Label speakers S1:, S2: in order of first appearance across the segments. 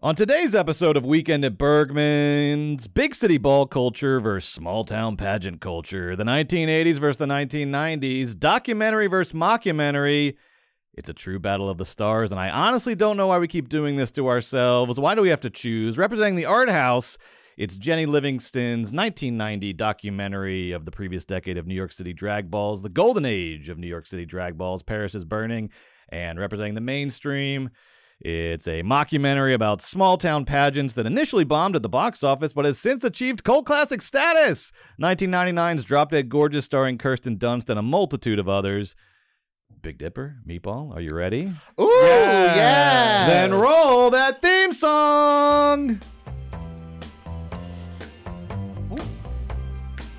S1: On today's episode of Weekend at Bergman's Big City Ball Culture versus Small Town Pageant Culture, the 1980s versus the 1990s, documentary versus mockumentary, it's a true battle of the stars, and I honestly don't know why we keep doing this to ourselves. Why do we have to choose? Representing the art house, it's Jenny Livingston's 1990 documentary of the previous decade of New York City drag balls, the golden age of New York City drag balls, Paris is Burning, and representing the mainstream. It's a mockumentary about small town pageants that initially bombed at the box office but has since achieved cult classic status. 1999's Drop Dead Gorgeous, starring Kirsten Dunst and a multitude of others. Big Dipper, Meatball, are you ready?
S2: Ooh, yeah.
S1: Then roll that theme song.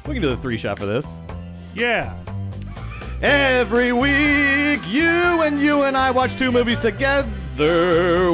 S1: We can do the three shot for this.
S3: Yeah.
S1: Every week, you and you and I watch two movies together.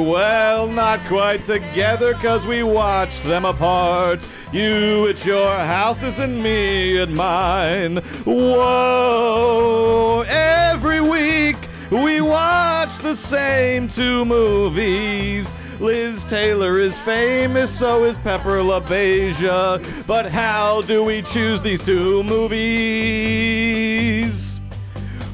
S1: Well, not quite together, cause we watch them apart. You at your houses and me at mine. Whoa! Every week, we watch the same two movies. Liz Taylor is famous, so is Pepper LaBeija. But how do we choose these two movies?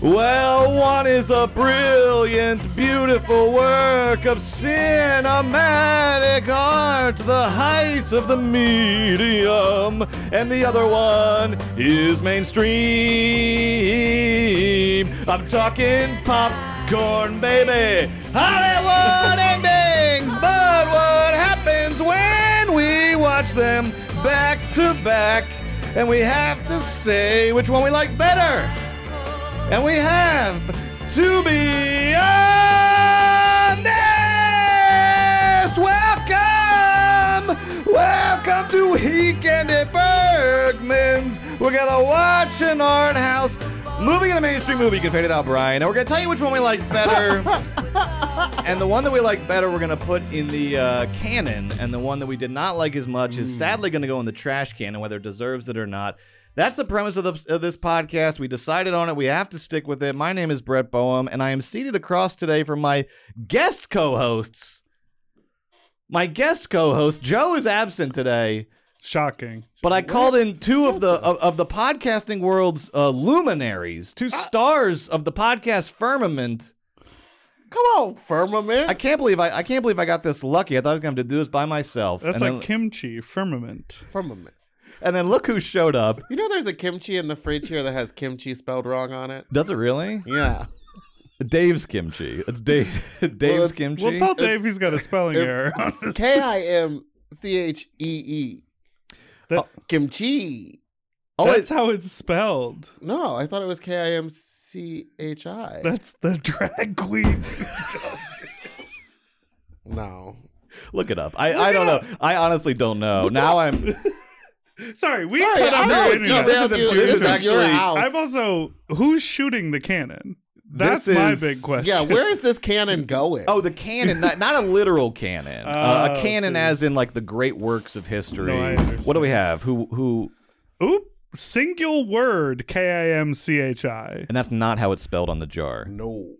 S1: Well, one is a brilliant, beautiful work of cinematic art, the height of the medium, and the other one is mainstream. I'm talking popcorn, baby, Hollywood endings, but what happens when we watch them back to back and we have to say which one we like better? And we have to be honest. Welcome, welcome to Weekend at Bergman's. We're gonna watch an art house movie and a mainstream movie. You can fade it out, Brian. And we're gonna tell you which one we like better. and the one that we like better, we're gonna put in the uh, canon. And the one that we did not like as much is sadly gonna go in the trash can, and whether it deserves it or not. That's the premise of, the, of this podcast. We decided on it. We have to stick with it. My name is Brett Boehm, and I am seated across today from my guest co-hosts. My guest co-host Joe is absent today,
S3: Shocking.
S1: but I called in two of the of, of the podcasting world's uh, luminaries, two stars of the podcast firmament.
S2: Come on, firmament.
S1: I can't believe I, I can't believe I got this lucky. I thought I was going to do this by myself. and,
S3: That's
S1: then,
S3: like kimchi firmament.
S2: firmament.
S1: and then look who showed up.
S2: You know, there's a kimchi in the fridge here that has kimchi spelled wrong on it.
S1: Does it really?
S2: Yeah,
S1: Dave's kimchi. It's Dave. Dave's
S2: it's-
S1: kimchi.
S3: We'll tell Dave he's got a spelling error.
S2: it's K I M C H E E.
S3: That-
S2: Kimchi.
S1: oh,
S3: That's
S1: it's
S3: how it's spelled.
S2: No, I thought it was K I M C H I.
S3: That's the drag queen.
S2: No,
S1: Look it up. I, I don't know. I honestly don't know. now I'm.
S3: Sorry, we
S2: Sorry,
S3: cut
S2: I'm
S3: out
S2: not-
S3: the
S2: no,
S3: internet.
S2: this
S1: this
S2: is-
S1: is
S2: your house.
S3: I'm also who's shooting the cannon? That's
S1: This
S3: my
S1: is-
S3: big question.
S2: Yeah, where is this cannon going?
S1: Oh, the canon, not, not a literal canon. uh,
S3: Oh,
S1: a
S3: I
S1: canon
S3: see.
S1: as in like the great works of history.
S3: No, I
S1: what do we
S3: understand.
S1: have? Who who?
S3: Oop, single word K I M C H I.
S1: And that's not how it's spelled on the jar.
S2: no,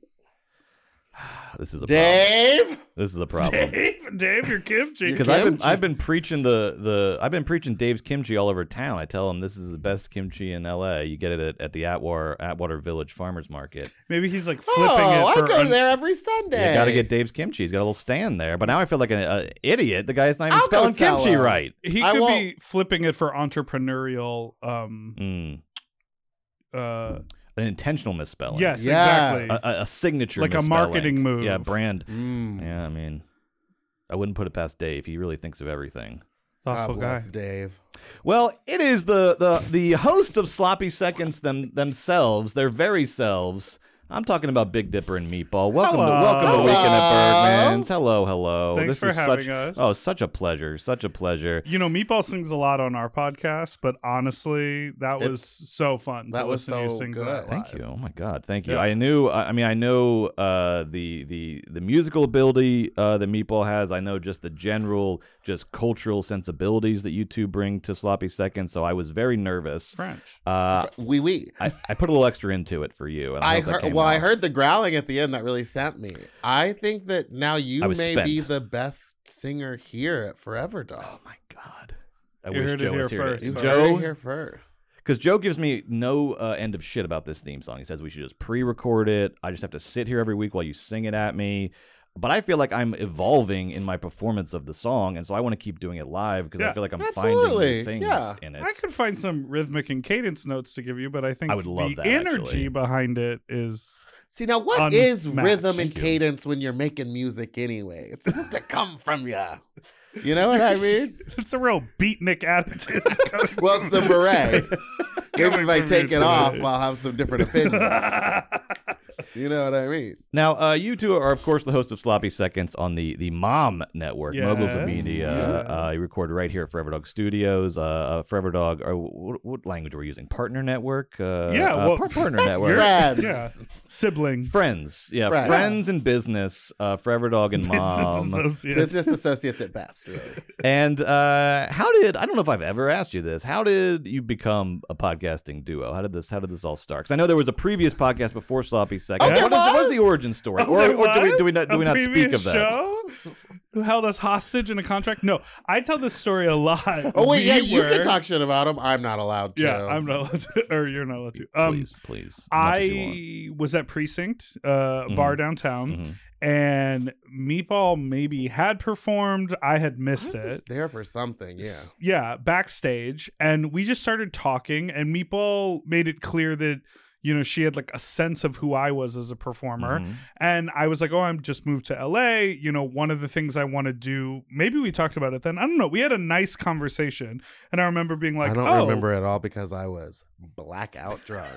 S1: This is a problem.
S2: Dave.
S1: This is a problem.
S3: Dave, Dave, your kimchi.
S1: Because I've been
S2: Kimchi.
S1: I've been preaching the the I've been preaching Dave's kimchi all over town. I tell him this is the best kimchi in L.A. You get it at, at the Atwater Atwater Village Farmers Market.
S3: Maybe he's like flipping
S2: Oh,
S3: it
S2: I
S3: for
S2: go
S3: un-
S2: there every Sunday.
S1: You got to get Dave's kimchi. He's got a little stand there. But now I feel like an uh, idiot. The guy's not even
S2: I'll go
S1: spelling
S2: tell
S1: kimchi
S2: him.
S1: right.
S3: He
S2: I
S3: could be
S2: won't-
S3: flipping it for entrepreneurial. Um.
S1: Mm.
S3: Uh.
S1: an intentional misspelling.
S3: Yes.
S2: Yeah.
S3: Exactly.
S1: A, a, a signature
S3: Like a
S1: misspelling.
S3: marketing move.
S1: Yeah, brand.
S2: Mm.
S1: Yeah, I mean, I wouldn't put it past Dave. He really thinks of everything.
S3: Thoughtful
S2: God
S3: guy.
S2: bless Dave.
S1: Well, it is the the the hosts of Sloppy Seconds them themselves, their very selves. I'm talking about Big Dipper and Meatball. Welcome to
S3: Hello.
S1: welcome to Weekend
S2: Hello.
S1: at Bergman's. Hello, hello.
S3: Thanks
S1: this
S3: for
S1: is
S3: having
S1: such
S3: us.
S1: oh such a pleasure, such a pleasure.
S3: You know, Meatball sings a lot on our podcast, but honestly, that was so fun.
S2: that
S3: to
S2: was
S3: listen to you
S2: so
S3: sing
S2: good.
S3: That
S1: Thank
S3: live.
S1: you. Oh my God. Thank you.
S3: Yeah.
S1: I knew. I I mean, I know uh, the the the musical ability uh, that Meatball has. I know just the general, just cultural sensibilities that you two bring to Sloppy Seconds. So I was very nervous.
S3: French.
S1: Uh,
S2: Wee wee.
S1: I, I put a little extra into it for you. And I,
S2: I
S1: hope that
S2: heard,
S1: came
S2: well, I
S1: off.
S2: heard the growling at the end that really sent me. I think that now you
S1: I was
S2: may be
S1: spent.
S2: the best singer here at Forever Dog.
S1: Oh my God. I
S3: You
S1: wish
S3: heard it
S1: Joe was
S3: here
S1: here.
S3: first,
S1: Is
S3: folks.
S2: You heard it
S1: Joe,
S2: here first.
S1: Because Joe gives me no uh, end of shit about this theme song. He says we should just pre record it. I just have to sit here every week while you sing it at me. But I feel like I'm evolving in my performance of the song. And so I want to keep doing it live because I
S3: Yeah,
S1: feel like I'm finding new
S2: absolutely.
S1: things
S2: Yeah.
S1: in it.
S3: I could find some rhythmic and cadence notes to give you, but I think
S1: I would love
S3: the
S1: that,
S3: energy
S1: actually.
S3: behind it is
S2: See now, what is
S3: Unmatched.
S2: rhythm and
S3: Thank you.
S2: cadence when you're making music anyway? It's supposed to come from you. You know what I mean?
S3: it's a real beatnik attitude.
S2: Well, it's the beret. Maybe if I
S3: from
S2: take
S3: your
S2: it off,
S3: beret.
S2: I'll have some different opinions. You know what I mean?
S1: Now, uh, you two are, of course, the host of Sloppy Seconds on the the Mom Network, Moguls of
S3: Yes,
S1: Media. Uh, you recorded right here at Forever Dog Studios. Uh, uh, Forever Dog, or what, what language were you using? Partner Network? Uh,
S3: Yeah,
S1: uh,
S3: well,
S1: par- Partner
S3: that's
S1: Network.
S3: You're-
S2: Friends.
S3: yeah, sibling.
S1: Friends, yeah,
S2: Friends.
S1: friends and business, uh, Forever Dog and
S3: Business
S1: Mom,
S3: associates.
S2: Business associates at best, really.
S1: and uh, how did I don't know if I've ever asked you this? How did you become a podcasting duo? How did this? How did this all start? Because I know there was a previous podcast before Sloppy Seconds.
S3: Oh,
S2: there
S1: What is- what
S2: was?
S1: is the origin story, or,
S3: There
S1: or do we do we
S3: was
S1: not do
S3: a
S1: we not speak
S3: previous
S1: of that?
S3: Show? Who held us hostage in a contract? No, I tell this story a lot.
S2: Oh
S3: We
S2: wait, yeah, you
S3: were-
S2: can talk shit about him. I'm not allowed to.
S3: Yeah, I'm not allowed to, or you're not allowed to. Um,
S1: please, please. as much as you want. Mm-hmm.
S3: I was at Precinct, uh, bar downtown,
S1: Mhm.
S3: and Meatball maybe had performed. I had missed
S2: I was
S3: it.
S2: there for something. Yeah.
S3: S- yeah, backstage, and we just started talking, and Meatball made it clear that you know she had like a sense of who I was as a performer,
S1: Mhm.
S3: and I was like, oh, I'm just moved to LA. You know, one of the things I want to do. Maybe we talked about it then. I don't know. We had a nice conversation, and I remember being like,
S2: I don't
S3: oh.
S2: remember at all because I was blackout drunk.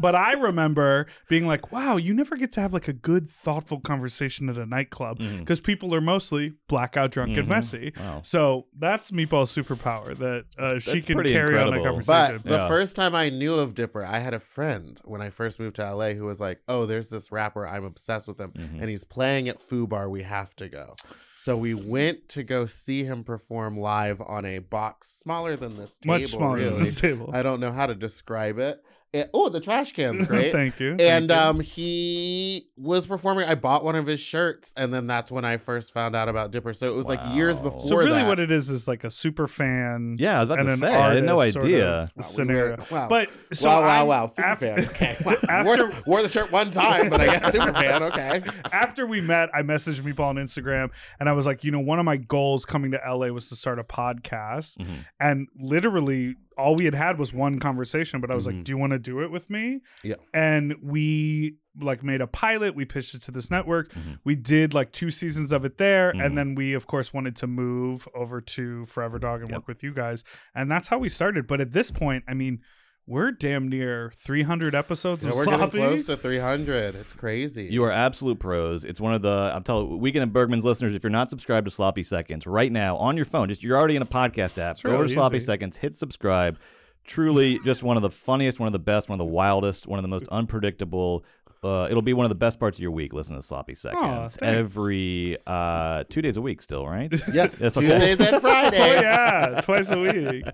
S3: But I remember being like, wow, you never get to have like a good, thoughtful conversation at a nightclub because people are mostly blackout drunk
S1: Mhm.
S3: and messy.
S1: Mm-hmm. Wow.
S3: So that's Meatball's superpower that uh, she
S1: that's
S3: can
S1: pretty
S3: carry on a
S1: incredible.
S3: conversation.
S2: But the
S1: Yeah.
S2: first time I knew of Dipper, I had a friend when I first moved to LA who was like, "Oh, there's this rapper. I'm obsessed with him,
S1: Mhm.
S2: and he's playing at Foo Bar. We have to go." So we went to go see him perform live on a box smaller than this table.
S3: Much smaller than
S2: really.
S3: this table.
S2: I don't know how to describe it. It- oh, the trash can's great.
S3: Thank you.
S2: and
S3: Thank you.
S2: um, he was performing. I bought one of his shirts, and then that's when I first found out about Dipper. So it was like years
S1: Wow.
S2: before.
S3: so really,
S2: that.
S3: what it is is like a super fan.
S1: Yeah, I was about
S3: and
S1: to
S3: an
S1: say. I had no
S3: artist sort
S1: idea.
S3: of
S2: Wow, we
S3: scenario.
S2: were- wow.
S3: But so
S2: wow, wow,
S3: I'm-
S2: wow, super
S3: af-
S2: fan. Okay, wow.
S3: after
S2: wore, wore the shirt one time, but I guess super fan. Okay,
S3: after we met, I messaged Meatball on Instagram and I was like, you know, one of my goals coming to LA was to start a podcast.
S2: Mm-hmm.
S1: Mhm.
S3: And literally, all we had had was one conversation, but I was like,
S2: Mhm.
S3: do you want to do it with me?
S2: Yeah.
S3: And we like made a pilot, we pitched it to this network.
S2: Mm-hmm.
S1: Mhm.
S3: We did like two seasons of it there.
S1: Mhm.
S3: And then we, of course, wanted to move over to Forever Dog and
S1: Yep.
S3: work with you guys. And that's how we started. But at this point, I mean, we're damn near 300 episodes
S2: so
S3: of
S2: we're getting
S3: Sloppy.
S2: close to 300. It's crazy.
S1: You are absolute pros. It's one of the I'm telling Weekend at Bergman's listeners. If you're not subscribed to Sloppy Seconds right now on your phone, just you're already in a podcast app. Go
S3: really
S1: to Sloppy
S3: easy.
S1: Seconds, hit subscribe. Truly, just one of the funniest, one of the best, one of the wildest, one of the most unpredictable. Uh, it'll be one of the best parts of your week. Listen to Sloppy Seconds
S3: thanks.
S1: every uh, two days a week, still right?
S2: yes,
S1: That's okay.
S2: Tuesdays and Fridays.
S3: oh yeah, twice a week.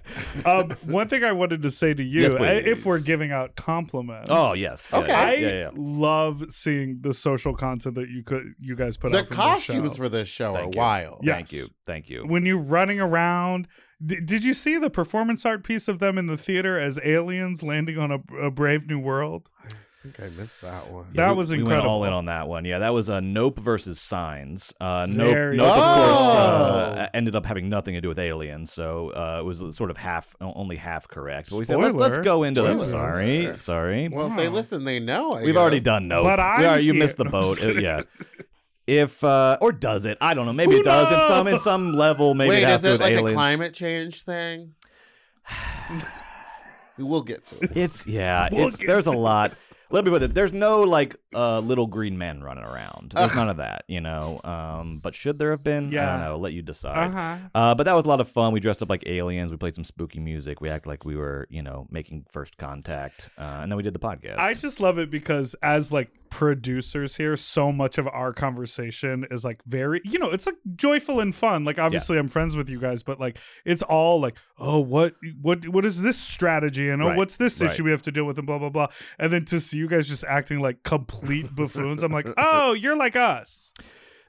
S3: Um, one thing I wanted to say to you,
S1: Yes,
S3: i- if
S1: please.
S3: we're giving out compliments,
S1: Oh yes. Yeah,
S2: Okay.
S1: yeah,
S3: I
S1: yeah, yeah.
S3: love seeing the social content that you could you guys put
S2: The
S3: out. from this
S2: costumes
S3: show.
S2: for this show
S1: Thank
S2: are
S1: you.
S2: wild.
S3: Yeah.
S1: Thank you. Thank you.
S3: when you're running around. D- did you see the performance art piece of them in the theater as aliens landing on a, a Brave New World?
S2: I think I missed that one.
S3: That was
S1: We went all
S3: incredible.
S1: in on that one. Yeah, that was a Nope versus Signs. Uh, nope,
S3: Very
S1: nope of course, uh,
S2: Oh.
S1: ended up having nothing to do with Aliens, so uh, it was sort of half, only half correct. But we said, let's, let's
S3: Spoiler.
S1: go into that.
S3: Spoiler.
S1: Sorry, sorry.
S2: well, if they listen, they know. I
S1: We've
S2: guess.
S1: already done Nope.
S3: But
S1: We are-
S3: I'm
S1: you
S3: here.
S1: missed the
S3: No, I'm just
S1: boat. It-
S3: kidding.
S1: yeah. If uh, or does it? I don't know. Maybe
S3: Who
S1: it does in some in
S3: knows?
S1: some level. Maybe
S2: Wait,
S1: it has to
S2: is
S1: do
S2: it
S1: with
S2: like
S1: aliens.
S2: a climate change thing? we'll get to it.
S1: It's yeah.
S3: We'll
S1: it's,
S3: get
S1: there's a
S3: to-
S1: lot. Let me put it. There's no like uh, little green men running around. There's none of that, you know. Um, but should there have been? I
S3: Yeah.
S1: don't know. I'll let you decide.
S3: Uh huh.
S1: Uh, but that was a lot of fun. We dressed up like aliens. We played some spooky music. We acted like we were, you know, making first contact. Uh, and then we did the podcast.
S3: I just love it because as like producers here, so much of our conversation is like very, you know, it's like joyful and fun. Like obviously I'm friends with you guys, but like it's all like, oh, what what what is this strategy and oh,
S1: Right,
S3: what's this
S1: right.
S3: issue we have to deal with and blah blah blah. And then to see you guys just acting like complete buffoons, I'm like, oh, you're like us.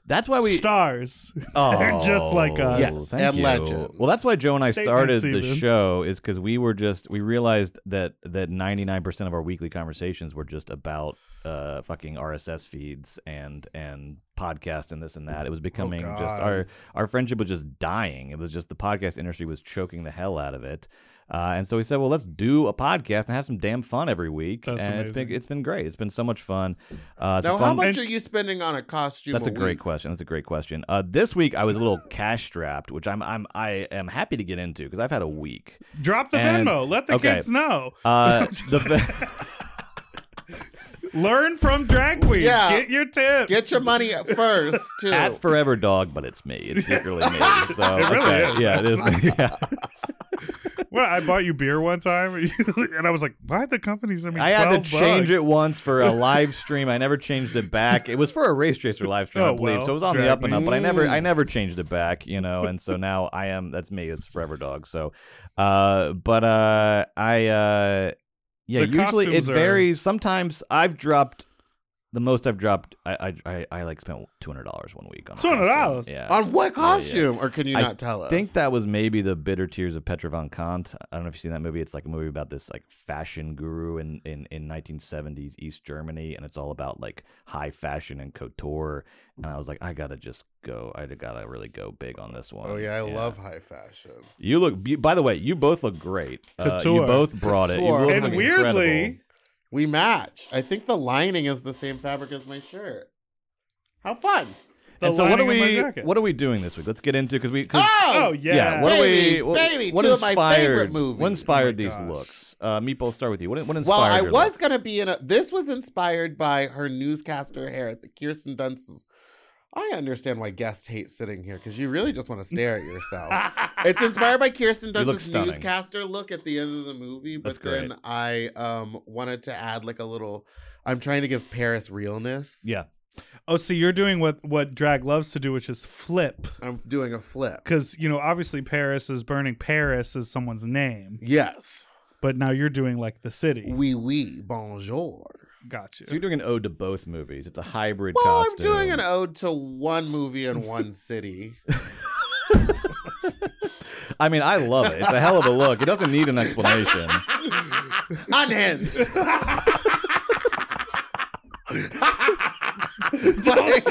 S1: That's why we
S3: Stars.
S1: Oh,
S3: They're just like us.
S2: Yes,
S1: thank
S2: and
S1: you.
S2: legends.
S1: Well, that's why Joe and I
S3: Statements
S1: started the
S3: even.
S1: show is because we were just we realized that that ninety nine percent of our weekly conversations were just about uh fucking RSS feeds and and podcast and this and that. It was becoming just
S2: Oh, God.
S1: our our friendship was just dying. It was just the podcast industry was choking the hell out of it. Uh, and so we said, well, let's do a podcast and have some damn fun every week.
S3: That's
S1: and it's been
S3: amazing.
S1: it's been great. It's been so much fun. Uh, it's been fun.
S2: Now, how much
S3: And-
S2: are you spending on a costume?
S1: That's a great question. That's a great question. Uh, this week I was a little cash strapped, which I'm I'm I am happy to get into because I've had a week.
S3: Drop the
S1: And-
S3: Venmo. Let the
S1: okay.
S3: kids know.
S1: Uh, the
S3: Learn from drag queens.
S2: Yeah.
S3: Get your tips.
S2: Get your money first, too.
S1: at Forever Dog, but it's me. It's secretly me. So
S3: It really
S1: okay.
S3: is,
S1: Yeah, it is. me. Yeah.
S3: Well, I bought you beer one time, and I was like, "Why the company send me?"
S1: I had to
S3: 12
S1: change
S3: bucks?"
S1: it once for a live stream. I never changed it back. It was for a race chaser live stream, I
S3: Oh,
S1: believe.
S3: well,
S1: so it was on the
S3: drag
S1: up and up, but I never
S2: me.
S1: I never changed it back, you know, and so now I am that's me, it's Forever Dog. So uh but uh I uh yeah,
S3: The
S1: usually it
S3: costumes are-
S1: varies. Sometimes I've dropped the most I've dropped I I I, I like spent two hundred dollars one week on a costume.
S3: $200?
S1: Yeah.
S2: On
S1: Oh,
S2: what
S1: Yeah, yeah.
S2: costume? Or can you
S1: I
S2: not tell us?
S1: think that was maybe the bitter tears of Petra von Kant. I don't know if you've seen that movie. It's like a movie about this like fashion guru in in in 1970s East Germany, and it's all about like high fashion and couture. And I was like, I gotta just go. I gotta really go big on this one.
S2: oh, yeah, I love high fashion.
S1: You look. be- By the way, you both look great. Uh, you
S3: Couture.
S1: both brought it. You
S2: Couture.
S1: look
S3: And weirdly,
S1: incredible.
S2: We match. I think the lining is the same fabric as my shirt. How fun.
S3: the
S1: And so what are
S3: lining of my
S1: we?
S3: jacket.
S1: What are we doing this week? Let's get into because we. 'cause-
S3: oh
S2: yeah.
S3: yeah,
S1: What are we?
S2: Ah! Baby,
S1: What,
S2: baby,
S1: what
S2: two of my
S1: inspired?
S2: favorite movies.
S1: What inspired
S3: Oh my
S1: these
S3: gosh.
S1: looks? Uh, Meatball, start with you. What, what inspired?
S2: Well, I
S1: your
S2: was
S1: look?
S2: gonna be in a. This was inspired by her newscaster hair, the Kirsten Dunst's. I understand why guests hate sitting here because you really just want to stare at yourself. it's inspired by Kirsten
S1: You look
S2: Dunst's
S1: stunning.
S2: newscaster look at the end of the movie, but
S1: That's great.
S2: then I um wanted to add like a little. I'm trying to give Paris realness.
S1: Yeah.
S3: oh, so you're doing what what drag loves to do, which is flip,
S2: I'm doing a flip.
S3: because you know obviously Paris is burning. Paris is someone's name,
S2: Yes.
S3: but now you're doing like the city.
S2: Oui, oui. Bonjour.
S3: Got you.
S1: So you're doing an ode to both movies. It's a hybrid
S2: Well,
S1: costume.
S2: I'm doing an ode to one movie in one city.
S1: I mean, I love it. It's a hell of a look. It doesn't need an explanation.
S2: unhinged. Like-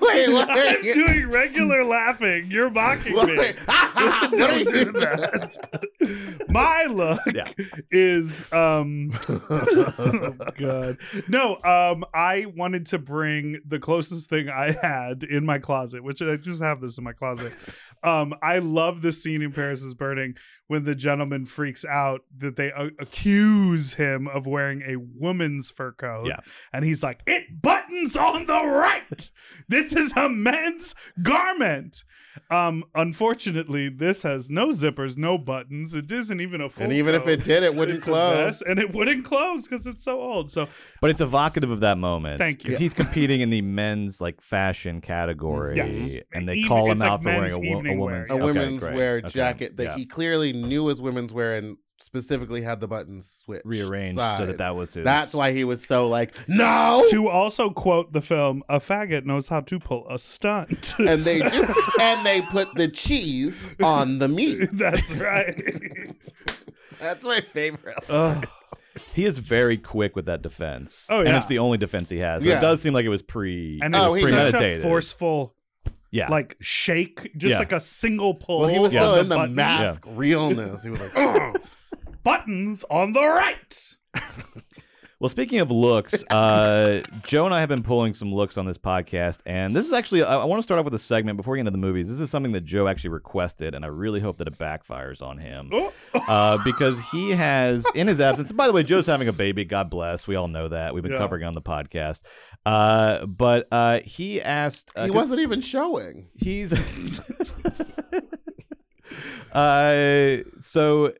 S2: wait, what?
S3: I'm doing regular laughing. You're mocking
S2: What?
S3: me.
S2: what are you
S3: do My look
S1: Yeah.
S3: is um oh god. No, um I wanted to bring the closest thing I had in my closet, which I just have this in my closet. Um I love the scene in Paris is Burning when the gentleman freaks out that they a- accuse him of wearing a woman's fur coat
S1: Yeah.
S3: and he's like, "It buttons on the right. This is a man's garment." Um, unfortunately, this has no zippers, no buttons. It isn't even a full.
S2: And even if
S3: coat.
S2: it did, it wouldn't
S3: It's a
S2: close.
S3: vest, and it wouldn't close because it's so old. So
S1: But it's evocative of that moment.
S3: Thank you.
S1: 'Cause He's competing in the men's like fashion category,
S3: Yes.
S1: and they
S3: Even-
S1: call him
S3: it's
S1: out
S3: like
S1: for wearing
S3: men's
S1: a, wo- a
S3: evening wear.
S1: woman's
S2: A
S1: okay,
S2: women's
S1: great.
S2: wear
S1: Okay.
S2: jacket that
S1: Yeah.
S2: he clearly knew was women's wear and specifically had the buttons switched.
S1: rearranged so that
S2: sides.
S1: that was his.
S2: That's why he was so like, no.
S3: to also quote the film, "A faggot knows how to pull a stunt."
S2: And they do, and they put the cheese on the meat.
S3: That's right.
S2: That's my favorite.
S3: Ugh.
S1: he is very quick with that defense.
S3: Oh,
S1: and
S3: yeah.
S1: it's the only defense he has. So It
S2: Yeah.
S1: does seem like it was pre
S3: and
S2: Oh,
S3: it's
S2: he-
S3: such a
S1: premeditated.
S3: forceful,
S1: yeah,
S3: like shake, just
S1: Yeah.
S3: like a single pull.
S2: Well, he was
S3: of
S2: still in the
S3: button.
S2: mask realness. He was like, oh.
S3: Buttons on the right.
S1: Well, speaking of looks, uh, Joe and I have been pulling some looks on this podcast, and this is actually I, I want to start off with a segment before we get into the movies. This is something that Joe actually requested, and I really hope that it backfires on him uh, because he has, in his absence. By the way, Joe's having a baby. God bless. We all know that. We've been
S3: Yeah.
S1: covering it on the podcast, uh, but uh, he asked. Uh,
S2: he
S1: 'cause-
S2: wasn't even showing.
S1: He's. uh, so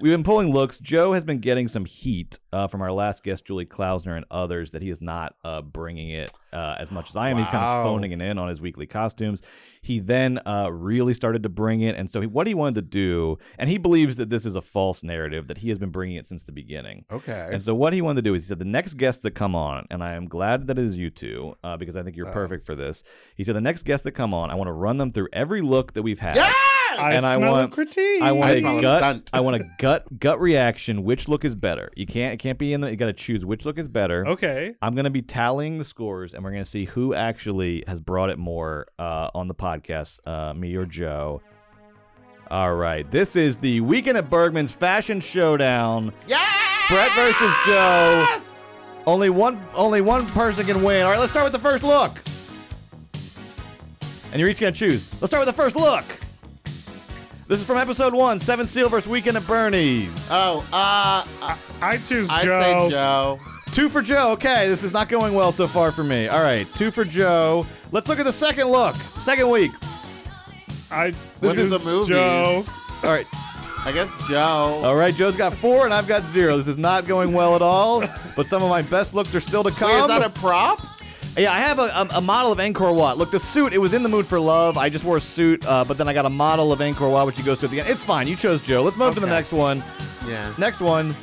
S1: we've been pulling looks. Joe has been getting some heat uh, from our last guest, Julie Klausner, and others that he is not uh, bringing it uh, as much as I am. He's kind of
S2: Wow.
S1: phoning it in on his weekly costumes. He then uh, really started to bring it. And so he, what he wanted to do, and he believes that this is a false narrative, that he has been bringing it since the beginning.
S2: Okay.
S1: And so what he wanted to do is he said the next guests that come on, and I am glad that it is you two uh, because I think you're perfect for this. He said the next guests that come on, I want to run them through every look that we've had.
S3: I
S1: And I
S3: smell a
S1: want-
S3: critique.
S1: I want
S2: I
S1: a
S2: smell a
S1: gut.
S2: stunt.
S1: I want a gut gut reaction. Which look is better? You can't it can't be in the. You got to choose which look is better.
S3: Okay.
S1: I'm gonna be tallying the scores, and we're gonna see who actually has brought it more uh, on the podcast, uh, me or Joe. All right, this is the weekend at Bergman's Fashion Showdown.
S2: Yes!
S1: Brett versus Joe. Only one only one person can win. All right, let's start with the first look. And you're each gonna choose. Let's start with the first look. This is from episode one, Seven Seal versus Weekend at Bernie's.
S2: Oh, uh, uh,
S3: I choose
S2: I'd
S3: Joe.
S2: say Joe.
S1: two for Joe. Okay, this is not going well so far for me. All right, two for Joe. Let's look at the second look. Second week.
S3: I
S2: What
S3: choose
S2: is the movie?
S3: Joe.
S1: All right.
S2: I guess Joe.
S1: All right, Joe's got four and I've got zero. This is not going well at all. But some of my best looks are still to come.
S2: Wait, is that a prop?
S1: Yeah, I have a, a, a model of Angkor Wat. Look, the suit, it was in the mood for love. I just wore a suit, uh, but then I got a model of Angkor Wat, which he goes to at the end. It's fine. You chose Joe. Let's move to the
S2: Okay.
S1: next one.
S2: Yeah.
S1: Next one.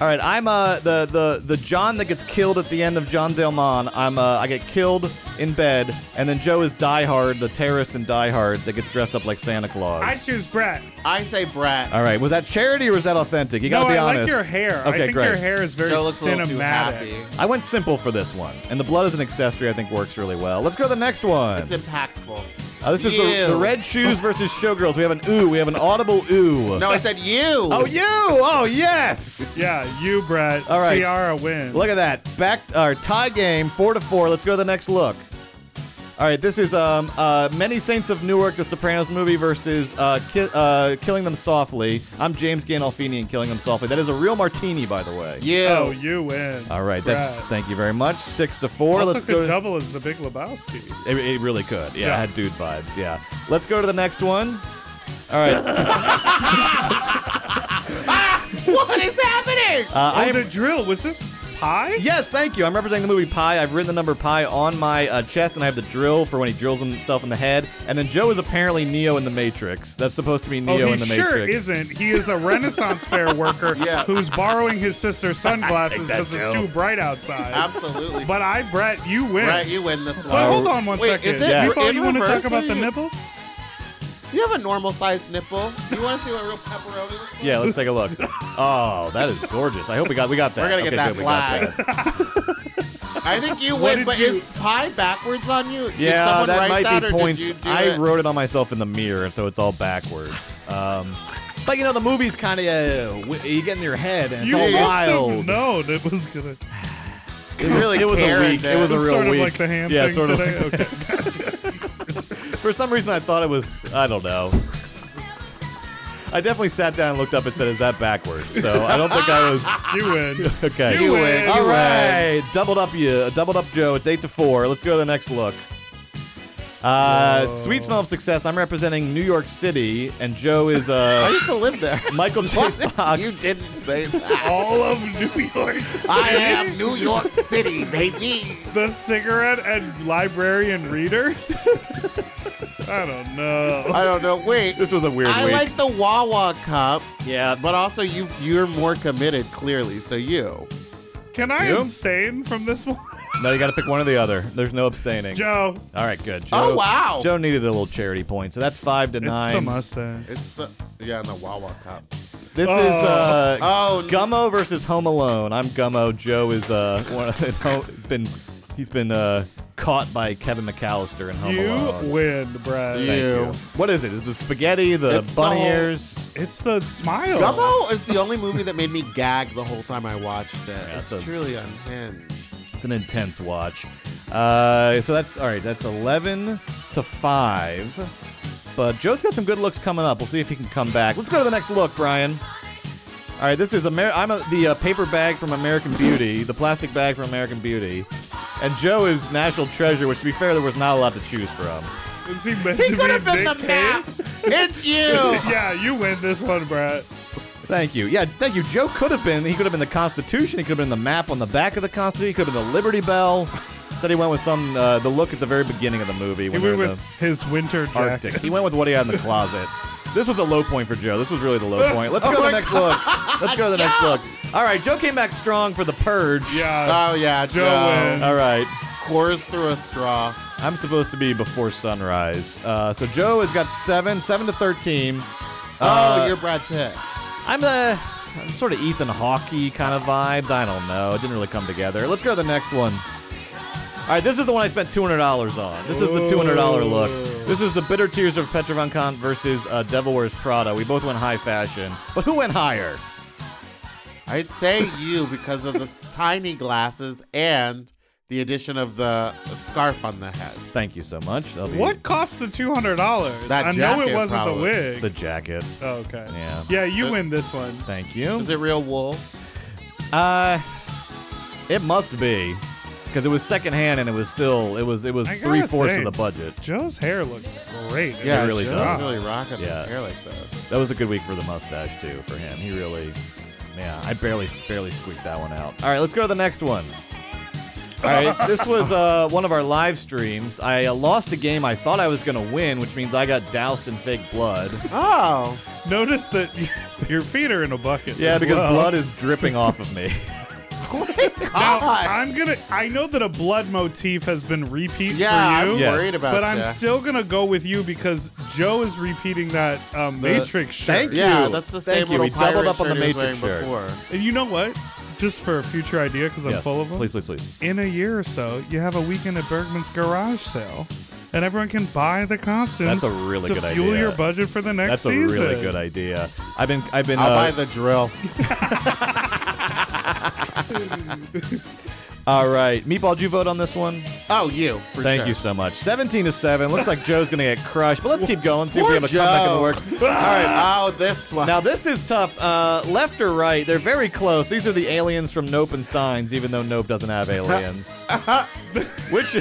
S1: All right, I'm uh, the, the the John that gets killed at the end of John Delmon. I'm uh, I get killed in bed, and then Joe is Die Hard, the terrorist in Die Hard that gets dressed up like Santa Claus.
S3: I choose Brett.
S2: I say Brett.
S1: All right, was that charity or was that authentic? You gotta
S3: no,
S1: be
S3: I
S1: honest.
S3: like your hair. I
S1: Okay,
S3: think
S1: great.
S3: your hair is very
S2: Joe looks a little too happy.
S3: cinematic.
S1: I went simple for this one, and the blood as an accessory I think works really well. Let's go to the next one.
S2: It's impactful.
S1: Uh, this is the, the
S2: You.
S1: red shoes versus showgirls. We have an ooh. We have an audible ooh.
S2: No, I said you.
S1: Oh, you. Oh, yes.
S3: Yeah, you, Brett.
S1: All right.
S3: Ciara wins.
S1: Look at that. Back our tie game, four to four. Let's go to the next look. All right, this is um, uh, Many Saints of Newark, the Sopranos movie versus uh, ki- uh, Killing Them Softly. I'm James Gandolfini in Killing Them Softly. That is a real martini, by the way.
S2: You.
S3: Oh, you win.
S1: All right, that's
S3: Brett.
S1: thank you very much. Six to Uh, four.
S3: Also
S1: Let's
S3: could
S1: go.
S3: double as the Big Lebowski.
S1: It, it really could. Yeah,
S3: Yeah.
S1: I had dude vibes. Yeah. Let's go to the next one. All right.
S2: What is happening?
S1: Uh,
S3: Oh,
S1: I'm-
S3: the drill was this pie?
S1: Yes, thank you. I'm representing the movie Pi. I've written the number Pi on my uh, chest, and I have the drill for when he drills himself in the head. And then Joe is apparently Neo in the Matrix. That's supposed to be
S3: Oh,
S1: Neo
S3: he
S1: in the
S3: sure
S1: Matrix.
S3: isn't. He is a Renaissance fair worker
S2: Yeah.
S3: who's borrowing his sister's sunglasses because it's too bright outside.
S2: Absolutely.
S3: But I, Brett, you win.
S2: Brett, you win this one.
S3: but hold on one
S2: Wait,
S3: second.
S2: Is it
S1: Yeah.
S3: You
S2: re-
S3: thought
S2: in
S3: you wanted to talk
S2: reverse?
S3: about the
S2: You-
S3: nipple?
S2: You have a normal sized nipple. You want to see what real pepperoni looks like?
S1: Yeah, let's take a look. Oh, that is gorgeous. I hope we got we got that.
S2: We're gonna get
S1: Okay,
S2: that
S1: good, we got
S2: flag.
S1: that.
S2: I think you
S3: What
S2: win,
S3: did
S2: but
S3: you-
S2: is pie backwards on you? Did
S1: Yeah,
S2: someone
S1: that
S2: write
S1: might
S2: that, or
S1: be
S2: did
S1: points.
S2: you do
S1: I
S2: it?
S1: wrote it on myself in the mirror, so it's all backwards. Um, but you know, the movie's kind of uh, w- you get in your head, and it's
S3: You
S1: all
S3: must have
S1: wild.
S3: known it was gonna.
S2: It really
S1: It was a
S2: Karen
S1: week.
S2: did.
S1: It was a real
S3: sort
S1: week.
S3: of like the hand
S1: yeah,
S3: thing
S1: sort
S3: today.
S1: of.
S3: Okay.
S1: For some reason, I thought it was. I don't know. I definitely sat down and looked up and said, "Is that backwards?" So I don't think I was.
S3: You win.
S1: Okay.
S3: You
S2: You
S3: win.
S2: win.
S1: All
S2: You win.
S1: right, doubled up you, doubled up Joe. It's eight to four. Let's go to the next look. Uh, sweet smell of success. I'm representing New York City, and Joe is
S2: I
S1: uh,
S2: used to live there.
S1: Michael J.
S2: What if
S1: Fox.
S2: You didn't say that.
S3: All of New York City.
S2: I am New York City, baby.
S3: the cigarette and librarian readers. I don't know.
S2: I don't know. Wait.
S1: This was a weird
S2: I
S1: week.
S2: like the Wawa cup,
S1: yeah,
S2: but also you you're more committed clearly. So you.
S3: Can I
S1: You?
S3: abstain from this one?
S1: no, you got to pick one or the other. There's no abstaining.
S3: Joe,
S1: All right, good. Joe,
S2: Oh, wow.
S1: Joe needed a little charity point, so that's five to
S3: it's the
S1: nine.
S3: Mustang.
S2: It's the yeah, and the Wawa cup.
S1: This
S3: Oh.
S1: is uh,
S2: Oh,
S1: Gummo versus Home Alone. I'm Gummo. Joe is uh one of- ho- been he's been uh caught by Kevin McAllister in Home
S3: You
S1: Alone.
S3: win, Brad.
S2: Yeah.
S1: Thank you. What is it? Is the spaghetti the
S2: It's the
S1: bunny
S2: whole-
S1: ears?
S3: It's the smile.
S2: Gummo is the only movie that made me gag the whole time I watched it.
S1: that's
S2: It's
S1: a-
S2: truly unhinged.
S1: It's an intense watch. Uh, so that's all right. That's eleven to five. But Joe's got some good looks coming up. We'll see if he can come back. Let's go to the next look, Brian. All right, this is Amer- I'm a, the uh, paper bag from American Beauty, the plastic bag from American Beauty, and Joe is National Treasure, which to be fair, there was not a lot to choose from.
S3: Is he meant
S2: He
S3: to
S2: could have
S3: be
S2: been
S3: Nick
S2: the map.
S3: Cage?
S2: It's you.
S3: Yeah, you win this one, Brett.
S1: Thank you. Yeah, thank you. Joe could have been. He could have been the Constitution. He could have been the map on the back of the Constitution. He could have been the Liberty Bell. Instead, he went with some uh, the look at the very beginning of the movie.
S3: He
S1: when
S3: went
S1: they're in
S3: with
S1: the-
S3: his winter jacket.
S1: Arctic. He went with what he had in the closet. This was a low point for Joe. This was really the low point. Let's go to the next look. Let's go to the next look. All right, Joe came back strong for the purge.
S3: Yeah.
S2: Oh yeah, Joe.
S3: Joe wins.
S1: All right,
S2: Pours through a straw.
S1: I'm supposed to be before sunrise. Uh, so Joe has got seven, seven to thirteen.
S2: oh,
S1: Uh,
S2: you're Brad Pitt.
S1: I'm a I'm sort of Ethan Hawkey kind of vibes. I don't know. It didn't really come together. Let's go to the next one. All right, this is the one I spent $200 on. This is the $200 look. This is the Bitter Tears of Petra Von Kant versus uh, Devil Wears Prada. We both went high fashion, but who went higher?
S2: I'd say you because of the tiny glasses and the addition of the scarf on the head.
S1: Thank you so much. That'll be
S3: What cost the two hundred dollars?
S2: That
S3: I know it
S2: jacket,
S3: wasn't
S2: probably.
S3: the wig.
S1: The jacket.
S3: oh, okay.
S1: Yeah.
S3: Yeah, you
S2: Uh,
S3: win this one.
S1: Thank you.
S2: Is it real wool?
S1: Uh, it must be because it was secondhand and it was still it was it was
S3: I gotta
S1: three fourths
S3: say-
S1: of the budget.
S3: Joe's hair looks great. in
S2: Yeah,
S3: this
S1: really
S2: Joe's
S1: does.
S3: shot.
S2: really rocking
S1: Yeah.
S2: his hair like this.
S1: That was a good week for the mustache too for him. He really, yeah, I barely barely squeaked that one out. All right, let's go to the next one. All right, this was uh, one of our live streams. I uh, lost a game I thought I was gonna win, which means I got doused in fake blood.
S2: Oh,
S3: Notice that y- your feet are in a bucket.
S1: Yeah,
S3: as
S1: because
S3: well.
S1: blood is dripping off of me.
S3: Now,
S2: God.
S3: I'm gonna. I know that a blood motif has been repeat
S2: yeah,
S3: for you.
S2: I'm
S1: Yes.
S2: worried about
S3: But I'm
S2: ya.
S3: still gonna go with you because Joe is repeating that um,
S2: The-
S3: Matrix shirt.
S1: Thank
S2: Yeah,
S1: you.
S2: that's the same
S1: Thank you.
S2: little
S1: We doubled
S2: pirate
S1: up on the
S2: shirt he was
S1: Matrix
S2: wearing
S1: shirt.
S2: before.
S3: And you know what? Just for a future idea, because I'm
S1: Yes,
S3: full of them.
S1: Please, please, please.
S3: In a year or so, you have a weekend at Bergman's garage sale, and everyone can buy the costumes.
S1: That's a really
S3: to
S1: good
S3: fuel
S1: idea.
S3: your budget for the next
S1: That's a
S3: season.
S1: really good idea. I've been, I've been.
S2: I'll
S1: uh,
S2: buy the drill.
S1: all right, Meatball, did you vote on this one?
S2: Oh, you. For
S1: Thank
S2: sure.
S1: you so much. 17 to 7. Looks like Joe's going to get crushed, but let's keep going, see if we
S2: Poor
S1: have a comeback in the
S2: Joe.
S1: works. All right.
S2: Oh, this one.
S1: Now, this is tough. Uh, left or right, they're very close. These are the aliens from Nope and Signs, even though Nope doesn't have aliens. Which,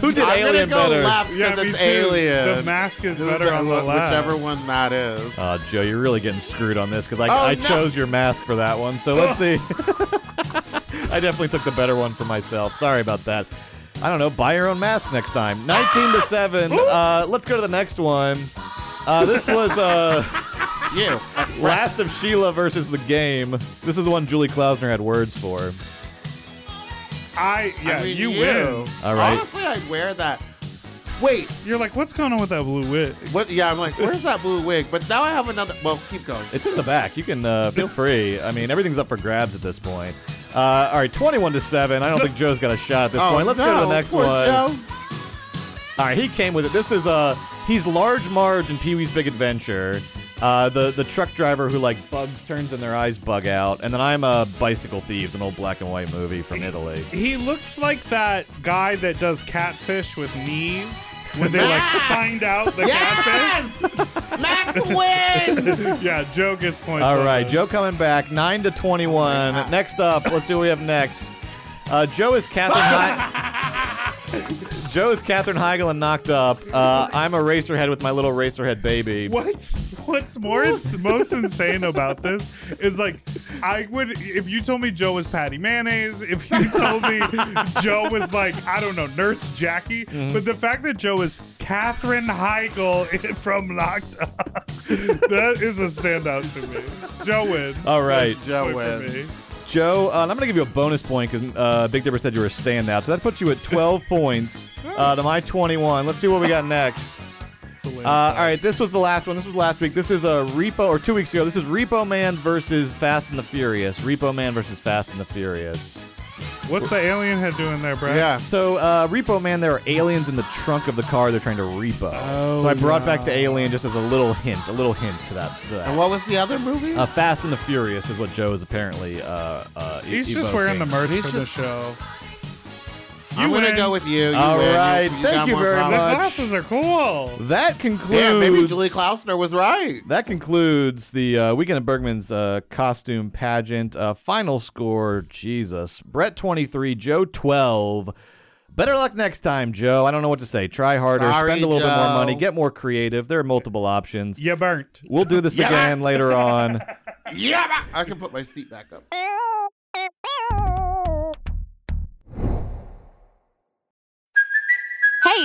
S1: who did
S2: I'm
S1: Alien
S2: gonna go
S1: better?
S2: left
S3: Yeah,
S2: because
S3: me
S2: it's
S3: too.
S2: alien.
S3: The mask is
S2: Who's
S3: better
S2: that
S3: on the
S2: one-
S3: left.
S2: Whichever one that is.
S1: Uh, Joe, you're really getting screwed on this because I,
S2: Oh,
S1: I
S2: no.
S1: chose your mask for that one. So let's see. I definitely took the better one for myself. Sorry about that. I don't know. Buy your own mask next time. 19 to 7. Uh, let's go to the next one. Uh, this was. Uh,
S2: You.
S1: Last of Sheila versus the game. This is the one Julie Klausner had words for.
S3: I yeah,
S2: I mean,
S3: you,
S2: you.
S3: win.
S1: All right.
S2: Honestly, I'd wear that. Wait,
S3: You're like, what's going on with that blue wig?
S2: what? Yeah, I'm like, where's that blue wig? But now I have another. Well, keep going.
S1: It's in the back. You can uh, feel free. I mean, everything's up for grabs at this point. Uh, all right, 21 to 7. I don't think Joe's got a shot at this
S2: oh,
S1: point. Let's go to
S2: no,
S1: the next
S2: poor
S1: one.
S2: Joe.
S1: All right, he came with it. This is uh he's large Marge in Pee Wee's Big Adventure. Uh, the the truck driver who like bugs turns and their eyes bug out, and then I'm a bicycle thieves, an old black and white movie from Italy.
S3: He looks like that guy that does catfish with Neve when they like
S2: Max!
S3: find out the
S2: Yes! Max wins!
S3: catfish. Yeah, Joe gets points.
S1: All
S3: on
S1: right,
S3: that.
S1: Joe coming back, nine to twenty-one. Next up, let's see what we have next. Uh, Joe is Catherine. He- Joe is Catherine Heigl and knocked up. Uh, I'm a racerhead with my little racerhead baby.
S3: What's what's more ins- most insane about this is like I would if you told me Joe was Patty Mayonnaise, if you told me Joe was like I don't know Nurse Jackie,
S1: Mm-hmm.
S3: but the fact that Joe is Catherine Heigl from Locked Up, that is a standout to me. Joe wins.
S1: All right,
S2: Joe
S3: Point for
S2: wins.
S3: me.
S1: Joe. Uh, and I'm gonna give you a bonus point because uh, Big Dipper said you were a standout, so that puts you at 12 points uh, to my 21. Let's see what we got next.
S3: It's a landslide.
S1: Uh, all right, this was the last one. This was last week. This is a Repo, or two weeks ago. This is Repo Man versus Fast and the Furious. Repo Man versus Fast and the Furious.
S3: What's the alien head doing there, Brad?
S2: Yeah.
S1: So, uh, Repo Man, there are aliens in the trunk of the car they're trying to repo.
S3: Oh,
S1: so I brought back the
S3: wow.
S1: alien just as a little hint, a little hint to that. To
S2: And
S1: that.
S2: what was the other movie?
S1: Uh, Fast and the Furious is what Joe is apparently. Uh, uh, e-
S3: He's just
S1: evoking.
S3: wearing the merch for the show.
S2: I'm gonna
S3: win.
S2: go with you. you
S1: All
S2: win.
S1: right.
S2: got
S1: Thank you
S2: more
S1: very
S3: The
S2: problems.
S1: much.
S3: glasses are cool.
S1: That concludes.
S2: Damn, maybe Julie Klausner was right.
S1: That concludes the uh, Weekend at Bergman's uh, costume pageant. Uh, final score, Jesus. Brett 23, Joe 12. Better luck next time, Joe. I don't know what to say. Try harder,
S2: Sorry,
S1: spend a little bit more
S2: Joe.
S1: money, get more creative. There are multiple options.
S3: You burnt.
S1: We'll do this
S2: Yeah.
S1: again later on.
S2: Yeah, I can put my seat back up.
S4: Hey,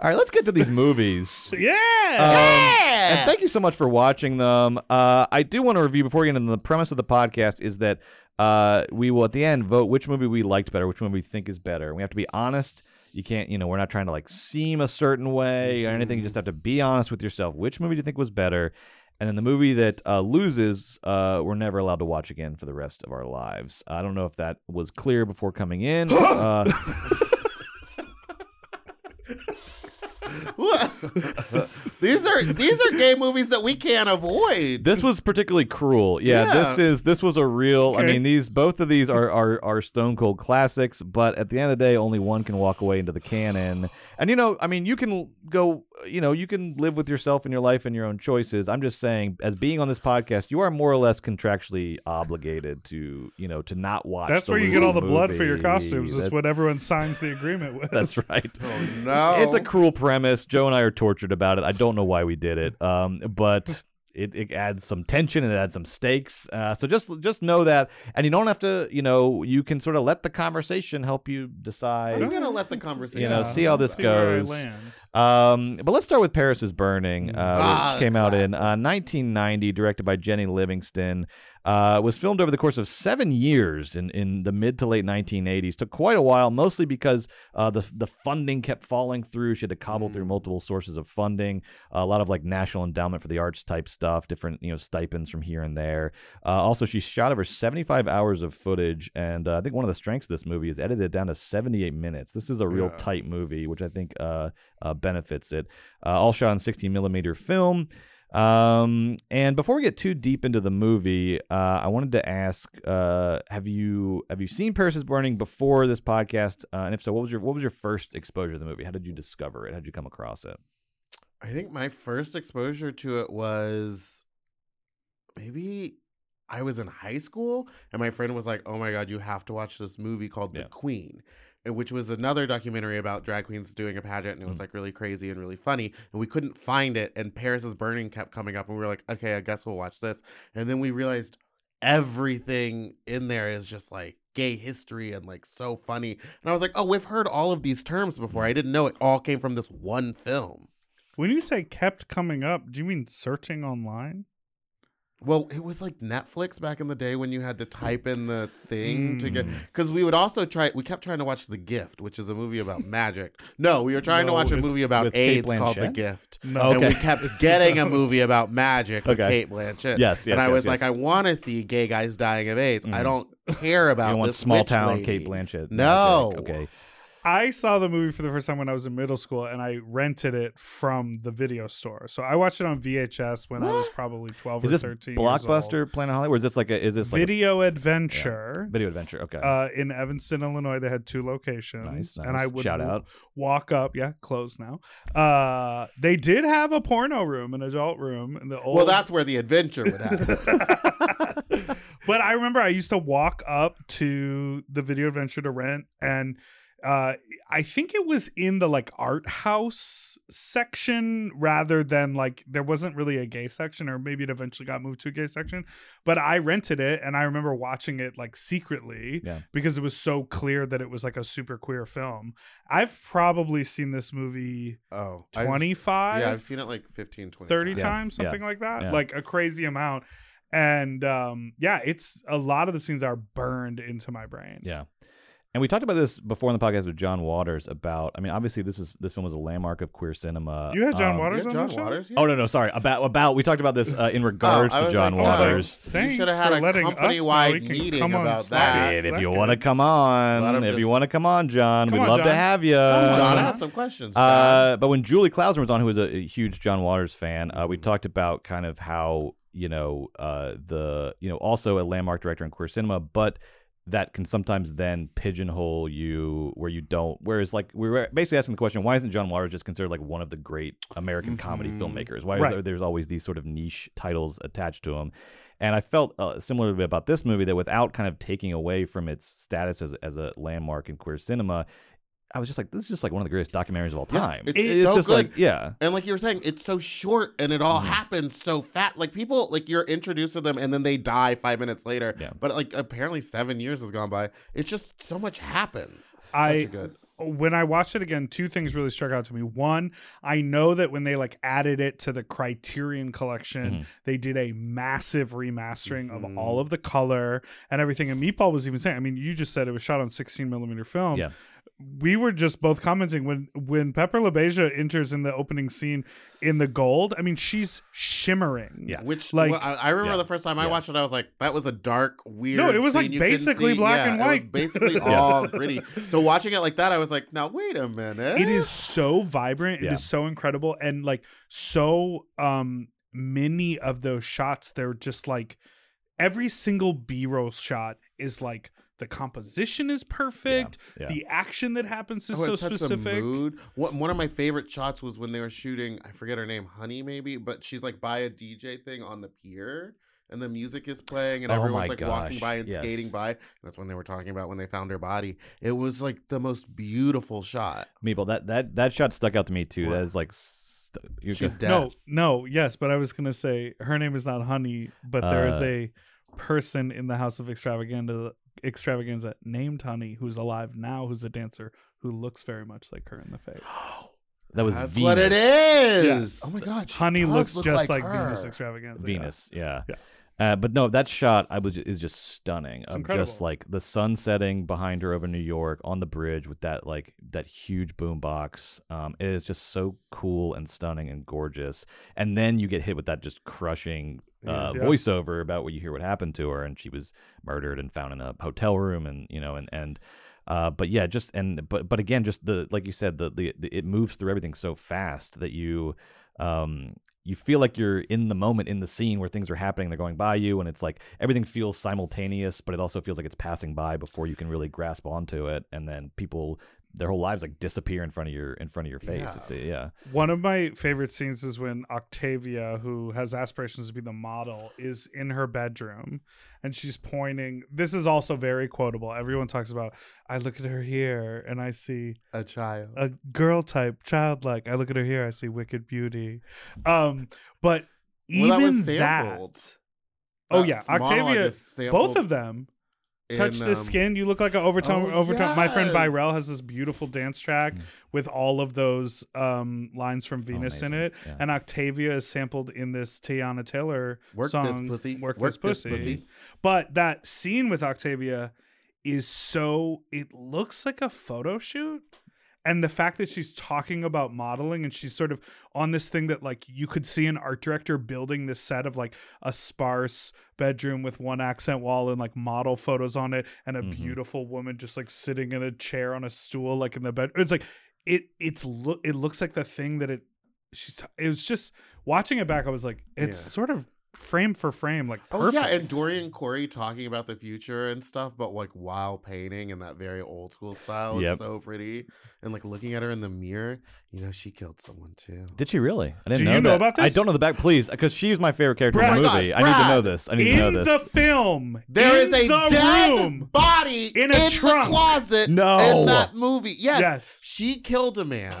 S1: All right, let's get to these movies. Um,
S3: Yeah.
S1: And thank you so much for watching them. Uh, I do want to review before we get into the premise of the podcast is that uh, we will at the end vote which movie we liked better, which movie we think is better. We have to be honest. You can't, you know, we're not trying to like seem a certain way or anything. You just have to be honest with yourself. Which movie do you think was better? And then the movie that uh, loses, uh, we're never allowed to watch again for the rest of our lives. I don't know if that was clear before coming in. uh,
S2: these are these are gay movies that we can't avoid.
S1: This was particularly cruel. Yeah,
S2: Yeah.
S1: this is this was a real. I
S3: Okay.
S1: mean, these both of these are, are are stone cold classics. But at the end of the day, only one can walk away into the canon. And you know, I mean, you can go. You know, you can live with yourself and your life and your own choices. I'm just saying, as being on this podcast, you are more or less contractually obligated to you know to not watch.
S3: That's
S1: the
S3: where you get all the
S1: losing
S3: blood for your
S1: movie.
S3: costumes. That's
S1: That's-
S3: what everyone signs the agreement with.
S1: That's right.
S2: no,
S1: It's a cruel premise. Joe and I are tortured about it. I don't know why we did it, um, but it, it adds some tension and it adds some stakes. Uh, so just just know that, and you don't have to. You know, you can sort of let the conversation help you decide.
S2: I'm gonna let the conversation.
S1: You know, see how this
S3: See where I
S1: goes.
S3: land.
S1: Um, but let's start with Paris is Burning, uh,
S2: Ah,
S1: which came out in uh, 1990, directed by Jenny Livingston. Uh, was filmed over the course of seven years in, in the mid to late 1980s. Took quite a while, mostly because uh, the the funding kept falling through. She had to cobble through multiple sources of funding, a lot of like National Endowment for the Arts type stuff, different you know stipends from here and there. Uh, also, she shot over 75 hours of footage, and uh, I think one of the strengths of this movie is edited it down to 78 minutes. This is a real tight movie, which I think uh, uh, benefits it. Uh, all shot in 16 millimeter film. Um, and before we get too deep into the movie, uh, I wanted to ask: uh, Have you have you seen Paris is Burning before this podcast? Uh, and if so, what was your what was your first exposure to the movie? How did you discover it? How did you come across it?
S2: I think my first exposure to it was maybe I was in high school, and my friend was like, "Oh my god, you have to watch this movie called
S1: Yeah.
S2: The Queen." uh, Which was another documentary about drag queens doing a pageant, and it was like really crazy and really funny. And we couldn't find it, and Paris is Burning kept coming up, and we were like, okay, I guess we'll watch this. And then we realized everything in there is just like gay history and like so funny. And I was like, oh, we've heard all of these terms before. I didn't know it all came from this one film.
S3: When you say kept coming up, do you mean searching online?
S2: Well, it was like Netflix back in the day when you had to type in the thing to get
S1: Mm.
S2: because we would also try we kept trying to watch The Gift, which is a movie about magic. No, we were trying
S3: No,
S2: to watch a
S3: it's
S2: movie about
S1: with Kate
S2: AIDS called The
S1: Blanchett?
S2: Gift.
S3: No.
S2: And
S1: Okay.
S2: we kept getting a
S3: about-
S2: movie about magic with
S1: Okay.
S2: Kate Blanchett.
S1: Yes, yes,
S2: And I
S1: yes,
S2: was
S1: yes.
S2: like, I want to see gay guys dying of AIDS.
S1: Mhm.
S2: I don't care about
S1: you don't want
S2: this
S1: small
S2: witch
S1: town
S2: lady.
S1: Kate Blanchett?
S2: No.
S1: Jack. Okay.
S3: I saw the movie for the first time when I was in middle school and I rented it from the video store. So I watched it on VHS when I was probably 12
S1: Is
S3: or
S1: this
S3: 13. Years
S1: blockbuster Planet Hollywood? Or is this like a is this
S3: old.
S1: like
S3: Video Adventure.
S1: a video adventure? Okay.
S3: Uh, in Evanston, Illinois, they had two locations,
S1: Nice,
S3: and
S1: nice.
S3: I would
S1: Shout out.
S3: walk up. Yeah, closed now. Uh, they did have a porno room, an adult room, in the old.
S2: Well, that's where the adventure would happen.
S3: but I remember I used to walk up to the video adventure to rent and uh i think it was in the like art house section rather than like there wasn't really a gay section or maybe it eventually got moved to a gay section but i rented it and i remember watching it like secretly
S1: Yeah.
S3: because it was so clear that it was like a super queer film i've probably seen this movie
S2: Oh, I've s-
S3: 25
S2: Yeah, I've seen it like 15, 20
S3: 30
S2: times.
S3: times,
S1: Yeah.
S3: something like that.
S1: Yeah.
S3: Like a crazy amount. And um, yeah, it's a lot of the scenes are burned into my brain.
S1: Yeah. And we talked about this before in the podcast with John Waters about I mean obviously this is this film was a landmark of queer cinema.
S3: You had John
S1: Um,
S3: Waters Oh,
S2: Yeah,
S3: on
S2: John
S3: the show?
S2: Waters. yeah.
S1: Oh no no sorry about about we talked about this uh, in regards
S2: I
S1: to
S2: was
S1: John
S2: like,
S3: oh,
S2: wow.
S1: Waters.
S3: Thanks
S2: should have had
S3: for
S2: a
S3: letting us know we
S2: company-wide
S3: can
S2: meeting
S3: come on
S2: about
S3: Slack.
S2: that.
S1: Did, if you
S3: Second.
S1: want to come
S2: Let him
S1: on, if you
S2: just-
S1: want to come on, John,
S3: Come
S1: we'd
S3: on,
S1: love to
S3: John.
S1: have you.
S2: John, I
S3: Uh,
S2: have some questions.
S1: Uh, but when Julie Klausner was on, who was a, a huge John Waters fan, uh, we talked about kind of how you know uh, the you know also a landmark director in queer cinema, but that can sometimes then pigeonhole you where you don't. Whereas like we were basically asking the question, why isn't John Waters just considered like one of the great American comedy
S2: Mhm.
S1: filmmakers? Why
S3: Right.
S1: are there, there's always these sort of niche titles attached to him? And I felt uh, similarly about this movie that without kind of taking away from its status as, as a landmark in queer cinema, I was just like, this is just like one of the greatest documentaries of all
S2: Yeah,
S1: time.
S2: it's so
S1: just
S2: good.
S1: like, yeah.
S2: And like you were saying, it's so short and it
S1: Mm-hmm.
S2: all happens so fast. Like people, like you're introduced to them and then they die five minutes later.
S1: Yeah.
S2: But like apparently seven years has gone by. It's just so much happens. Such
S3: I-
S2: a good.
S3: when I watched it again, two things really struck out to me. One, I know that when they like added it to the Criterion collection,
S2: Mm-hmm.
S3: they did a massive remastering
S2: Mhm.
S3: of all of the color and everything. And Meatball was even saying, I mean, you just said it was shot on 16 millimeter film.
S1: Yeah.
S3: We were just both commenting when when Pepper LaBeija enters in the opening scene in the gold. I mean, she's shimmering.
S1: Yeah.
S2: Which
S3: Like-
S2: like I, I remember
S1: Yeah.
S2: the first time I
S1: Yeah.
S2: watched it, I was like, that was a dark, weird.
S3: No, it was, like,
S2: scene you couldn't
S3: basically
S2: see.
S3: black
S2: Yeah,
S3: and
S2: it was
S3: white.
S2: basically all gritty. So watching it like that, I was like, now wait a minute.
S3: It is so vibrant. It
S1: Eh. Yeah.
S3: is so incredible. And like so um many of those shots, they're just like every single B roll shot is like the composition is perfect.
S1: yeah.
S3: The action that happens is
S2: Oh,
S3: so
S2: it sets a
S3: specific.
S2: mood. One, one of my favorite shots was when they were shooting, I forget her name, Honey maybe, but she's like by a DJ thing on the pier and the music is playing and
S1: Oh my
S2: everyone's like walking
S1: gosh,
S2: by and
S1: yes.
S2: skating by. That's when they were talking about when they found her body. It was like the most beautiful shot.
S1: Meeple, that, that, that shot stuck out to me too. That is like, st- you
S2: She's
S1: go-
S2: dead.
S3: No, no, yes, but I was gonna say her name is not Honey, but there is
S1: Uh,
S3: a person in the House of Extravaganza extravaganza named Honey who's alive now, who's a dancer who looks very much like her in the face.
S1: that was
S2: That's
S1: Venus.
S2: what it is.
S3: Yes.
S2: Oh my god. she
S3: Honey
S2: does
S3: looks
S2: look
S3: just like,
S2: her.
S3: Venus Extravaganza. yeah.
S1: Venus, yeah.
S3: Yeah.
S1: Uh, but no, that shot I was is just stunning. of just
S3: incredible.
S1: like the sun setting behind her over New York on the bridge with that like that huge boom box. Um, it is just so cool and stunning and gorgeous. And then you get hit with that just crushing uh,
S3: Yeah. Yeah.
S1: voiceover about what you hear what happened to her, and she was murdered and found in a hotel room, and you know, and and. Uh, but yeah, just and but but again, just the like you said, the, the the it moves through everything so fast that you, um, you feel like you're in the moment in the scene where things are happening they're going by you and it's like everything feels simultaneous but it also feels like it's passing by before you can really grasp onto it and then people their whole lives like disappear in front of your in front of your face
S2: Yeah.
S1: it's yeah
S3: One of my favorite scenes is when Octavia, who has aspirations to be the model, is in her bedroom and she's pointing. This is also very quotable. Everyone talks about, I look at her here and I see
S2: A child.
S3: a girl type, childlike. I look at her here, I see wicked beauty. Um, but even
S2: Well, that was
S3: that,
S2: sampled.
S3: oh
S2: That
S3: yeah,
S2: monologue
S3: Octavia,
S2: is
S3: both
S2: sampled
S3: of them
S2: in,
S3: touch the
S2: um,
S3: skin you look like an overtone
S2: oh,
S3: overtone my friend
S2: yes.
S3: Byrell has this beautiful dance track
S1: Mm.
S3: with all of those um lines from venus in
S1: Oh, amazing.
S3: it
S1: Yeah.
S3: and octavia is sampled in this tiana taylor
S2: Work this
S3: song
S2: pussy,
S3: work,
S2: work
S3: this,
S2: this
S3: pussy.
S2: pussy.
S3: but that scene with octavia is so it looks like a photo shoot and the fact that she's talking about modeling and she's sort of on this thing that like you could see an art director building this set of like a sparse bedroom with one accent wall and like model photos on it and a beautiful woman just like sitting in a chair on a stool like in the bed it's like it it's look it looks like the thing that it she's t- it was just watching it back i was like it's
S2: Yeah.
S3: sort of frame for frame, like
S2: Oh
S3: perfect.
S2: yeah, and Dorian Corey talking about the future and stuff, but like while painting in that very old school style was
S1: Yep.
S2: so pretty. And like looking at her in the mirror, you know she killed someone too.
S1: Did she really? I didn't
S3: Do you know
S1: that.
S3: about
S1: I
S3: this?
S1: don't know the back, please, because she's my favorite character in the
S2: Brad.
S1: movie. I need to know
S2: Brad.
S1: this. I need to
S3: in
S1: know this.
S3: the film,
S2: There is
S3: in
S2: a
S3: the
S2: dead
S3: room.
S2: body
S3: in a
S2: in
S3: trunk.
S2: the closet
S1: No.
S2: in that movie. Yes,
S3: Yes.
S2: she killed a man,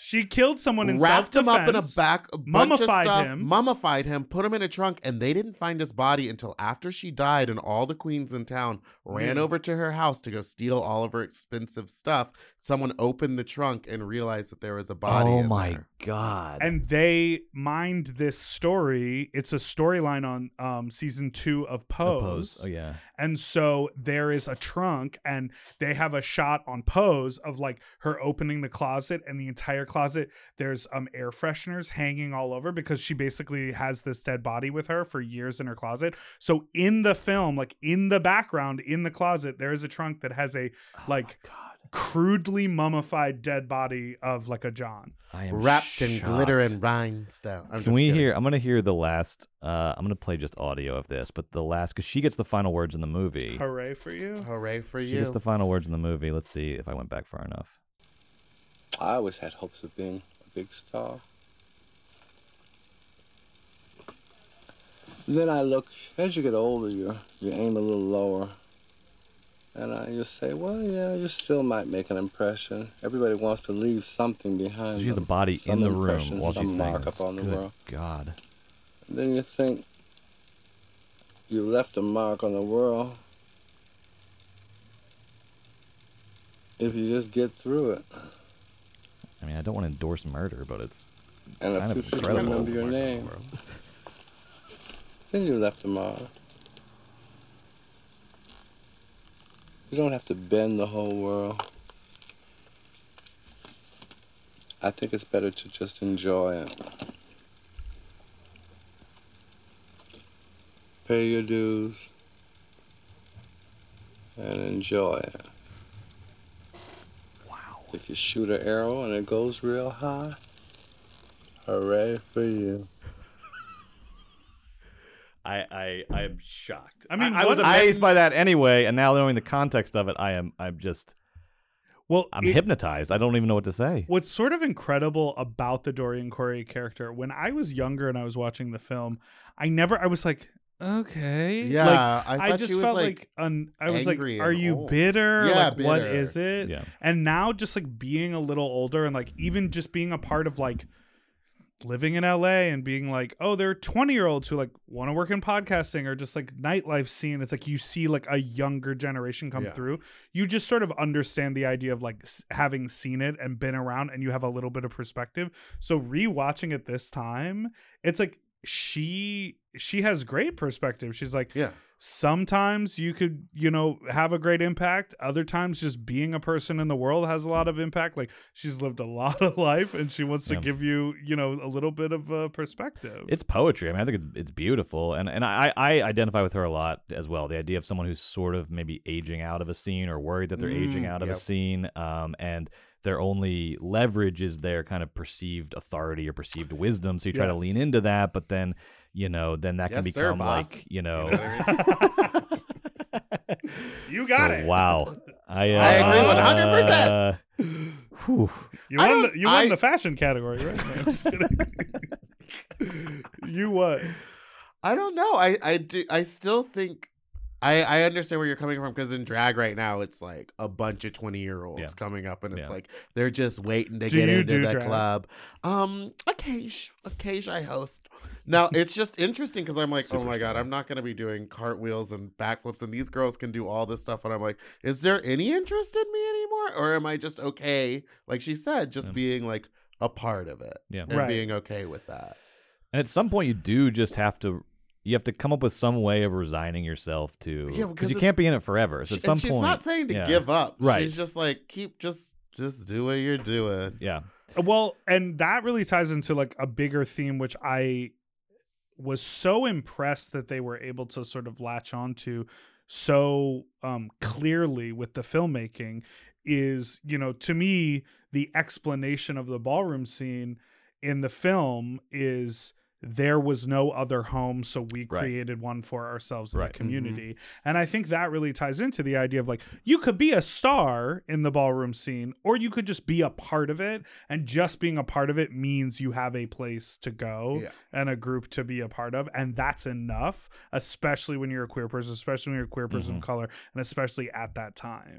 S3: She killed someone in
S2: wrapped him
S3: self-defense,
S2: up in a back, a bunch
S3: mummified
S2: of stuff,
S3: him.
S2: mummified him, put him in a trunk, and they didn't find his body until after she died. And all the queens in town ran
S3: Yeah.
S2: over to her house to go steal all of her expensive stuff. Someone opened the trunk and realized that there was a body.
S1: oh
S2: in
S1: my
S2: there.
S1: god!
S3: and they mined this story. It's a storyline on um, season two of
S1: The
S3: Pose.
S1: pose. Oh yeah.
S3: And so there is a trunk, and they have a shot on Pose of like her opening the closet, and the entire closet there's um air fresheners hanging all over because she basically has this dead body with her for years in her closet. So in the film, like in the background, in the closet, there is a trunk that has a like crudely mummified dead body of like a John.
S1: I am
S2: Wrapped in glitter
S1: shocked.
S2: and rhinestone. I'm
S1: Can
S2: just
S1: we
S2: kidding.
S1: hear? I'm gonna hear the last. Uh, I'm gonna play just audio of this, but the last because she gets the final words in the movie.
S3: Hooray for you!
S2: Hooray for
S1: she
S2: you!
S1: gets the final words in the movie. Let's see if I went back far enough.
S5: I always had hopes of being a big star. And then I look, as you get older, you, you aim a little lower. And I just say, well, yeah, you still might make an impression. Everybody wants to leave something behind.
S1: So she has a
S5: them,
S1: body
S5: some
S1: in the room
S5: impression,
S1: while
S5: some
S1: she's saying
S5: mark
S1: this.
S5: upon the
S1: Good
S5: world.
S1: God.
S5: Then you think you left a mark on the world if you just get through it.
S1: I mean, I don't want to endorse murder, but it's Kind
S5: And a
S1: of
S5: few people
S1: incredible.
S5: remember your name. Then you left them all. You don't have to bend the whole world. I think it's better to just enjoy it. Pay your dues and enjoy it. Wow. If you shoot an arrow and it goes real high, hooray for you.
S1: I I I am shocked.
S3: I mean,
S1: I, was
S3: what-
S1: amazed by that anyway, and now knowing the context of it, I am I'm just
S3: Well,
S1: I'm
S3: it-
S1: hypnotized. I don't even know what to say.
S3: What's sort of incredible about the Dorian Corey character, when I was younger and I was watching the film, I never, I was like, okay.
S2: Yeah,
S3: Like,
S2: I
S3: I,
S2: thought
S3: just
S2: she was,
S3: felt like,
S2: like,
S3: un, I was like,
S2: angry
S3: are
S2: and
S3: you
S2: old."
S3: bitter?
S2: Yeah,
S3: like, what
S2: bitter.
S3: is it?
S1: Yeah.
S3: And now just like being a little older and like even just being a part of like, living in LA and being like, oh, there are 20 year olds who like want to work in podcasting or just like nightlife scene. It's like you see like a younger generation come
S2: Yeah.
S3: through. You just sort of understand the idea of like s- having seen it and been around and you have a little bit of perspective. So rewatching it this time, it's like she she has great perspective. She's like,
S2: yeah.
S3: sometimes you could you know have a great impact other times just being a person in the world has a lot of impact like she's lived a lot of life and she wants
S1: Yeah.
S3: to give you you know a little bit of a perspective
S1: It's poetry. I mean, I think it's, it's beautiful, and and I I identify with her a lot as well. The idea of someone who's sort of maybe aging out of a scene or worried that they're aging
S2: Mm,
S1: out of
S2: yep.
S1: a scene, um, and their only leverage is their kind of perceived authority or perceived wisdom. So you try to lean
S3: Yes.
S1: into that, but then you know then that can
S2: Yes, sir,
S1: become
S2: boss.
S1: like you
S3: Oh.
S1: know.
S2: know what
S3: you got
S1: So,
S3: it
S1: oh, Wow, I, uh,
S2: I agree 100%.
S1: uh, whew.
S3: you
S2: I
S3: won
S2: don't-
S3: the, you won
S2: I-
S3: the fashion category right No, I'm just kidding. you what
S2: I don't know. I I do. I still think I I understand where you're coming from because in drag right now it's like a bunch of twenty year olds
S1: Yeah.
S2: coming up and it's
S1: Yeah.
S2: like they're just waiting to
S3: Do
S2: get
S3: you
S2: into
S3: do
S2: the
S3: drag?
S2: club. Um, occasion, occasion I host. Now it's just interesting because I'm like, oh my god, I'm not gonna be doing cartwheels and backflips, and these girls can do all this stuff, and I'm like, is there any interest in me anymore, or am I just okay? Like she said, just
S1: Yeah.
S2: being like a part of it
S1: Yeah.
S2: and
S3: Right.
S2: being okay with that.
S1: And at some point, you do just have to. You have to come up with some way of resigning yourself to,
S2: Yeah, because
S1: you
S2: it's-
S1: can't be in it forever. So at
S2: She-
S1: some
S2: and she's
S1: point,
S2: not saying to
S1: yeah.
S2: give up.
S1: Right.
S2: She's just like keep just just do what you're doing.
S1: Yeah,
S3: Well, and that really ties into like a bigger theme, which I was so impressed that they were able to sort of latch onto so um, clearly with the filmmaking. Is you know to me the explanation of the ballroom scene in the film is there was no other home, so we
S1: Right.
S3: created one for ourselves in
S1: Right. Mm-hmm.
S3: the community. And I think that really ties into the idea of like you could be a star in the ballroom scene, or you could just be a part of it. And just being a part of it means you have a place to go
S2: Yeah.
S3: and a group to be a part of, and that's enough. Especially when you're a queer person, especially when you're a queer person
S1: Mm-hmm.
S3: of color, and especially at that time.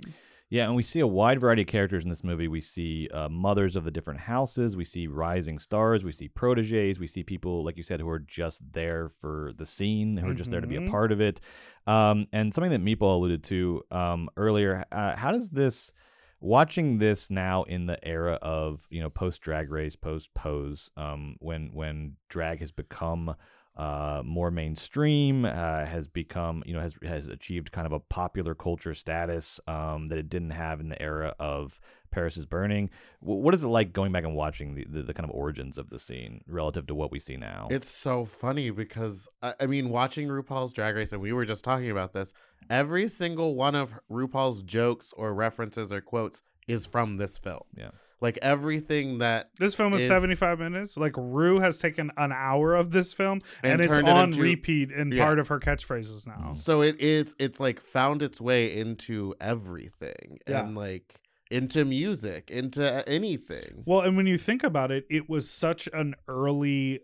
S1: Yeah, and we see a wide variety of characters in this movie. We see uh, mothers of the different houses. We see rising stars. We see proteges. We see people, like you said, who are just there for the scene, who are just there to be a
S3: Mhm.
S1: part of it. Um, and something that Meatball alluded to um, earlier. Uh, how does this? Watching this now in the era of you know post Drag Race, post Pose, um, when when drag has become uh, more mainstream, uh, has become, you know, has has achieved kind of a popular culture status um, that it didn't have in the era of Paris is Burning. W- what is it like going back and watching the, the, the kind of origins of the scene relative to what we see now?
S2: It's so funny because I, I mean, watching RuPaul's Drag Race, and we were just talking about this. Every single one of RuPaul's jokes or references or quotes is from this film.
S1: Yeah.
S2: like everything that
S3: This film is,
S2: is-
S3: 75 minutes. Like Rue has taken an hour of this film
S2: And
S3: and, it's
S2: turned it
S3: on
S2: into-
S3: repeat and
S2: Yeah.
S3: part of her catchphrases now.
S2: So it is. It's like found its way into everything,
S3: Yeah.
S2: and like into music, into uh, anything.
S3: Well, and when you think about it, it was such an early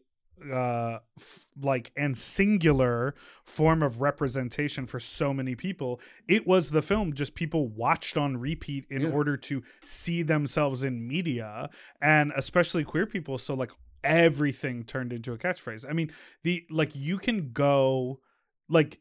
S3: uh f- like and singular form of representation for so many people it was the film just people watched on repeat in
S2: Yeah.
S3: order to see themselves in media and especially queer people so like everything turned into a catchphrase i mean the like you can go like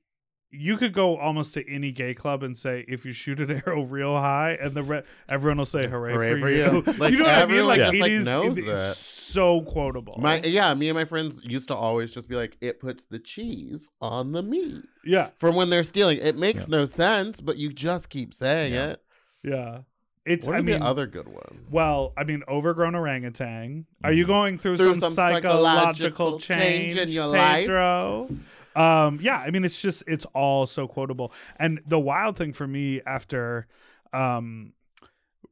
S3: you could go almost to any gay club and say if you shoot an arrow real high and the re- everyone will say hooray,
S2: Hooray
S3: for,
S2: for
S3: you,
S2: you. Like,
S3: you know what i mean
S2: everyone
S3: like
S2: just,
S3: it
S2: like,
S3: is-
S2: knows
S3: it
S2: that.
S3: is so quotable
S2: My yeah, me and my friends used to always just be like, it puts the cheese on the meat
S3: yeah
S2: from when they're stealing. It makes no sense, but you just keep saying
S1: Yeah.
S2: it.
S3: yeah it's
S2: What are
S3: i mean
S2: the other good ones?
S3: well i mean overgrown orangutan are you going through,
S2: Mm-hmm. Through
S3: some,
S2: some
S3: psychological,
S2: psychological change
S3: change
S2: in your life?
S3: Pedro? um yeah i mean it's just it's all so quotable and the wild thing for me after um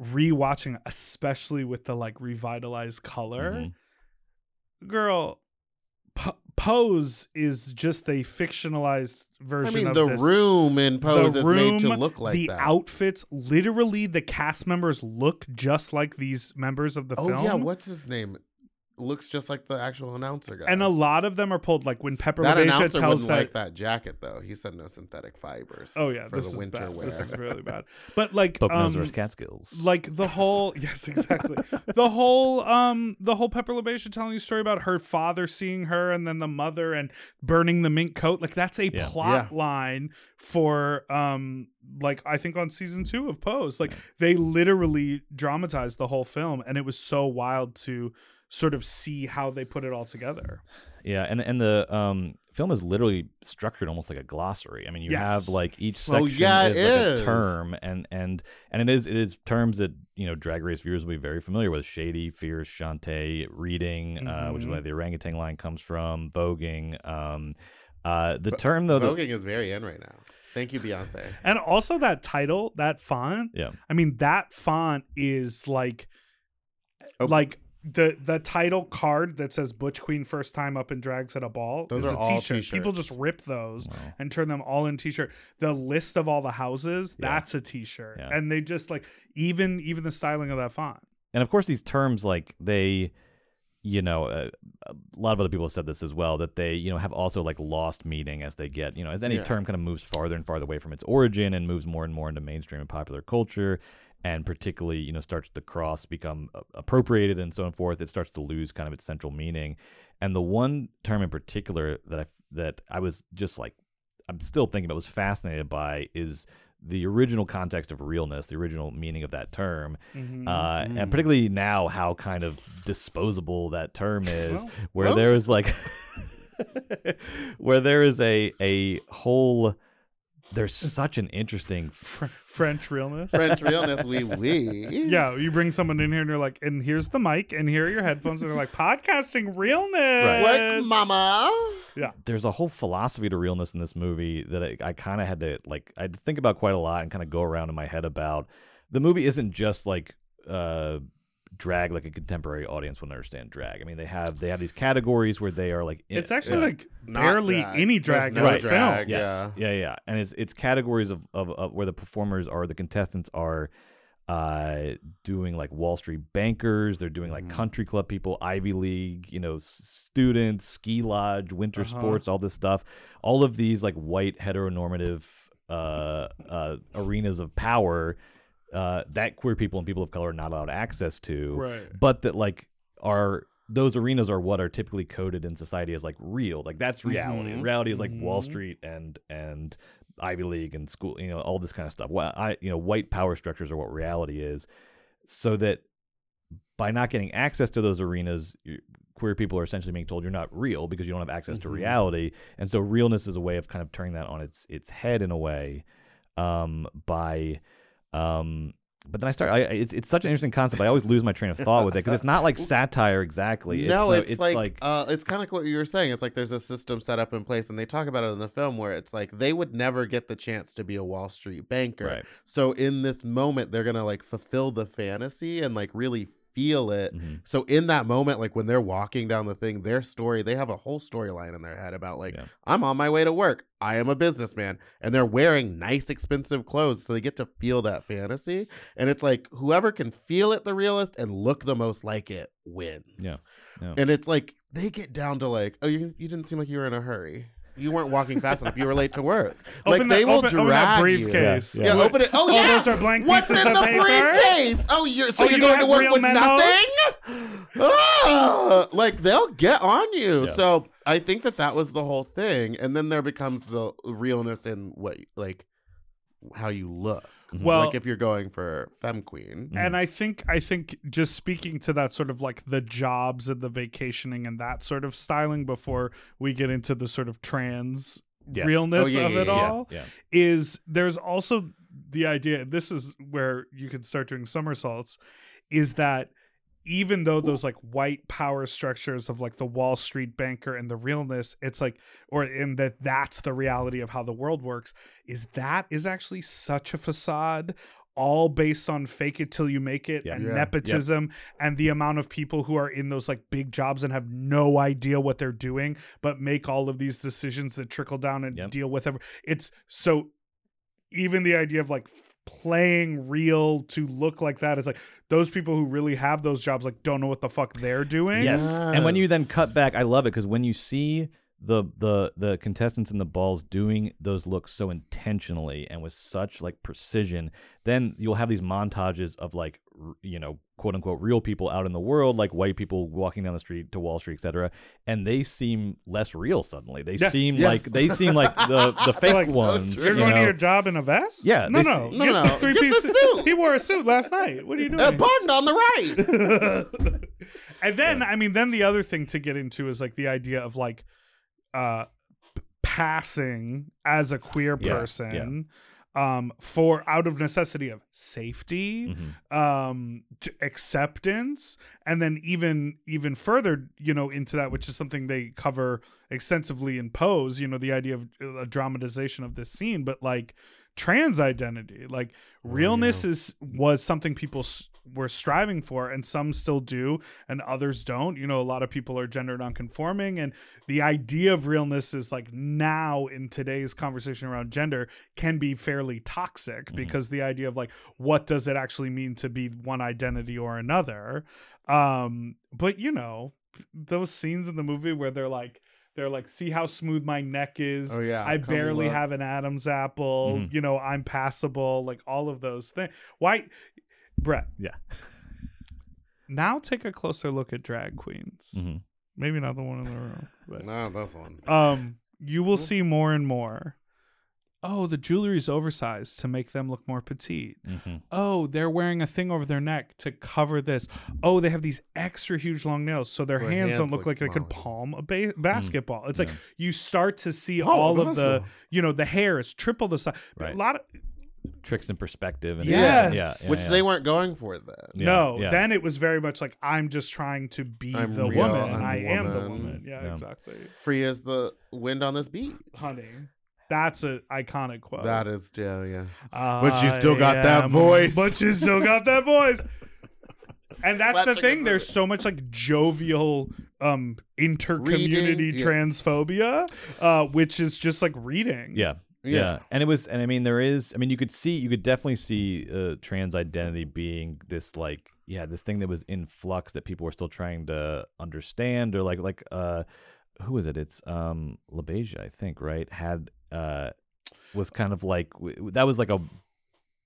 S3: rewatching especially with the like revitalized color
S1: Mhm.
S2: Mm-hmm.
S3: girl po- pose is just a fictionalized
S2: I
S3: version
S2: mean,
S3: of
S2: the
S3: this.
S2: room in Pose
S3: the
S2: is
S3: room,
S2: made to look like
S3: the
S2: that.
S3: outfits literally the cast members look just like these members of the
S2: oh
S3: film
S2: yeah, what's his name? Looks just like the actual announcer guy.
S3: and a lot of them are pulled like when pepper
S2: that
S3: Babesia
S2: announcer
S3: tells
S2: wouldn't
S3: that
S2: like that jacket though. He said no synthetic fibers.
S3: oh yeah
S2: for
S3: this
S2: the
S3: is
S2: winter
S3: bad
S2: wear.
S3: this is really bad but like
S1: Poconos versus
S3: um,
S1: Catskills.
S3: like the whole yes exactly the whole um the whole pepper labasia telling you story about her father seeing her and then the mother and burning the mink coat like that's a
S1: Yeah.
S3: plot line for um like i think on season two of pose like they literally dramatized the whole film and it was so wild to sort of see how they put it all together
S1: Yeah, and and the um film is literally structured almost like a glossary. I mean, you
S3: Yes.
S1: have like each
S2: Oh,
S1: section
S2: yeah,
S1: is,
S2: it
S1: like
S2: is.
S1: a term, and and and it is it is terms that you know Drag Race viewers will be very familiar with: shady, fierce, chante, reading, uh, which is
S2: Mm-hmm.
S3: Mhm.
S1: where the orangutan line comes from, voguing. Um, uh, the term though, that-
S2: Voguing is very in right now. Thank you, Beyonce.
S3: and also that title that font
S1: yeah,
S3: I mean, that font is like,
S2: Oh.
S3: like the the title card that says "Butch Queen first time up in drags at a ball."
S2: Those
S3: is
S2: are
S3: a
S2: all
S3: t-shirt. People
S2: t-shirts.
S3: just rip those and turn them all in t-shirt. The list of all the houses,
S1: Yeah.
S3: that's a t-shirt,
S1: Yeah.
S3: and they just like even even the styling of that font.
S1: and of course these terms like they you know uh, a lot of other people have said this as well that they you know have also like lost meaning as they get you know as any
S2: Yeah.
S1: term kind of moves farther and farther away from its origin and moves more and more into mainstream and popular culture and particularly you know starts the cross become a- appropriated and so on and forth it starts to lose kind of its central meaning and the one term in particular that i that i was just like I'm still thinking about was fascinated by is the original context of realness, the original meaning of that term,
S3: Mm-hmm.
S1: uh, and particularly now how kind of disposable that term is,
S3: Well,
S1: where there is like, where there is a a whole. There's such an interesting.
S3: Fr- French realness.
S2: French realness, we we.
S3: Yeah, you bring someone in here and you're like, and here's the mic, and here are your headphones, and they're like, podcasting realness.
S2: Work, mama.
S1: There's a whole philosophy to realness in this movie that I, I kind of had to like. I had to think about quite a lot and kind of go around in my head about. The movie isn't just like uh drag like a contemporary audience would understand drag. I mean, they have they have these categories where they are like in
S3: It's
S1: it.
S3: actually
S2: Yeah.
S3: like
S2: Not
S3: barely
S2: drag.
S3: any
S2: There's
S3: drag in
S2: no
S3: the film.
S2: drag.
S1: Yes.
S2: yeah.
S1: Yeah, yeah. And it's it's categories of, of, of where the performers are, the contestants are uh doing like Wall Street bankers, they're doing like country club people, Ivy League, you know, s- students, ski lodge, winter
S3: Uh-huh.
S1: sports, all this stuff. All of these like white heteronormative uh uh arenas of power uh that queer people and people of color are not allowed access to
S3: Right.
S1: but that like are those arenas are what are typically coded in society as like real like that's reality
S2: Mhm.
S1: reality is like wall
S3: Mhm.
S1: street and and ivy league and school you know all this kind of stuff well i you know white power structures are what reality is so that by not getting access to those arenas you- queer people are essentially being told you're not real because you don't have access to
S2: Mhm.
S1: reality and so realness is a way of kind of turning that on its its head in a way um by um but then I start. I, I- it's, it's such an interesting concept. I always lose my train of thought with it because it's not like satire exactly. no-
S2: No, it's, like, uh, it's kind of what you were saying. It's like there's a system set up in place, and they talk about it in the film where it's like they would never get the chance to be a Wall Street banker.
S1: Right.
S2: So in this moment, they're gonna like fulfill the fantasy and like really feel it.
S3: Mm-hmm.
S1: Mhm.
S2: So in that moment, like when they're walking down the thing, their story, they have a whole storyline in their head about like
S1: Yeah.
S2: I'm on my way to work, I am a businessman, and they're wearing nice, expensive clothes, so they get to feel that fantasy. And it's like whoever can feel it the realest and look the most like it wins.
S1: Yeah. Yeah.
S2: And it's like they get down to like, oh, you, you didn't seem like you were in a hurry. You weren't walking fast enough. You were late to work. like
S3: open
S2: they
S3: that,
S2: will
S3: open,
S2: drag
S3: open that
S2: you.
S3: briefcase.
S1: Yeah,
S2: Yeah,
S3: What-
S2: open it. Oh,
S3: Oh,
S2: yeah.
S3: those are blank
S2: What's
S3: pieces
S2: in
S3: of
S2: the
S3: paper?
S2: briefcase? Oh, you're so
S3: Oh,
S2: you're
S3: you
S2: going to
S3: have
S2: work
S3: real
S2: with
S3: memos?
S2: nothing. Ah, like they'll get on you.
S1: Yeah.
S2: So I think that that was the whole thing, and then there becomes the realness in what like how you look.
S3: Mm-hmm. Well-
S2: like if you're going for femme queen,
S3: and i think i think just speaking to that sort of like the jobs and the vacationing and that sort of styling before we get into the sort of trans
S1: Yeah.
S3: realness
S2: Oh, yeah,
S3: of
S2: yeah,
S3: it
S2: yeah, yeah.
S3: all
S1: yeah,
S3: is there's also the idea this is where you can start doing somersaults is that even though those like white power structures of like the wall street banker and the realness it's like or in that that's the reality of how the world works is that is actually such a facade all based on fake it till you make it
S1: Yeah.
S3: and
S2: Yeah. Yep.
S3: nepotism and the amount of people who are in those like big jobs and have no idea what they're doing but make all of these decisions that trickle down and
S1: Yep.
S3: deal with every- it's so even the idea of like f- playing real to look like that is like those people who really have those jobs like don't know what the fuck they're doing.
S1: yes. And when you
S2: Yes.
S1: then cut back, I love it because when you see the the the contestants in the balls doing those looks so intentionally and with such like precision, then you'll have these montages of like r- you know quote unquote real people out in the world, like white people walking down the street to Wall Street, etc. And they seem less real suddenly. They
S3: Yes,
S1: seem
S2: yes.
S1: like they seem like the the fake
S3: Like,
S1: ones.
S3: You're
S1: you
S3: going to
S1: know?
S3: your job in a vest?
S1: Yeah,
S3: No,
S1: they
S3: no.
S1: say-
S2: No,
S3: Get
S2: no,
S3: the
S2: no.
S3: three-piece
S2: Get the suit.
S3: He wore a suit last night. What are you doing?
S2: a button on the right.
S3: and then I mean, then the other thing to get into is like the idea of like uh p- passing as a queer
S1: Yeah, yeah.
S3: person um for out of necessity of safety
S1: Mhm.
S3: um t- acceptance and then even even further you know into that which is something they cover extensively in pose you know the idea of uh, a dramatization of this scene but like trans identity like
S1: Oh,
S3: realness is was something people s- were striving for and some still do and others don't you know a lot of people are gender nonconforming and the idea of realness is like now in today's conversation around gender can be fairly toxic
S2: Mm-hmm.
S3: because the idea of like what does it actually mean to be one identity or another um but you know those scenes in the movie where they're like they're like see how smooth my neck is
S2: Oh, yeah.
S3: i
S2: Come
S3: barely
S2: look.
S3: have an adam's apple
S2: Mm-hmm.
S1: Mhm.
S3: you know i'm passable like all of those things why brett
S1: Yeah.
S3: now take a closer look at drag queens
S1: Mhm.
S3: maybe not the one in the room but
S2: No, this one.
S3: um you will see more and more oh the jewelry's oversized to make them look more petite
S1: Mm-hmm.
S3: oh they're wearing a thing over their neck to cover this oh they have these extra huge long nails so their,
S2: Their
S3: hands, don't
S2: hands
S3: look,
S2: look
S3: like they could
S2: smaller.
S3: palm a ba- basketball it's
S1: Mm-hmm. Yeah.
S3: like you start to see
S2: Oh,
S3: all of
S2: that's
S3: the
S2: cool.
S3: you know the hair is triple the size
S1: Right.
S3: a lot of
S1: tricks in perspective. And
S3: Yes.
S1: yeah, yeah,
S2: Which
S1: yeah.
S2: they weren't going for then.
S1: Yeah,
S3: no
S1: yeah.
S3: then it was very much like i'm just trying to be
S2: I'm
S3: the
S2: real,
S3: woman
S2: I'm
S3: and
S2: the
S3: i am the
S2: woman.
S3: woman yeah,
S1: Yeah.
S3: exactly
S2: Free as the wind on this beat.
S3: honey that's an iconic quote
S2: That is, yeah, yeah.
S3: Uh,
S2: But she still got that voice.
S3: But she still got that voice. and that's,
S2: That's a
S3: the
S2: good
S3: thing. There's
S2: movie.
S3: so much like jovial um intercommunity
S2: Reading, yeah.
S3: transphobia, uh, which is just like reading.
S1: Yeah. Yeah.
S2: Yeah.
S1: And it was, and I mean, there is, I mean, you could see, you could definitely see uh, trans identity being this, like, yeah, this thing that was in flux that people were still trying to understand, or like, like, uh, who is it? It's, um, LaBeija, I think, right? Had, uh, was kind of like, w- w- that was like a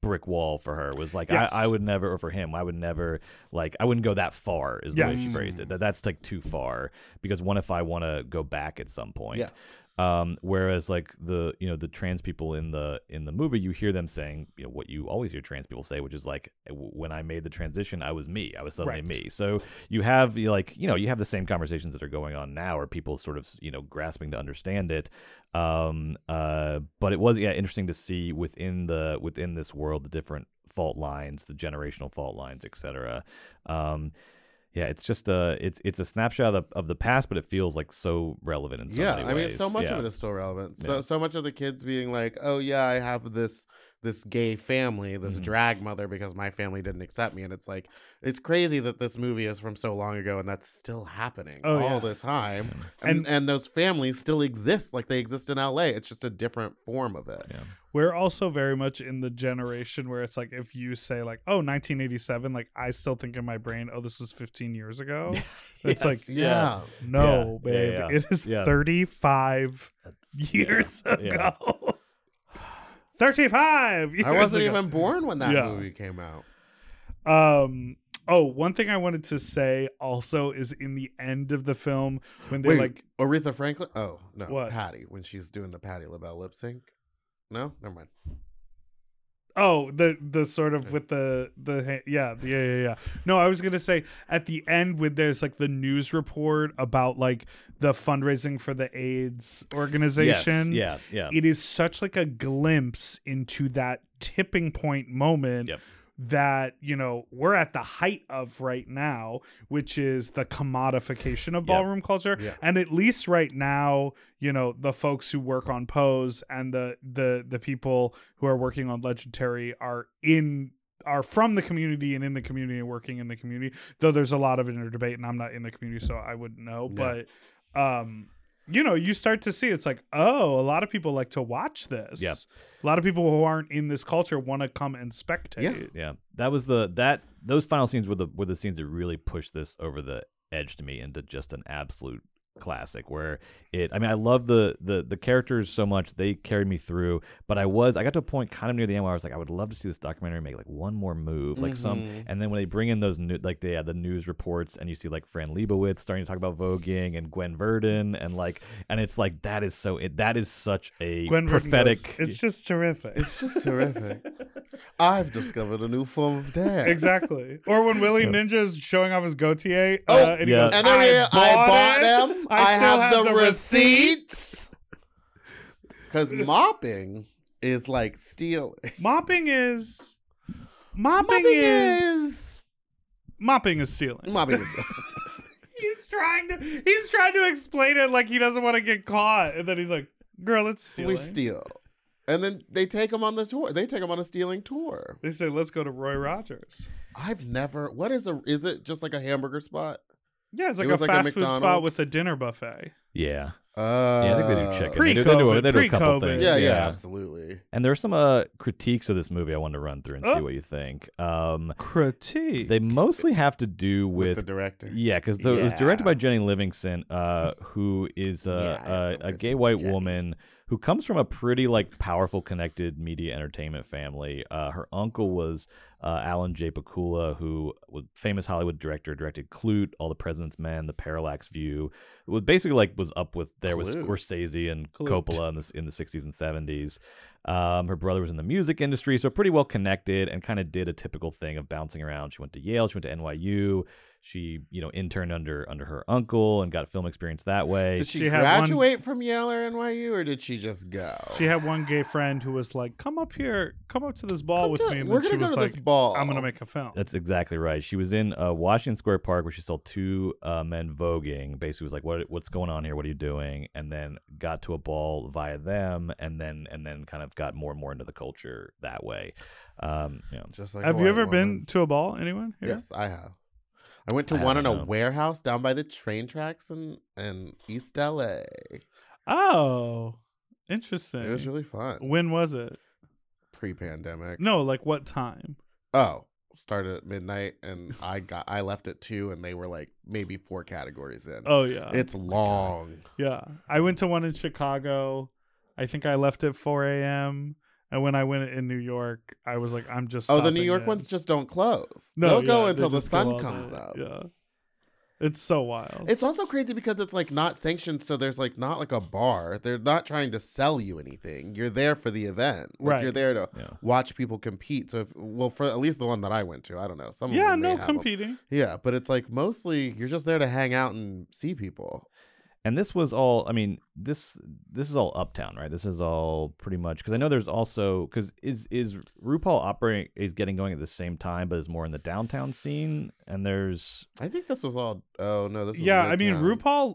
S1: brick wall for her, was like,
S3: Yes.
S1: I, I would never, or for him, I would never, like, I wouldn't go that far, is the way he
S3: Yes.
S1: phrased it. That, that's like too far, because what if I want to go back at some point?
S2: Yeah.
S1: Um, whereas like the you know the trans people in the in the movie, you hear them saying you know what you always hear trans people say, which is like "W- when I made the transition, I was me, I was suddenly
S3: Right.
S1: me. So you have you like you know you have the same conversations that are going on now, or people sort of you know grasping to understand it. Um, uh, but it was yeah interesting to see within the within this world the different fault lines, the generational fault lines, etc. Um, yeah, it's just a it's it's a snapshot of the, of the past, but it feels like so relevant in so
S2: yeah,
S1: many
S2: I
S1: ways.
S2: mean, so much
S1: yeah.
S2: of it is still relevant. So
S1: Yeah.
S2: so much of the kids being like, "Oh yeah, I have this this gay family, this
S1: Mhm.
S2: drag mother because my family didn't accept me," and it's like it's crazy that this movie is from so long ago and that's still happening
S3: Oh,
S2: all
S3: yeah.
S2: the time, and,
S3: And-
S2: and those families still exist, like they exist in L.A. It's just a different form of it.
S1: Yeah.
S3: We're also very much in the generation where it's like if you say like, oh, 1987, like I still think in my brain, oh, this is 15 years ago. It's like,
S2: Yeah.
S3: no,
S1: Yeah, yeah,
S3: babe,
S1: yeah.
S3: it is
S1: Yeah.
S3: 35 years
S1: yeah, yeah.
S3: ago. 35.
S2: I
S3: years
S2: wasn't
S3: ago.
S2: even born when that
S3: Yeah.
S2: movie came out.
S3: Um. Oh, one thing I wanted to say also is in the end of the film when they
S2: Wait,
S3: like
S2: Aretha Franklin. Oh no,
S3: What?
S2: Patty when she's doing the Patty LaBelle lip sync. No, never mind.
S3: Oh, the the sort of with the the ha- yeah the- yeah yeah yeah. No, I was gonna say at the end when there's like the news report about like the fundraising for the AIDS organization.
S1: Yes, yeah, yeah.
S3: it is such like a glimpse into that tipping point moment
S1: Yep.
S3: that you know we're at the height of right now which is the commodification of ballroom culture
S2: Yeah.
S3: and at least right now you know the folks who work on pose and the the the people who are working on legendary are in are from the community and in the community and working in the community though there's a lot of inner debate and i'm not in the community so i wouldn't know
S2: Yeah.
S3: but um you know, you start to see it's like, oh, a lot of people like to watch this.
S1: Yeah.
S3: A lot of people who aren't in this culture want to come and spectate.
S2: Yeah.
S1: yeah. That was the that those final scenes were the were the scenes that really pushed this over the edge to me into just an absolute classic where it I mean I love the the the characters so much they carried me through but I was I got to a point kind of near the end where I was like I would love to see this documentary make like one more move like some
S2: Mhm.
S1: and then when they bring in those new like they had the news reports and you see like Fran Lebowitz starting to talk about voguing and Gwen Verdon and like and it's like that is so it that is such a
S3: Gwen Verdon goes,
S1: prophetic
S3: it's just terrific.
S2: It's just terrific. I've discovered a new form of dance.
S3: exactly. Or when Willie Ninja is showing off his Gautier.
S2: Oh,
S3: uh, and he
S1: yeah.
S3: goes,
S2: And then we- I,
S3: bought,
S2: bought
S3: it.
S2: them. I,
S3: still
S2: have, the,
S3: receipt.
S2: receipts. Because mopping is like stealing.
S3: Mopping is. Mopping, is, mopping is stealing.
S2: mopping is.
S3: He's trying to he's trying to explain it like he doesn't want to get caught, and then he's like, "Girl, it's stealing."
S2: we steal. And then they take them on the tour. They take them on a stealing tour.
S3: They say, "Let's go to Roy Rogers."
S2: I've never. What is a? Is it just like a hamburger spot?
S3: Yeah, it's
S2: It
S3: like a
S2: was like a
S3: fast food spot
S2: McDonald's.
S3: with a dinner buffet.
S1: yeah
S2: Uh,
S1: Yeah, I think they do chicken. They do, they do, a- they do a couple
S3: Pre-COVID,
S1: things.
S2: Yeah, yeah, absolutely.
S1: And there are some uh, critiques of this movie I wanted to run through and see
S3: Oh.
S1: what you think. Um,
S3: Critique.
S1: they mostly have to do
S2: With,
S1: with,
S2: the director.
S1: yeah, because it was directed
S2: Yeah.
S1: by Jenny Livingston, uh, who is uh,
S2: Yeah, I have some
S1: a, a gay
S2: critiques,
S1: white
S2: Jenny.
S1: woman who comes from a pretty like powerful, connected media entertainment family. Uh, her uncle was uh, Alan J. Pakula, who was famous Hollywood director, directed Clute, All the President's Men, The Parallax View. Was basically like was up with there was
S2: Clute.
S1: Scorsese and
S3: Clute.
S1: Coppola in the in the 60s and 70s. Um, her brother was in the music industry, so pretty well connected, and kind of did a typical thing of bouncing around. She went to Yale, she went to NYU. She, you know, interned under under her uncle and got film experience that way.
S2: Did she,
S3: She had one-
S2: graduate from Yale or NYU, or did she just go?
S3: she had one gay friend who was like, "Come up here, come up to this ball
S2: Come
S3: with
S2: to-
S3: me," and
S2: we're
S3: then she
S2: gonna go
S3: was
S2: to
S3: like,
S2: this ball.
S3: "I'm gonna make a film."
S1: That's exactly right. She was in uh, Washington Square Park where she saw two uh, men voguing. Basically, was like, "What what's going on here? What are you doing?" And then got to a ball via them, and then and then kind of got more and more into the culture that way. Um, you know,
S2: Just like a
S3: Have you
S2: white
S3: ever
S2: woman.
S3: been to a ball, anyone? here?
S2: Yes, I have. I went to
S1: I
S2: one in
S1: don't
S2: a
S1: know.
S2: warehouse down by the train tracks in, in East LA.
S3: Oh, interesting.
S2: It was really fun.
S3: when was it?
S2: Pre pandemic.
S3: No, like what time?
S2: Oh, started at midnight and I got I left at two and they were like maybe four categories in.
S3: Oh yeah,
S2: it's long.
S3: yeah. I went to one in Chicago. I think I left at 4 a.m. And when I went in New York, I was like, I'm just.
S2: Oh, the New
S3: stopping
S2: York
S3: in.
S2: ones just don't close.
S3: No,
S2: They'll go
S3: yeah,
S2: until
S3: they
S2: the
S3: just go
S2: sun
S3: all
S2: comes
S3: night.
S2: up.
S3: Yeah, it's so wild.
S2: It's also crazy because it's like not sanctioned, so there's like not like a bar. They're not trying to sell you anything. You're there for the event. Like,
S3: Right.
S2: You're there to
S1: Yeah.
S2: watch people compete. So if well, for at least the one that I went to, I don't know. Some of
S3: yeah,
S2: them may
S3: no
S2: have 'em.
S3: competing.
S2: Yeah, but it's like mostly you're just there to hang out and see people.
S1: And this was all. I mean, this this is all uptown, right? This is all pretty much because I know there's also because is is RuPaul operating is getting going at the same time, but is more in the downtown scene. And there's
S2: I think this was all. Oh no, this. Was
S3: Yeah, I mean
S2: midtown.
S3: RuPaul.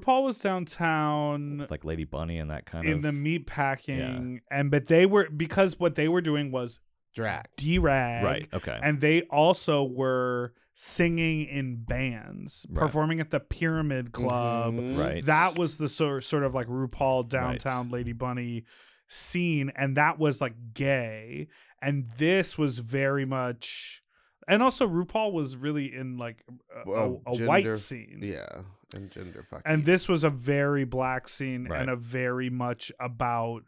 S3: RuPaul was downtown
S1: like Lady Bunny and that kind
S3: in
S1: of
S3: the meat packing, and but they were because what they were doing was
S2: drag.
S3: drag,
S1: right. Okay.
S3: And they also were singing in bands,
S1: Right.
S3: performing at the Pyramid Club.
S2: Mhm.
S1: right.
S3: That was the sort sort of like RuPaul downtown Lady Bunny scene, and that was like gay, and this was very much. And also, RuPaul was really in like a, a-
S2: Well,
S3: a white
S2: gender-
S3: scene.
S2: Yeah, and gender fucking.
S3: and this was a very black scene
S1: Right.
S3: and a very much about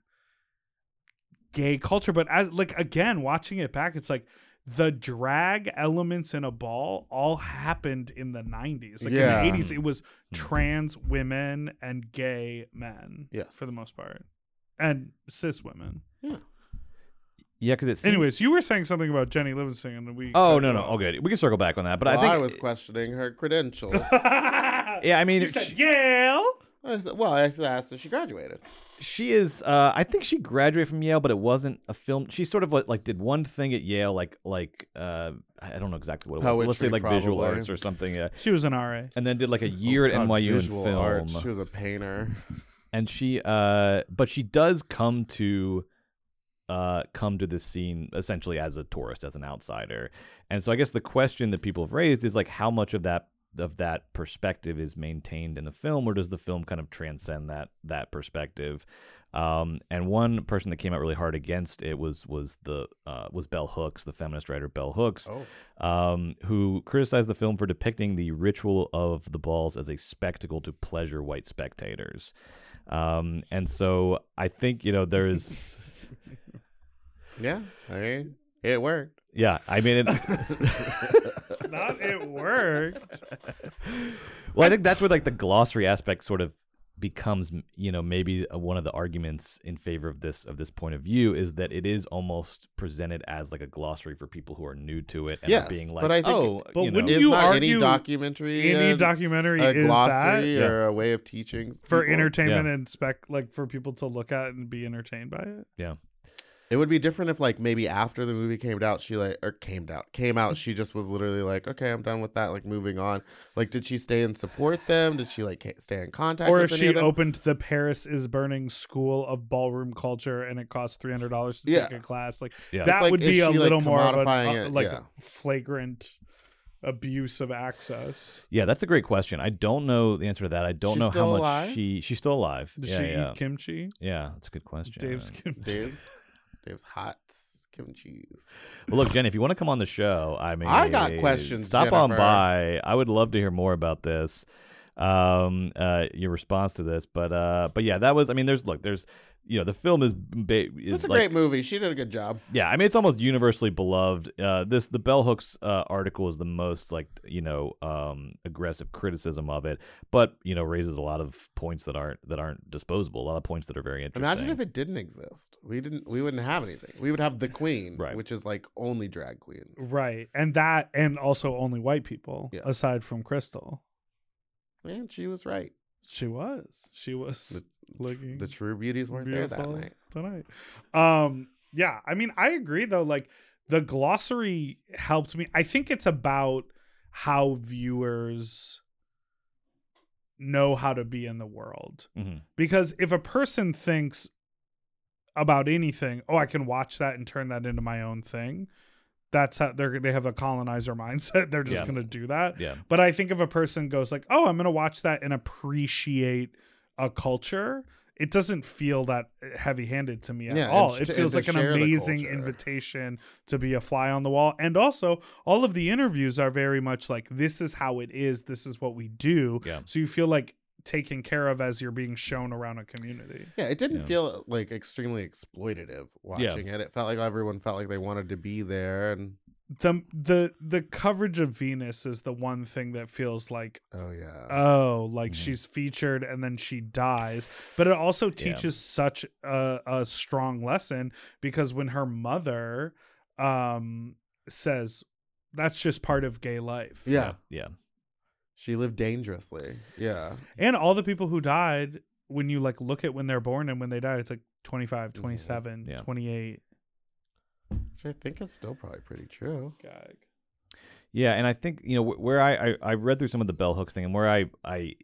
S3: gay culture but as like again watching it back it's like the drag elements in a ball all happened in the 90s like
S2: Yeah.
S3: in the 80s it was
S1: Mm-hmm.
S3: trans women and gay men
S2: Yes.
S3: for the most part and cis women
S1: yeah, because it's
S3: anyways you were saying something about jenny livingston and we
S1: Oh no, no, all good. We can circle back on that, but
S2: Well,
S1: I think
S2: was questioning her credentials.
S1: yeah, I mean,
S3: you said
S1: she,
S3: yale
S2: I said- well, I asked if she graduated.
S1: she is. Uh, I think she graduated from Yale, but it wasn't a film. She sort of like, like did one thing at Yale, like like uh, I don't know exactly what it was. but let's say like
S2: Poetry,
S1: visual
S2: probably.
S1: arts or something. Yeah.
S3: she was an ra
S1: And then did like a year at
S2: Oh, God,
S1: NYU in
S2: visual
S1: film,
S2: arts. She was a painter.
S1: and she, uh, but she does come to, uh, come to this scene essentially as a tourist, as an outsider. And so I guess the question that people have raised is like, how much of that of that perspective is maintained in the film, or does the film kind of transcend that that perspective? Um, and one person that came out really hard against it was was the uh, was Bell Hooks, the feminist writer Bell Hooks, um, who criticized the film for depicting the ritual of the balls as a spectacle to pleasure white spectators. Um, and so I think you know there is.
S2: Yeah, I mean, it worked.
S1: Yeah, I mean, it,
S3: not it worked
S1: well, I think that's where like the glossary aspect sort of becomes, m- you know, maybe uh, one of the arguments in favor of this of this point of view is that it is almost presented as like a glossary for people who are new to it and are
S2: Yes,
S1: being like,
S2: but I think-
S1: oh,
S3: But
S1: you know,
S3: wouldn't
S2: Is
S3: you
S2: not any
S3: argue
S2: documentary
S3: any
S2: a-
S3: documentary
S2: a
S3: is
S2: glossary
S3: that
S2: or a way of teaching
S3: for
S2: people?
S3: entertainment
S1: Yeah.
S3: and spec like for people to look at and be entertained by it
S1: yeah,
S2: It would be different if, like, maybe after the movie came out, she like or came out came out. She just was literally like, "Okay, I'm done with that. Like, moving on." Like, did she stay and support them? Did she like ca- stay in contact?
S3: or
S2: with
S3: if
S2: any
S3: she
S2: of them?
S3: opened the paris is burning school of ballroom culture and it cost $300 to
S2: Yeah.
S3: take a class like
S1: Yeah.
S3: that
S2: It's like,
S3: would
S2: is
S3: be a
S2: she, like,
S3: little more of a uh,
S2: commodifying it?
S3: like
S2: Yeah.
S3: flagrant abuse of access
S1: yeah, that's a great question. I don't know the answer to that. I don't
S2: She's
S1: know how
S2: still
S1: much
S2: alive?
S1: she she's still alive.
S3: does
S1: yeah,
S3: she
S1: yeah.
S3: eat kimchi
S1: yeah, that's a good question.
S3: dave's kimchi
S2: Dave's Dave's hot Kim cheese.
S1: Well, look, Jen, if you want to come on the show, I mean,
S2: I got questions,
S1: Stop on
S2: Jennifer.
S1: by. I would love to hear more about this. Um, uh, your response to this, but uh, but yeah, that was. I mean, there's look, there's you know, the film is ba- is
S2: It's a
S1: like,
S2: great movie. She did a good job.
S1: yeah, I mean, it's almost universally beloved. Uh, this the bell hooks uh, article is the most like you know um, aggressive criticism of it, but you know raises a lot of points that aren't that aren't disposable. A lot of points that are very interesting.
S2: Imagine if it didn't exist. We didn't. We wouldn't have anything. We would have the Queen,
S1: Right.
S2: which is like only drag queens.
S3: right and that and also only white people
S2: Yes.
S3: aside from crystal
S2: And she was right.
S3: she was she was looking
S2: The true beauties weren't there that
S3: Beautiful
S2: night.
S3: tonight. Um, yeah, I mean, I agree though. Like the glossary helped me. I think it's about how viewers know how to be in the world.
S1: Mhm.
S3: Because if a person thinks about anything, oh, I can watch that and turn that into my own thing, that's how they're they have a colonizer mindset. They're just
S1: Yeah.
S3: gonna do that.
S1: Yeah.
S3: But I think if a person goes like, "Oh, I'm gonna watch that and appreciate a culture," it doesn't feel that heavy-handed to me at
S2: Yeah, and
S3: all.
S2: sh-
S3: It
S2: and
S3: feels
S2: to
S3: like an
S2: share the
S3: amazing
S2: culture.
S3: invitation to be a fly on the wall. And also, all of the interviews are very much like, "This is how it is. This is what we do."
S1: Yeah.
S3: So you feel like taken care of as you're being shown around a community.
S2: Yeah, it didn't
S1: Yeah.
S2: feel like extremely exploitative watching it. It felt like everyone felt like they wanted to be there, and
S3: the the the coverage of Venus is the one thing that feels like
S2: oh yeah,
S3: oh like
S1: Mhm.
S3: she's featured and then she dies but it also teaches such a, a strong lesson because when her mother um says that's just part of gay life
S2: yeah.
S1: Yeah.
S2: She lived dangerously. Yeah,
S3: and all the people who died when you like look at when they're born and when they die it's like 25 27
S1: Yeah.
S3: 28
S2: which I think is still probably pretty true.
S1: Yeah, and I think you know wh- where I, I I read through some of the bell hooks thing, and where I I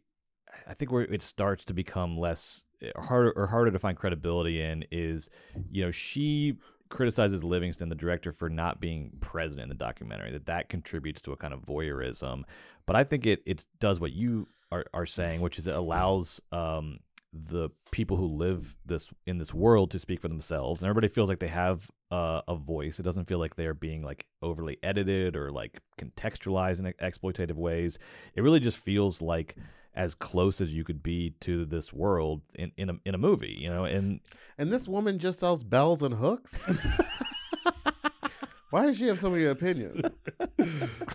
S1: I think where it starts to become less eh, harder or harder to find credibility in is you know she criticizes Livingston, the director, for not being present in the documentary. That that contributes to a kind of voyeurism, but I think it it does what you are are saying, which is it allows um the people who live this in this world to speak for themselves and everybody feels like they have uh, a voice it doesn't feel like they're being like overly edited or like contextualized in e, exploitative ways it really just feels like as close as you could be to this world in, in a in a movie you know and
S2: And this woman just sells bells and hooks. Why does she have so many opinions?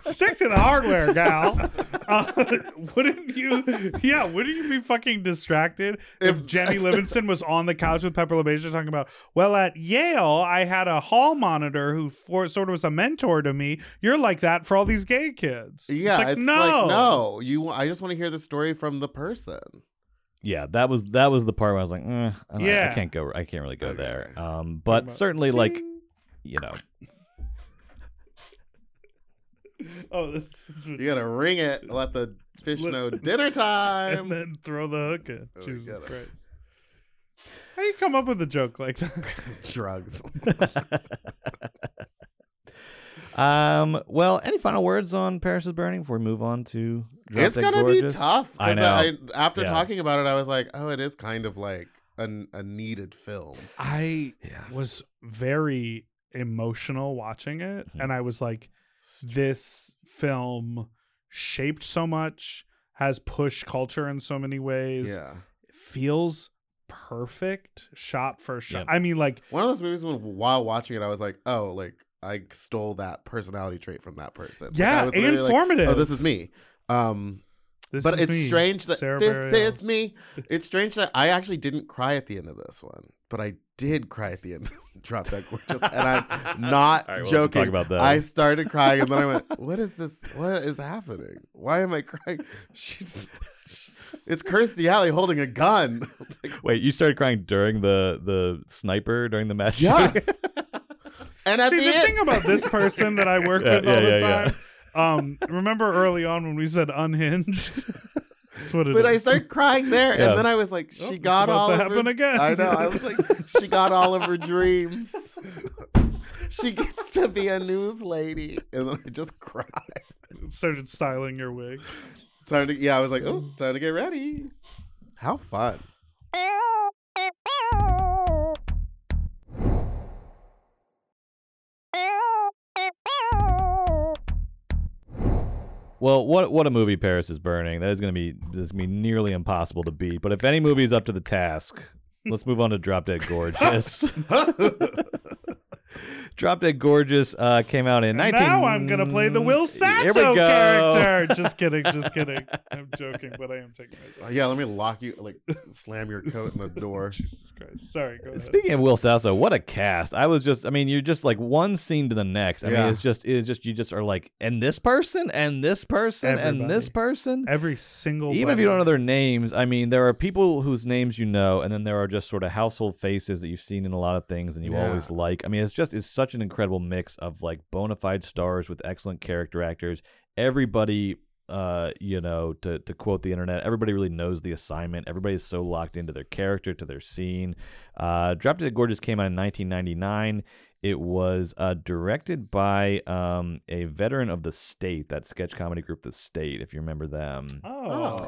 S3: Stick to the hardware, gal. Uh, wouldn't you? Yeah, wouldn't you be fucking distracted if,
S2: If-
S3: Jenny Livingston was on the couch with Pepper LeBeige talking about? Well, at Yale, I had a hall monitor who for, sort of was a mentor to me. You're like that for all these gay kids.
S2: Yeah,
S3: it's like, no,
S2: no. You, I just want to hear the story from the person.
S1: yeah that was that was the part where i was like eh, I, don't- I
S3: Yeah.
S1: can't go i can't really go
S2: Okay.
S1: there um but certainly like you know
S3: Oh, this is
S2: You gotta ring it. Let the fish
S3: Let-
S2: know dinner time.
S3: and then throw the hook in.
S2: Oh, we
S3: Jesus
S2: gotta-
S3: Christ. How you come up with a joke like that?
S2: Drugs.
S1: um well any final words on paris is burning before we move on to Drop
S2: it's
S1: Dead
S2: gonna
S1: Gorgeous?
S2: be tough. 'cause
S1: i know
S2: after
S1: Yeah.
S2: talking about it, I was like, oh, it is kind of like an, a needed film.
S3: I
S1: Yeah.
S3: was very emotional watching it
S2: Hmm.
S1: Mhm.
S3: and I was like this film shaped so much has pushed culture in so many ways
S2: Yeah.
S3: feels perfect shot for
S1: Yep.
S3: shot I mean like
S2: One of those movies when while watching it, I was like, oh, like I stole that personality trait from that person. Like,
S3: yeah
S2: I was literally like,
S3: informative
S2: oh, this is me. Um,
S3: This
S2: but
S3: is
S2: it's
S3: me,
S2: strange that
S3: Sarah
S2: this
S3: Bareilles.
S2: is me. It's strange that I actually didn't cry at the end of this one, but I did cry at the end. of Drop that gorgeous, and I'm
S1: All right,
S2: not
S1: we'll have to talk
S2: joking.
S1: about that.
S2: I started crying, and then I went, "What is this? What is happening? Why am I crying?" She's, it's Kirstie Alley holding a gun. It's like,
S1: Wait, you started crying during the the sniper during the match?
S2: yes. and at
S3: See
S2: the,
S3: the
S2: end,
S3: thing about this person that I work
S1: Yeah,
S3: with all
S1: yeah,
S3: the
S1: yeah, yeah.
S3: time um remember early on when we said unhinged that's what it
S2: but I
S3: is.
S2: started crying there,
S1: Yeah.
S2: and then I was like, "She
S3: Oh, it's
S2: got
S3: about
S2: all
S3: to
S2: of
S3: happen
S2: her,
S3: again.
S2: I know. I was like, "She got all of her dreams. she gets to be a news lady," and then I just cried.
S3: started styling your wig
S2: Time to yeah. I was like, "Oh, time to get ready." How fun!
S1: Well, what what a movie Paris is burning. That is going to be this is gonna be nearly impossible to beat. But if any movie is up to the task, let's move on to Drop Dead Gorgeous. Drop Dead Gorgeous uh, came out in
S3: And
S1: 19
S3: Now I'm gonna play the Will
S1: Here we go.
S3: Sasso character. Just kidding, just kidding. I'm joking, but I am taking my
S2: Uh, Yeah, let me lock you. Like, slam your coat in the door.
S3: Jesus Christ. Sorry, go ahead.
S1: Speaking of Will Sasso, what a cast! I was just—I mean, you're just like one scene to the next. I
S2: Yeah.
S1: mean, it's just—it's just you just are like, and this person, and this person, and this
S3: Everybody.
S1: person.
S3: Every single
S1: even if you don't know their names i mean there are people whose names you know and then there are just sort of household faces that you've seen in a lot of things and you
S2: Yeah.
S1: always like i mean it's just it's such an incredible mix of like bona fide stars with excellent character actors everybody uh you know to to quote the internet everybody really knows the assignment everybody is so locked into their character to their scene uh drop dead gorgeous came out in 1999 It was uh, directed by um, a veteran of the state, that sketch comedy group, The State, if you remember them.
S3: Oh.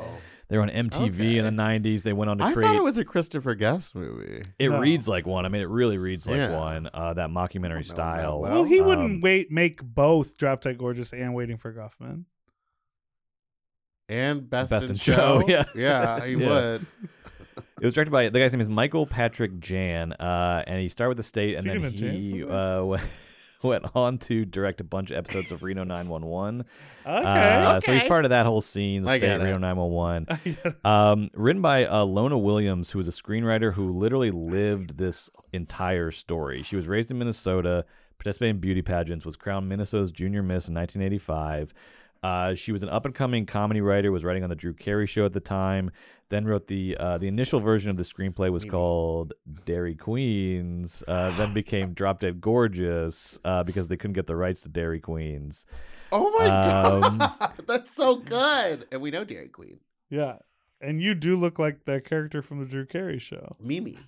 S1: They were on MTV in the 90s. They went on to
S2: I
S1: create.
S2: thought it was a Christopher Guest movie.
S1: It
S3: No. Oh,
S1: reads like one. I mean, it really reads like
S2: Yeah.
S1: one. Uh, that mockumentary
S2: that
S1: style.
S2: well.
S3: Well, he
S1: um,
S3: wouldn't wait make both Drop Dead Gorgeous and Waiting for Guffman.
S2: And Best,
S1: Best
S2: in,
S1: in
S2: Show.
S1: Show, yeah.
S2: yeah, he
S1: Yeah.
S2: would.
S1: It was directed by the guy's name is Michael Patrick Jan, uh, and he started with the state, and
S3: Is he
S1: then
S3: gonna jam
S1: he
S3: for
S1: uh, went- went on to direct a bunch of episodes of Reno 911.
S3: Okay.
S1: Uh, So he's part of that whole scene, the
S2: I
S1: state
S2: get it.
S1: Reno 911. um, written by uh, Lona Williams, who was a screenwriter who literally lived this entire story. She was raised in Minnesota, participated in beauty pageants, was crowned Minnesota's Junior Miss in 1985. Uh, she was an up and coming comedy writer, was writing on the Drew Carey Show at the time. Then wrote the uh, the initial version of the screenplay was called Dairy Queens. Uh, then became Drop Dead Gorgeous uh, because they couldn't get the rights to Dairy Queens.
S2: Oh my
S1: Um,
S2: god, that's so good. And we know Dairy Queen,
S3: Yeah. And you do look like that character from the Drew Carey show.
S2: Mimi,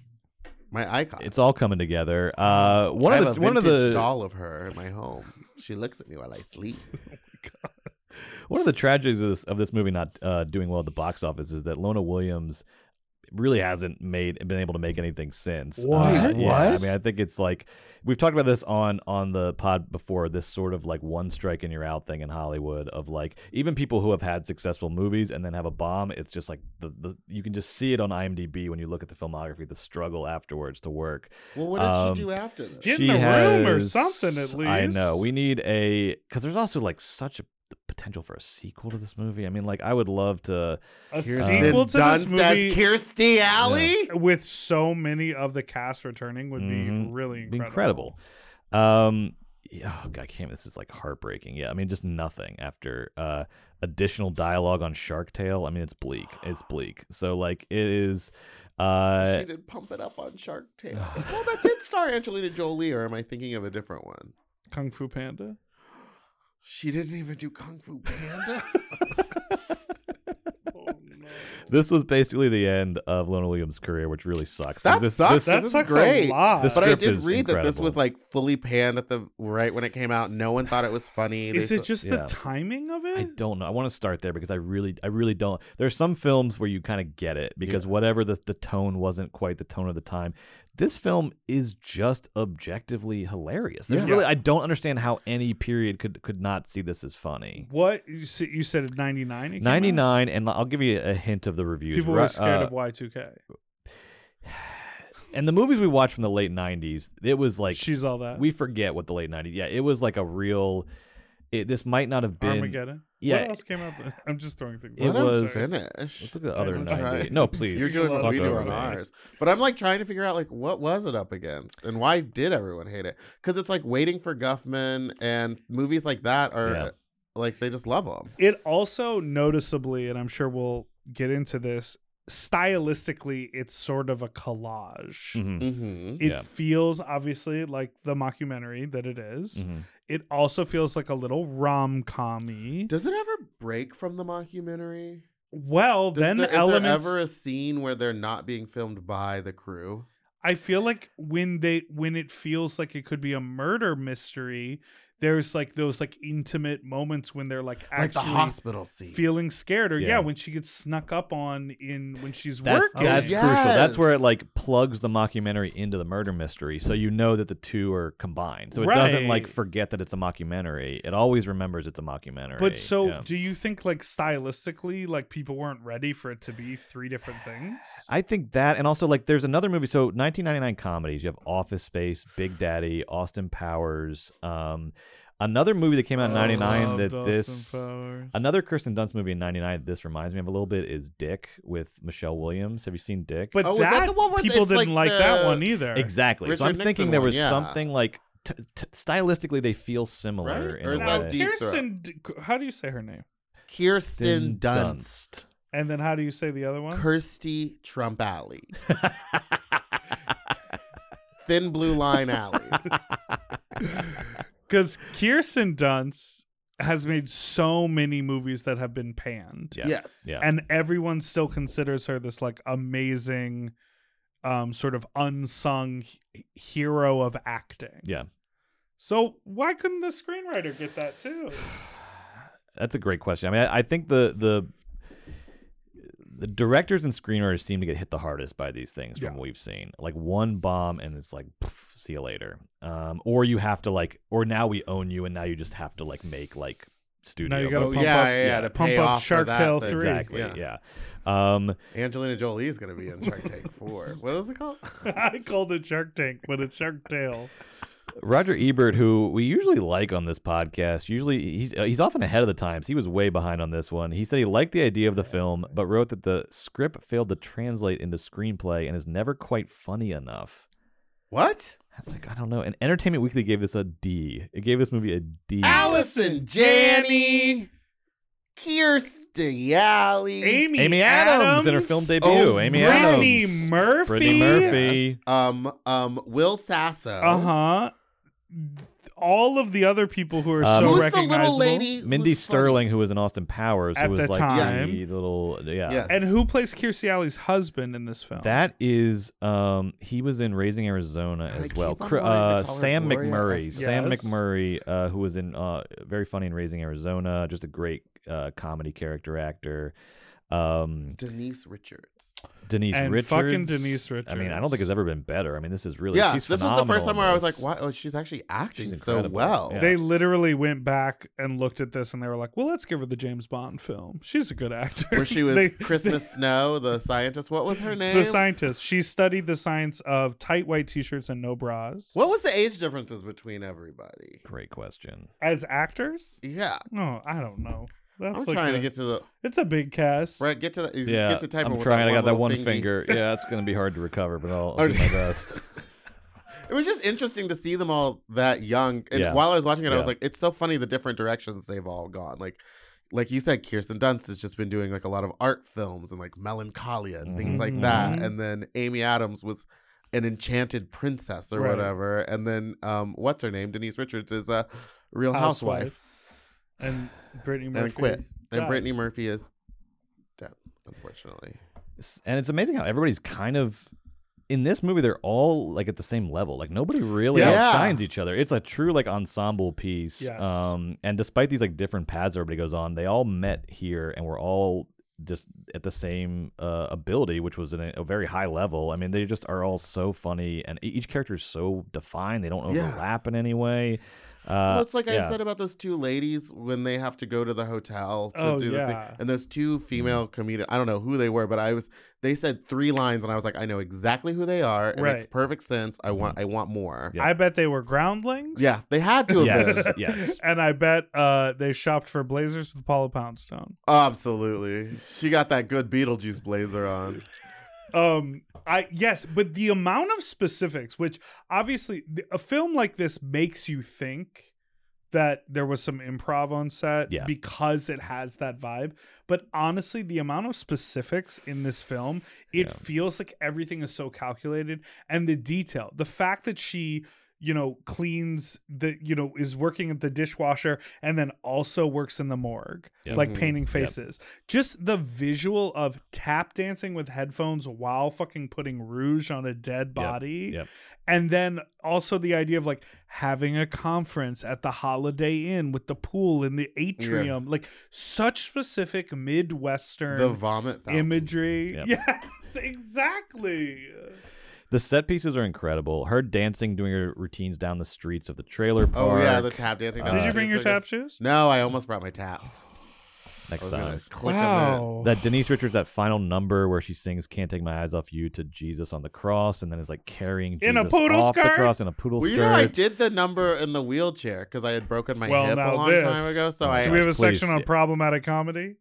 S2: my icon.
S1: It's all coming together. Uh, one of
S2: Mm-hmm. I have
S1: the
S2: a
S1: one of
S2: vintage
S1: the
S2: doll of her at my home. She looks at me while I sleep.
S1: One of the tragedies of this, of this movie not uh, doing well at the box office is that Lona Williams really hasn't made been able to make anything since.
S3: What?
S1: Uh, yeah, I
S3: What?
S1: mean, I think it's like we've talked about this on on the pod before. This sort of like one strike and you're out thing in Hollywood of like even people who have had successful movies and then have a bomb. It's just like the, the you can just see it on IMDb when you look at the filmography, the struggle afterwards to work.
S2: Well, what did
S1: Um,
S2: she do after this?
S3: Get in the room or something at
S1: I
S3: least.
S1: know. We need a because there's also like such a the potential for a sequel to this movie. I mean, like I would love to.
S3: A
S1: Kirsten
S3: sequel to this
S2: Dunst as
S3: movie
S2: Kirstie Alley.
S3: with so many of the cast returning would be
S1: Mhm.
S3: really
S1: It'd be
S3: incredible.
S1: incredible. Um, yeah, oh god, I can't. This is like heartbreaking. Yeah, I mean, just nothing after uh additional dialogue on Shark Tale. I mean, it's bleak. It's bleak. So like it is. Uh,
S2: she did pump it up on Shark Tale. well, that did star Angelina Jolie, or am I thinking of a different one?
S3: Kung Fu Panda.
S2: She didn't even do Kung Fu Panda.
S1: this was basically the end of Lona Williams' career, which really sucks. 'cause
S2: that
S1: this,
S2: sucks.
S1: this-
S3: That
S2: This is
S3: sucks a
S2: great.
S3: lot. The
S2: But I
S1: script
S2: did
S1: is
S2: read that this
S1: incredible.
S2: was like fully panned at the right when it came out. No one thought it was funny. They
S3: Is it
S2: saw-
S3: just the
S1: yeah.
S3: timing of it?
S1: I don't know. I want to start there because I really, I really don't. There's some films where you kind of get it because whatever the the tone wasn't quite the tone of the time. This film is just objectively hilarious. There's
S3: Yeah.
S1: really, I don't understand how any period could could not see this as funny.
S3: What you said? You said ninety nine.
S1: Ninety nine, and I'll give you a hint of the reviews.
S3: People
S1: Ri-
S3: were scared
S1: uh,
S3: of Y two K.
S1: and the movies we watched from the late '90s. It was like
S3: She's all that.
S1: we forget what the late '90s. Yeah, it was like a real. It, this might not have been.
S3: Armageddon.
S1: Yeah.
S3: What else came up? I'm just throwing things.
S1: It
S3: out.
S2: Let him
S1: was-
S2: finish.
S1: Let's look at the
S2: I
S1: other
S2: don't
S1: 90.
S2: try.
S1: No, please.
S2: You're doing what
S1: talk
S2: we do
S1: over
S2: on
S1: me.
S2: ours. But I'm like trying to figure out like what was it up against and why did everyone hate it? Because it's like waiting for Guffman and movies like that are
S1: Yeah.
S2: like they just love them.
S3: It also noticeably, and I'm sure we'll get into this. Stylistically, it's sort of a collage.
S1: Mhm,
S2: Mm-hmm.
S3: It
S1: Yeah.
S3: feels obviously like the mockumentary that it is.
S1: mhm.
S3: It also feels like a little rom com
S2: Does it ever break from the mockumentary?
S3: Well,
S2: Does
S3: then
S2: there, is
S3: elements.
S2: there ever a scene where they're not being filmed by the crew?
S3: I feel like when they when it feels like it could be a murder mystery, there's like those like intimate moments when they're like
S2: like the
S3: actually
S2: hospital scene.
S3: feeling scared, or yeah.
S1: Yeah.
S3: when she gets snuck up on in when she's
S1: That's
S3: working.
S1: that's
S2: Oh, yeah.
S1: crucial. That's where it
S2: Yes.
S1: like plugs the mockumentary into the murder mystery, so you know that the two are combined. So it doesn't like
S3: Right.
S1: forget that it's a mockumentary. It always remembers it's a mockumentary.
S3: But so,
S1: Yeah.
S3: do you think like stylistically, like people weren't ready for it to be three different things?
S1: I think that, and also like there's another movie. So 1999 comedies. You have Office Space, Big Daddy, Austin Powers. Um, another movie that came
S3: Oh,
S1: out in '99 that this. Another Kirsten Dunst movie in '99. This reminds me of a little bit is Dick with Michelle Williams. Have you seen Dick?
S3: but
S2: Oh, is
S3: that,
S2: that the one where
S3: people
S2: it's,
S3: didn't like,
S2: like,
S3: that
S2: the-
S3: one either.
S1: Exactly. so
S2: Richard
S1: I'm thinking
S2: Nixon
S1: there
S2: one,
S1: was
S2: yeah.
S1: something like t- t- stylistically they feel similar.
S2: Right?
S1: In
S2: Or is
S1: a
S2: that
S1: way.
S2: Deep
S3: Kirsten, D- how do you say her name?
S1: Kirsten
S2: Kirsten Dunst.
S3: And then how do you say the other one?
S2: Kirsty Trump Alley. Thin Blue Line Alley.
S3: Because Kirsten Dunst has made so many movies that have been panned,
S1: Yeah.
S2: Yes.
S1: Yeah.
S3: and everyone still considers her this like amazing, um, sort of unsung h- hero of acting.
S1: Yeah.
S3: So why couldn't the screenwriter get that too?
S1: That's a great question. I mean, I, I think the the the directors and screenwriters seem to get hit the hardest by these things from
S3: Yeah.
S1: what we've seen. Like one bomb and it's like pff, see you later. Um, or you have to like, or now we own you and now you just have to like make like studio.
S3: Now you got to
S1: movies.
S3: pump
S2: Oh, yeah,
S3: up,
S2: yeah, yeah, to
S3: pump
S2: pay
S3: up
S2: off for
S3: Shark
S2: that
S3: Tale
S2: thing.
S3: three.
S1: exactly. Yeah.
S2: Yeah.
S1: Um,
S2: Angelina Jolie is going to be in Shark Tank 4. What was it called?
S3: I called it Shark Tank, but it's Shark Tale.
S1: Roger Ebert, who we usually like on this podcast, usually he's uh, he's often ahead of the times. He was way behind on this one. He said he liked the idea of the film, but wrote that the script failed to translate into screenplay and is never quite funny enough.
S2: What?
S1: That's like I don't know. And Entertainment Weekly gave this a D. It gave this movie a D.
S2: Allison Janney, Kirstie Alley,
S3: Amy,
S1: Amy Adams, in her film debut.
S2: Oh,
S1: Amy
S3: Brittany
S1: Adams.
S3: Murphy.
S1: Brittany Murphy.
S2: um, um, Will Sasso.
S3: Uh huh. All of the other people who are
S1: Um,
S3: so
S2: Who's the
S3: recognizable.
S2: little lady?
S1: Mindy
S2: who's funny?
S1: Sterling, who was in Austin Powers,
S3: At
S1: who was
S3: the
S1: like
S3: time.
S1: the little yeah.
S2: Yes.
S3: And who plays Kirstie Alley's husband in this
S2: Oh.
S3: film?
S1: That is, um, he was in Raising Arizona
S2: God, I
S1: as well.
S2: keep on
S1: Cr-
S2: wanting to
S1: uh,
S2: call her
S1: Sam
S2: Gloria
S1: McMurray,
S2: Estefan.
S1: Sam
S3: Yes.
S1: McMurray, uh, who was in uh, very funny in Raising Arizona, just a great uh, comedy character actor. Um,
S2: Denise Richards.
S1: Denise
S3: And
S1: Richards,
S3: fucking Denise
S1: I mean, I don't think
S3: Richards.
S1: it's ever been better. I mean, this is really
S2: yeah,
S1: she's
S2: this was the
S1: phenomenal
S2: first time
S1: in
S2: where I was like,
S1: this.
S2: "Wow, oh, she's actually acting
S1: She's
S2: so
S1: incredible.
S2: well."
S1: Yeah.
S3: They literally went back and looked at this and they were like, well, let's give her the James Bond film. She's a good actor.
S2: Where she was
S3: They-
S2: Christmas Snow, the scientist. What was her name?
S3: the scientist. She studied the science of tight white t shirts and no bras.
S2: What was the age differences between everybody?
S1: Great question.
S3: As actors?
S2: Yeah,
S3: No, I don't know. That's
S2: I'm
S3: like
S2: trying
S3: a-
S2: to get to the
S3: It's a big cast.
S2: right. Get to the
S1: Yeah,
S2: get to type
S1: I'm
S2: with
S1: trying. I got that
S2: little
S1: one
S2: thingy.
S1: finger. Yeah, it's gonna be hard to recover, but I'll, I'll
S2: Oh,
S1: do my best.
S2: It was just interesting to see them all that young. And
S1: Yeah.
S2: while I was watching it, I was
S1: Yeah.
S2: like, it's so funny the different directions they've all gone. Like, like you said, Kirsten Dunst has just been doing like a lot of art films and like Melancholia and things like that.
S1: Mm-hmm.
S3: Mhm.
S2: And then Amy Adams was an enchanted princess or
S3: Right.
S2: whatever. And then um, what's her name? Denise Richards is a Real Housewife,
S3: And Brittany Murphy.
S2: and quit. And
S3: died.
S2: Brittany Murphy is dead, unfortunately.
S1: S- and it's amazing how everybody's kind of in this movie they're all like at the same level like nobody really
S2: Yeah.
S1: outshines each other it's a true like ensemble piece
S3: Yes.
S1: um and despite these like different paths everybody goes on they all met here and were all just at the same uh, ability which was in a, a very high level i mean they just are all so funny and e- each character is so defined they don't
S2: Yeah.
S1: overlap in any way uh
S2: well, it's like
S1: yeah.
S2: I said about those two ladies when they have to go to the hotel to
S3: Oh,
S2: do the
S3: yeah.
S2: thing. And those two
S1: Mm-hmm.
S2: female comedians, I don't know who they were, but I was they said three lines and I was like, I know exactly who they are. It makes
S3: Right.
S2: perfect sense. I
S1: Mm-hmm.
S2: want I want more.
S1: Yeah.
S3: I bet they were groundlings.
S2: Yeah, they had to have
S1: yes
S2: been.
S1: yes
S3: And I bet uh, they shopped for blazers with Paula Poundstone.
S2: Absolutely. She got that good Beetlejuice blazer on.
S3: Um, I yes, but the amount of specifics, which obviously th- a film like this makes you think that there was some improv on set
S1: Yeah.
S3: because it has that vibe. But honestly, the amount of specifics in this film, it
S1: Yeah.
S3: feels like everything is so calculated and the detail, the fact that she you know cleans the you know is working at the dishwasher and then also works in the morgue
S1: Yep.
S3: like
S2: Mhm.
S3: painting faces just the visual of tap dancing with headphones while fucking putting rouge on a dead body
S1: yep.
S3: and then also the idea of like having a conference at the holiday inn with the pool in the atrium like such specific midwestern
S2: The vomit fountain.
S3: imagery
S1: Yep.
S3: yes exactly
S1: the set pieces are incredible her dancing doing her routines down the streets of the trailer
S2: Oh
S1: park
S2: yeah, the tap dancing.
S1: Did
S3: did you
S1: Uh,
S3: bring your tap shoes
S2: No, I almost brought my taps. I
S1: next
S2: was gonna Oh.
S1: time
S2: click on
S1: That Denise Richards, that final number where she sings "Can't Take My Eyes Off You" to Jesus on the cross, and then is like carrying Jesus
S3: In a poodle
S1: off the
S3: skirt?
S1: cross in a poodle
S2: Well,
S1: skirt.
S2: you know, I did the number in the wheelchair because I had broken my
S3: Well,
S2: hip a
S3: now
S2: long
S3: this.
S2: time ago. So I
S3: Do we have a
S1: Please.
S3: section on problematic comedy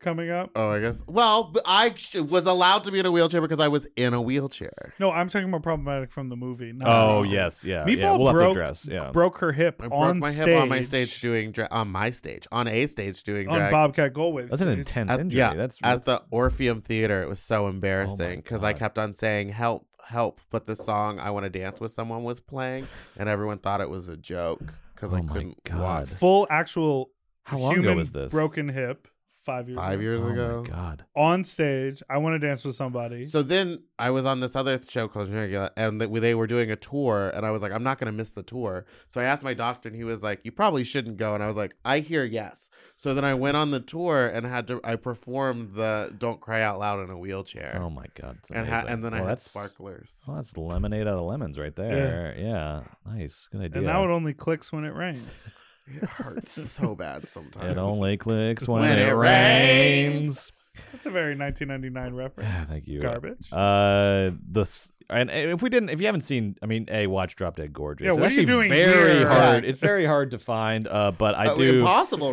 S3: coming up?
S2: Oh, I guess. Well, but I sh- was allowed to be in a wheelchair because I was in a wheelchair.
S3: No, I'm talking about problematic from the movie. Not
S1: Oh yes, yeah,
S3: Meatball
S1: yeah. We'll have to
S3: broke,
S1: address. Yeah,
S3: broke her hip
S2: I
S3: on
S2: broke my
S3: stage.
S2: hip on my stage doing dra- on my stage on a stage doing
S3: on
S2: drag.
S3: Bobcat Goldwave.
S1: that's an
S3: stage.
S1: intense
S2: at,
S1: injury.
S2: yeah,
S1: that's
S2: at
S1: that's-
S2: the Orpheum Theater. It was so embarrassing because I
S1: God.
S2: kept on saying "help, help," but the song "I Want to Dance with Someone" was playing, and everyone thought it was a joke because
S1: Oh
S2: I
S1: my
S2: couldn't
S1: God.
S2: walk.
S3: full actual
S1: how long
S3: human
S1: ago was this?
S3: broken hip five years
S2: five
S3: ago.
S2: years
S1: oh
S2: ago.
S1: my god.
S3: on stage. I want to dance with somebody.
S2: So then I was on this other show called Regula, and th- they were doing a tour, and I was like, I'm not going to miss the tour. So I asked my doctor, and he was like, You probably shouldn't go. And I was like, I hear yes. So then I went on the tour and had to, I performed the Don't Cry Out Loud in a wheelchair.
S1: Oh my god. it's
S2: and, ha-
S1: amazing.
S2: and then I
S1: Well,
S2: had
S1: that's,
S2: sparklers.
S1: Well, that's lemonade out of lemons right there. Yeah. Nice. Good idea.
S3: and now it only clicks when it rains.
S2: It hurts so bad sometimes.
S1: It only clicks when,
S2: When
S1: it,
S2: it
S1: rains.
S2: rains.
S3: That's a very 1999 reference.
S1: Thank you.
S3: Garbage.
S1: Uh, this and and if we didn't, if you haven't seen, I mean, a watch Drop Dead Gorgeous.
S3: Yeah,
S1: It's
S3: what are you
S1: actually
S3: doing
S1: Very
S3: here?
S1: hard. It's very hard to find. Uh, but I
S2: Uh,
S1: do.
S2: Impossible,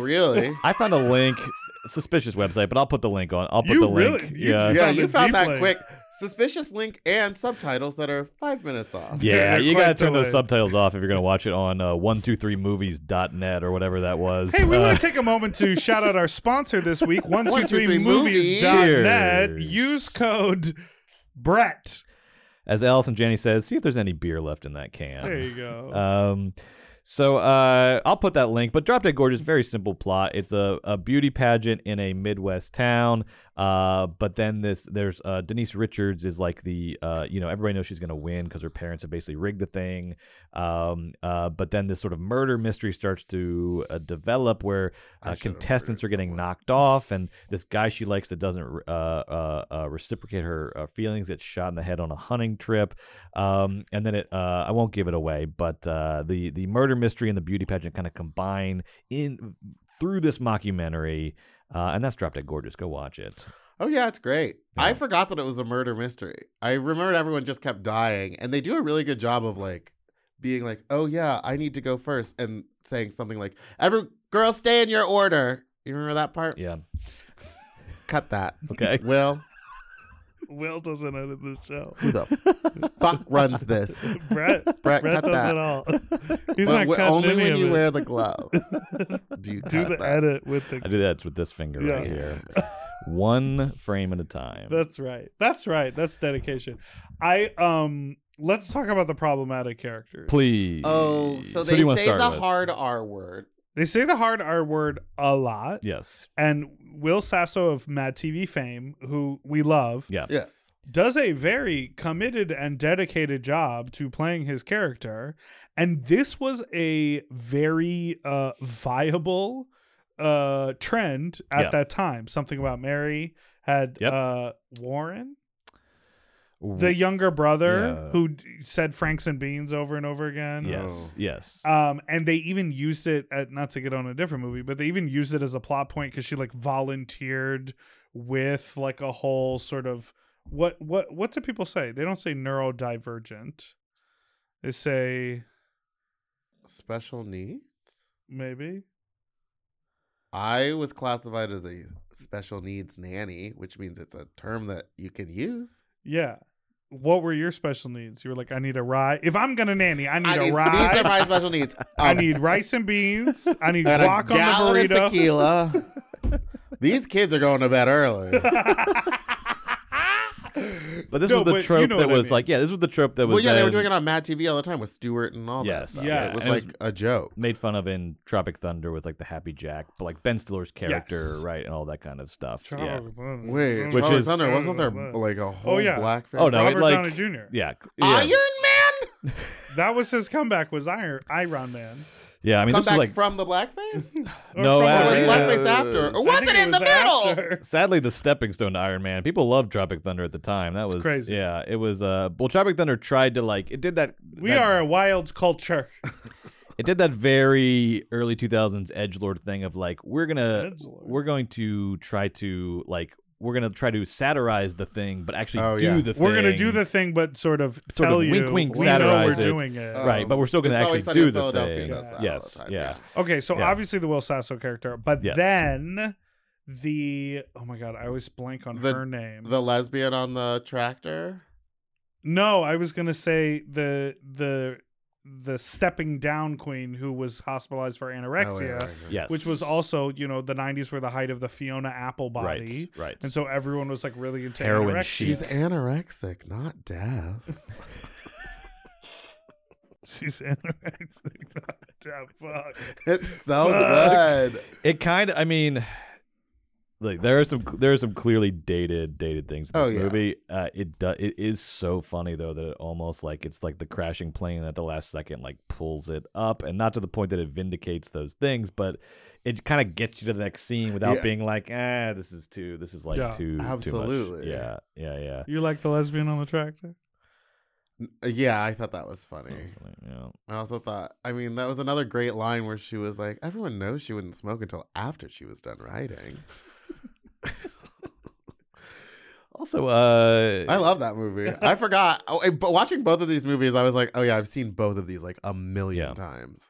S2: really.
S1: I found a link, suspicious website, but I'll put the link on. I'll put
S3: You
S1: the
S3: really-
S1: link.
S3: you-
S1: yeah.
S3: I
S2: yeah,
S3: found
S2: you
S3: it
S2: found that
S3: deeply.
S2: quick. Suspicious link and subtitles that are five minutes off.
S1: Yeah,
S3: They're
S1: you
S3: quite
S1: gotta turn those
S3: delayed.
S1: subtitles off if you're gonna watch it on uh, 123movies.net or whatever that was.
S3: Hey, we
S1: Uh,
S3: want to take a moment to shout out our sponsor this week, 123movies.net.
S1: 123movies.
S3: Use code Brett.
S1: as Allison Janney says, see if there's any beer left in that can.
S3: There you go.
S1: Um, so uh, I'll put that link. But Drop Dead Gorgeous, very simple plot. It's a, a beauty pageant in a Midwest town. Uh, but then this there's uh, Denise Richards is like the uh, you know everybody knows she's gonna win because her parents have basically rigged the thing. Um, uh, but then this sort of murder mystery starts to uh, develop where uh, contestants are getting knocked off, and this guy she likes that doesn't uh, uh, uh, reciprocate her uh, feelings gets shot in the head on a hunting trip, um, and then it uh, I won't give it away, but uh, the the murder mystery and the beauty pageant kind of combine in through this mockumentary, uh, and that's Drop Dead Gorgeous. Go watch it.
S2: Oh yeah, it's great. I forgot that it was a murder mystery. I remembered everyone just kept dying, and they do a really good job of like being like, "Oh yeah, I need to go first and saying something like, "Every girl, stay in your order." You remember that part?
S1: Yeah.
S2: Cut that.
S1: Okay.
S2: Will,
S3: Will doesn't edit this show.
S2: who the fuck runs this?
S3: Brett,
S2: Brett,
S3: Brett
S2: cut
S3: does
S2: that.
S3: it all. He's
S2: Well,
S3: not
S2: we-
S3: cutting
S2: only
S3: any
S2: when
S3: of
S2: you
S3: it.
S2: wear the glove. Do you
S3: Do
S2: cut
S3: the
S2: that?
S3: edit with the.
S1: I do that with this finger right
S3: Yeah.
S1: here, one frame at a time.
S3: That's right. That's right. That's dedication. I um. Let's talk about the problematic characters.
S1: Please.
S2: Oh, so
S1: What
S2: they
S1: do you wanna
S2: say
S1: start
S2: the
S1: with?
S2: hard R word.
S3: They say the hard R word a lot.
S1: Yes.
S3: And Will Sasso of Mad TV fame, who we love,
S1: Yeah.
S2: Yes.
S3: does a very committed and dedicated job to playing his character and this was a very uh viable uh trend at
S1: Yeah.
S3: that time something about mary had
S1: Yep.
S3: uh warren the younger brother
S1: Yeah.
S3: who d- said franks and beans over and over again
S1: Yes. Yes.
S3: um, and they even used it at, not to get on a different movie, but they even used it as a plot point because she like volunteered with like a whole sort of what what what do people say? They don't say neurodivergent. They say
S2: Special need.
S3: maybe.
S2: I was classified as a special needs nanny, which means it's a term that you can use.
S3: Yeah. What were your special needs? You were like, I need a ride. If I'm gonna nanny, I need
S2: I
S3: a
S2: need-
S3: ride.
S2: These are my special needs.
S3: I
S2: Um,
S3: need rice and beans. I need
S2: and a
S3: guac on
S2: gallon
S3: the burrito.
S2: of tequila. these kids are going to bed early.
S1: But this
S3: No,
S1: was the
S3: but you
S1: trope
S3: know
S1: that
S3: what I
S1: was
S3: mean.
S1: like, yeah, this was the trope that was
S2: well, yeah, they were
S1: then
S2: doing it on Mad TV all the time with Stewart and all
S1: Yes.
S2: that. Stuff.
S3: Yeah,
S2: it was
S1: and it was-
S2: like a joke.
S1: made fun of in Tropic Thunder with like the Happy Jack, but like Ben Stiller's character,
S3: Yes.
S1: right, and all that kind of stuff. Yeah.
S2: Wait,
S1: Which
S2: which
S1: is-
S2: is Thunder wasn't there like a whole
S3: Mm-hmm. yeah.
S2: blackface?
S1: Oh, no, it,
S3: Robert
S1: like-
S3: Downey Jr.
S1: Yeah. c- yeah.
S2: Iron Man
S3: That was his comeback was Iron Iron Man.
S1: Yeah, I mean,
S2: come
S1: this was
S2: back
S1: like
S2: from the blackface,
S3: Or
S1: No,
S3: from-
S2: or was
S1: uh,
S2: blackface after, or
S3: I
S2: was
S3: think
S2: it in
S3: was
S2: the middle?
S3: after.
S1: sadly the stepping stone to Iron Man. People loved Tropic Thunder at the time. That
S3: It's
S1: was
S3: crazy.
S1: Yeah, it was. Uh, well, Tropic Thunder tried to like it did that.
S3: We
S1: that-
S3: are a wild culture.
S1: It did that very early 2000s edge lord thing of like we're gonna
S3: Edgelord.
S1: we're going to try to like we're gonna try to satirize the thing, but actually
S2: Oh,
S1: do
S2: yeah.
S1: the thing.
S3: We're gonna do the thing, but sort of
S1: Sort
S3: tell
S1: of
S3: you
S1: wink, wink,
S3: we know we're
S1: satirize it.
S3: doing it.
S2: Uh,
S1: right, but we're still gonna
S2: It's
S1: actually
S2: Always Sunny in
S1: do the
S2: Philadelphia
S1: thing.
S2: does that all the
S1: yes,
S2: time,
S1: yeah.
S3: okay, so
S1: Yeah.
S3: obviously the Will Sasso character, but
S1: Yes.
S3: then the oh my god, I always blank on
S2: The-
S3: her name.
S2: The lesbian on the tractor.
S3: no, I was gonna say the the the stepping down queen who was hospitalized for
S2: Oh,
S3: anorexia,
S2: yeah, right, right.
S1: Yes.
S3: which was also you know the '90s were the height of the Fiona Apple body.
S1: Right, right.
S3: And so everyone was like really into
S1: Heroin
S3: anorexia.
S1: chic.
S2: She's anorexic, not deaf.
S3: She's anorexic. not deaf. Fuck.
S2: It's so
S3: Fuck.
S2: good.
S1: it kind of, I mean, Like there are some there are some clearly dated dated things in this
S2: Oh, yeah.
S1: movie. Uh, it do, it is so funny though that it almost like it's like the crashing plane at the last second like pulls it up and not to the point that it vindicates those things, but it kind of gets you to the next scene without
S2: Yeah.
S1: being like, ah, this is too this is like
S3: Yeah,
S1: too too much.
S2: absolutely.
S1: Yeah, yeah, yeah.
S3: You like the lesbian on the tractor?
S2: Yeah, I thought that was funny.
S1: Yeah.
S2: I also thought, I mean, that was another great line where she was like, everyone knows she wouldn't smoke until after she was done writing.
S1: Also, uh,
S2: I love that movie. I forgot. Oh, and- but watching both of these movies, I was like, oh yeah, I've seen both of these like a million
S1: Yeah.
S2: times.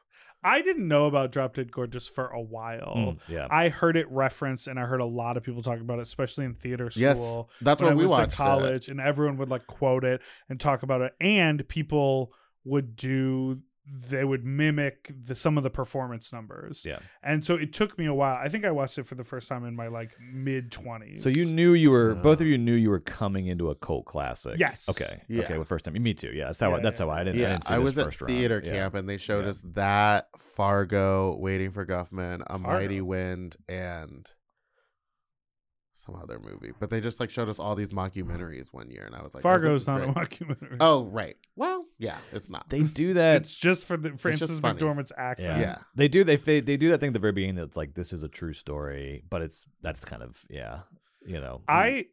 S3: I didn't know about Drop Dead Gorgeous for a while.
S1: mm,
S2: Hmm.
S1: yeah.
S3: I heard it referenced, and I heard a lot of people talk about it, especially in theater school.
S2: Yes, that's
S3: when
S2: what
S3: I
S2: we
S3: went
S2: watched.
S3: to
S2: it.
S3: college, and everyone would like quote it and talk about it, and people would do they would mimic the, some of the performance numbers.
S1: Yeah.
S3: and so it took me a while. I think I watched it for the first time in my like mid twenties.
S1: So you knew you were both of you knew you were coming into a cult classic.
S3: Uh-huh. Yes.
S1: Okay.
S2: Yeah.
S1: Okay. Well, first time. Me too. Yeah. That's how. I,
S3: Yeah,
S1: that's
S3: yeah.
S1: how I didn't. I
S2: Yeah,
S1: didn't see
S2: I,
S1: this
S2: was at
S1: first round.
S2: theater
S1: Yeah.
S2: camp and they showed
S1: Yeah.
S2: us that Fargo, Waiting for Guffman, A Mighty
S3: Fargo?
S2: Wind, and some other movie. But they just like showed us all these mockumentaries one year, and I was like, oh, this
S3: Fargo's
S2: is
S3: not a
S2: great.
S3: mockumentary.
S2: Oh right, well yeah, it's not.
S1: They do that.
S3: it's just for the Francis
S2: funny.
S3: McDormand's accent.
S1: yeah.
S2: Yeah.
S1: They do. They fa- they do that thing at the very beginning that's like this is a true story, but it's that's kind of yeah. You know.
S3: I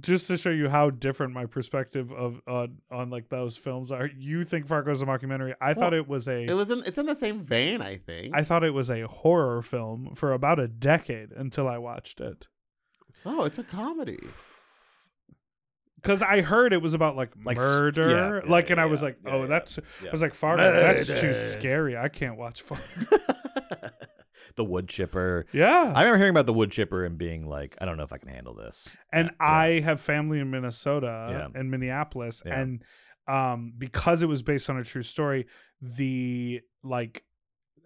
S3: just to show you how different my perspective of on on like those films are. You think Fargo's a mockumentary? I thought it was a. I
S2: It was in. It's in the same vein, I think.
S3: thought it was a horror film for about a decade until I watched it
S2: oh, it's a comedy.
S3: because I heard it was about like,
S1: Like, s-
S3: murder,
S1: yeah, yeah,
S3: like, and I
S1: yeah,
S3: was like,
S1: yeah,
S3: oh,
S1: yeah,
S3: that's.
S1: yeah.
S3: I was like, Fargo, that's too scary. I can't watch Fargo.
S1: the wood chipper.
S3: yeah,
S1: I remember hearing about the wood chipper and being like, I don't know if I can handle this.
S3: and
S1: Yeah.
S3: I have family in Minnesota
S1: Yeah.
S3: and Minneapolis,
S1: Yeah.
S3: and um, because it was based on a true story, the like,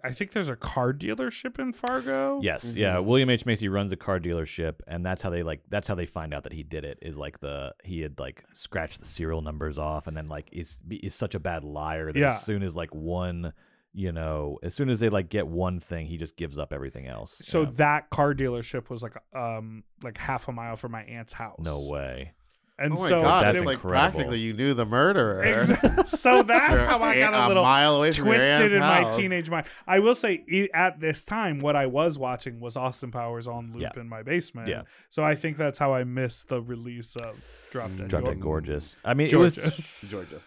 S3: I think there's a car dealership in Fargo.
S1: Yes, yeah. William H Macy runs a car dealership, and that's how they like. That's how they find out that he did it. Is like the he had like scratched the serial numbers off, and then like is is such a bad liar that
S3: Yeah.
S1: as soon as like one, you know, as soon as they like get one thing, he just gives up everything else.
S3: So
S1: yeah.
S3: that car dealership was like um like half a mile from my aunt's house.
S1: no way.
S3: And
S2: oh my
S3: so
S2: god,
S1: That's
S2: it's like
S1: incredible.
S2: practically you knew the murderer.
S3: Exa- so that's
S2: You're
S3: how I got a
S2: a
S3: little
S2: mile away from your
S3: twisted
S2: aunt's
S3: in my
S2: house.
S3: teenage mind. I will say e- at this time, what I was watching was Austin Powers on loop
S1: Yeah.
S3: in my basement.
S1: Yeah.
S3: So I think that's how I missed the release of Drop Dead.
S1: Mm, Drop
S3: Gorgeous.
S1: Dead Gorgeous. I mean, it was
S3: mm-hmm. Gorgeous.
S2: Georgia.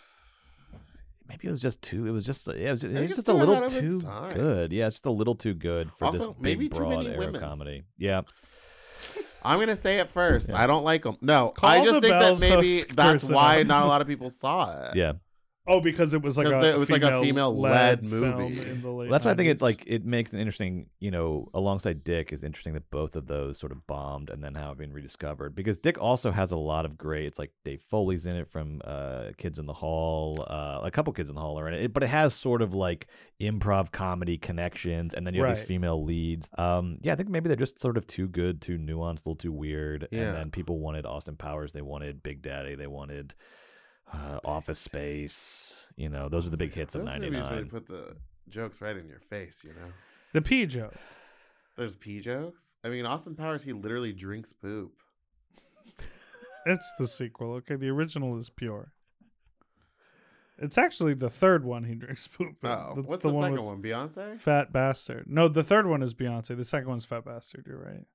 S1: maybe it was just too. It was just yeah, it was, it
S2: Maybe
S1: was
S2: it's
S1: just a
S2: still
S1: little
S2: ahead of its
S1: too
S2: time.
S1: good. Yeah, it's just a little too good for
S2: Also,
S1: this
S2: maybe
S1: big
S2: too
S1: broad
S2: many
S1: era
S2: women.
S1: comedy. Yeah,
S2: I'm gonna say it first. I don't like them. No,
S3: Call
S2: I
S3: the
S2: just think that
S3: Bell's
S2: maybe
S3: Hooks
S2: that's
S3: person
S2: why
S3: out.
S2: not a lot of people saw it.
S1: yeah.
S3: Oh, because it was like
S2: 'Cause
S3: a
S2: it was like a
S3: female-led
S2: female-led
S3: film
S2: movie.
S3: in the late
S1: Well, that's why I think it
S3: 90s.
S1: like it makes an interesting, you know, alongside Dick is interesting that both of those sort of bombed and then have been rediscovered because Dick also has a lot of great. It's like Dave Foley's in it from uh, Kids in the Hall, uh, a couple Kids in the Hall are in it, but it has sort of like improv comedy connections, and then you have these
S3: Right.
S1: female leads. Um, yeah, I think maybe they're just sort of too good, too nuanced, a little too weird,
S2: Yeah.
S1: and then people wanted Austin Powers, they wanted Big Daddy, they wanted. Uh, office space, you know, those are the big hits
S2: Those
S1: of
S2: movies really
S1: '99.
S2: put the jokes right in your face. You know,
S3: the P joke.
S2: there's pee jokes. I mean, Austin Powers he literally drinks poop.
S3: It's the sequel. Okay, the original is pure. It's actually the third one he drinks poop. in.
S2: Oh,
S3: That's
S2: what's the,
S3: one
S2: second
S3: with
S2: one? Beyonce?
S3: Fat bastard. No, the third one is Beyonce. The second one's Fat Bastard. You're right.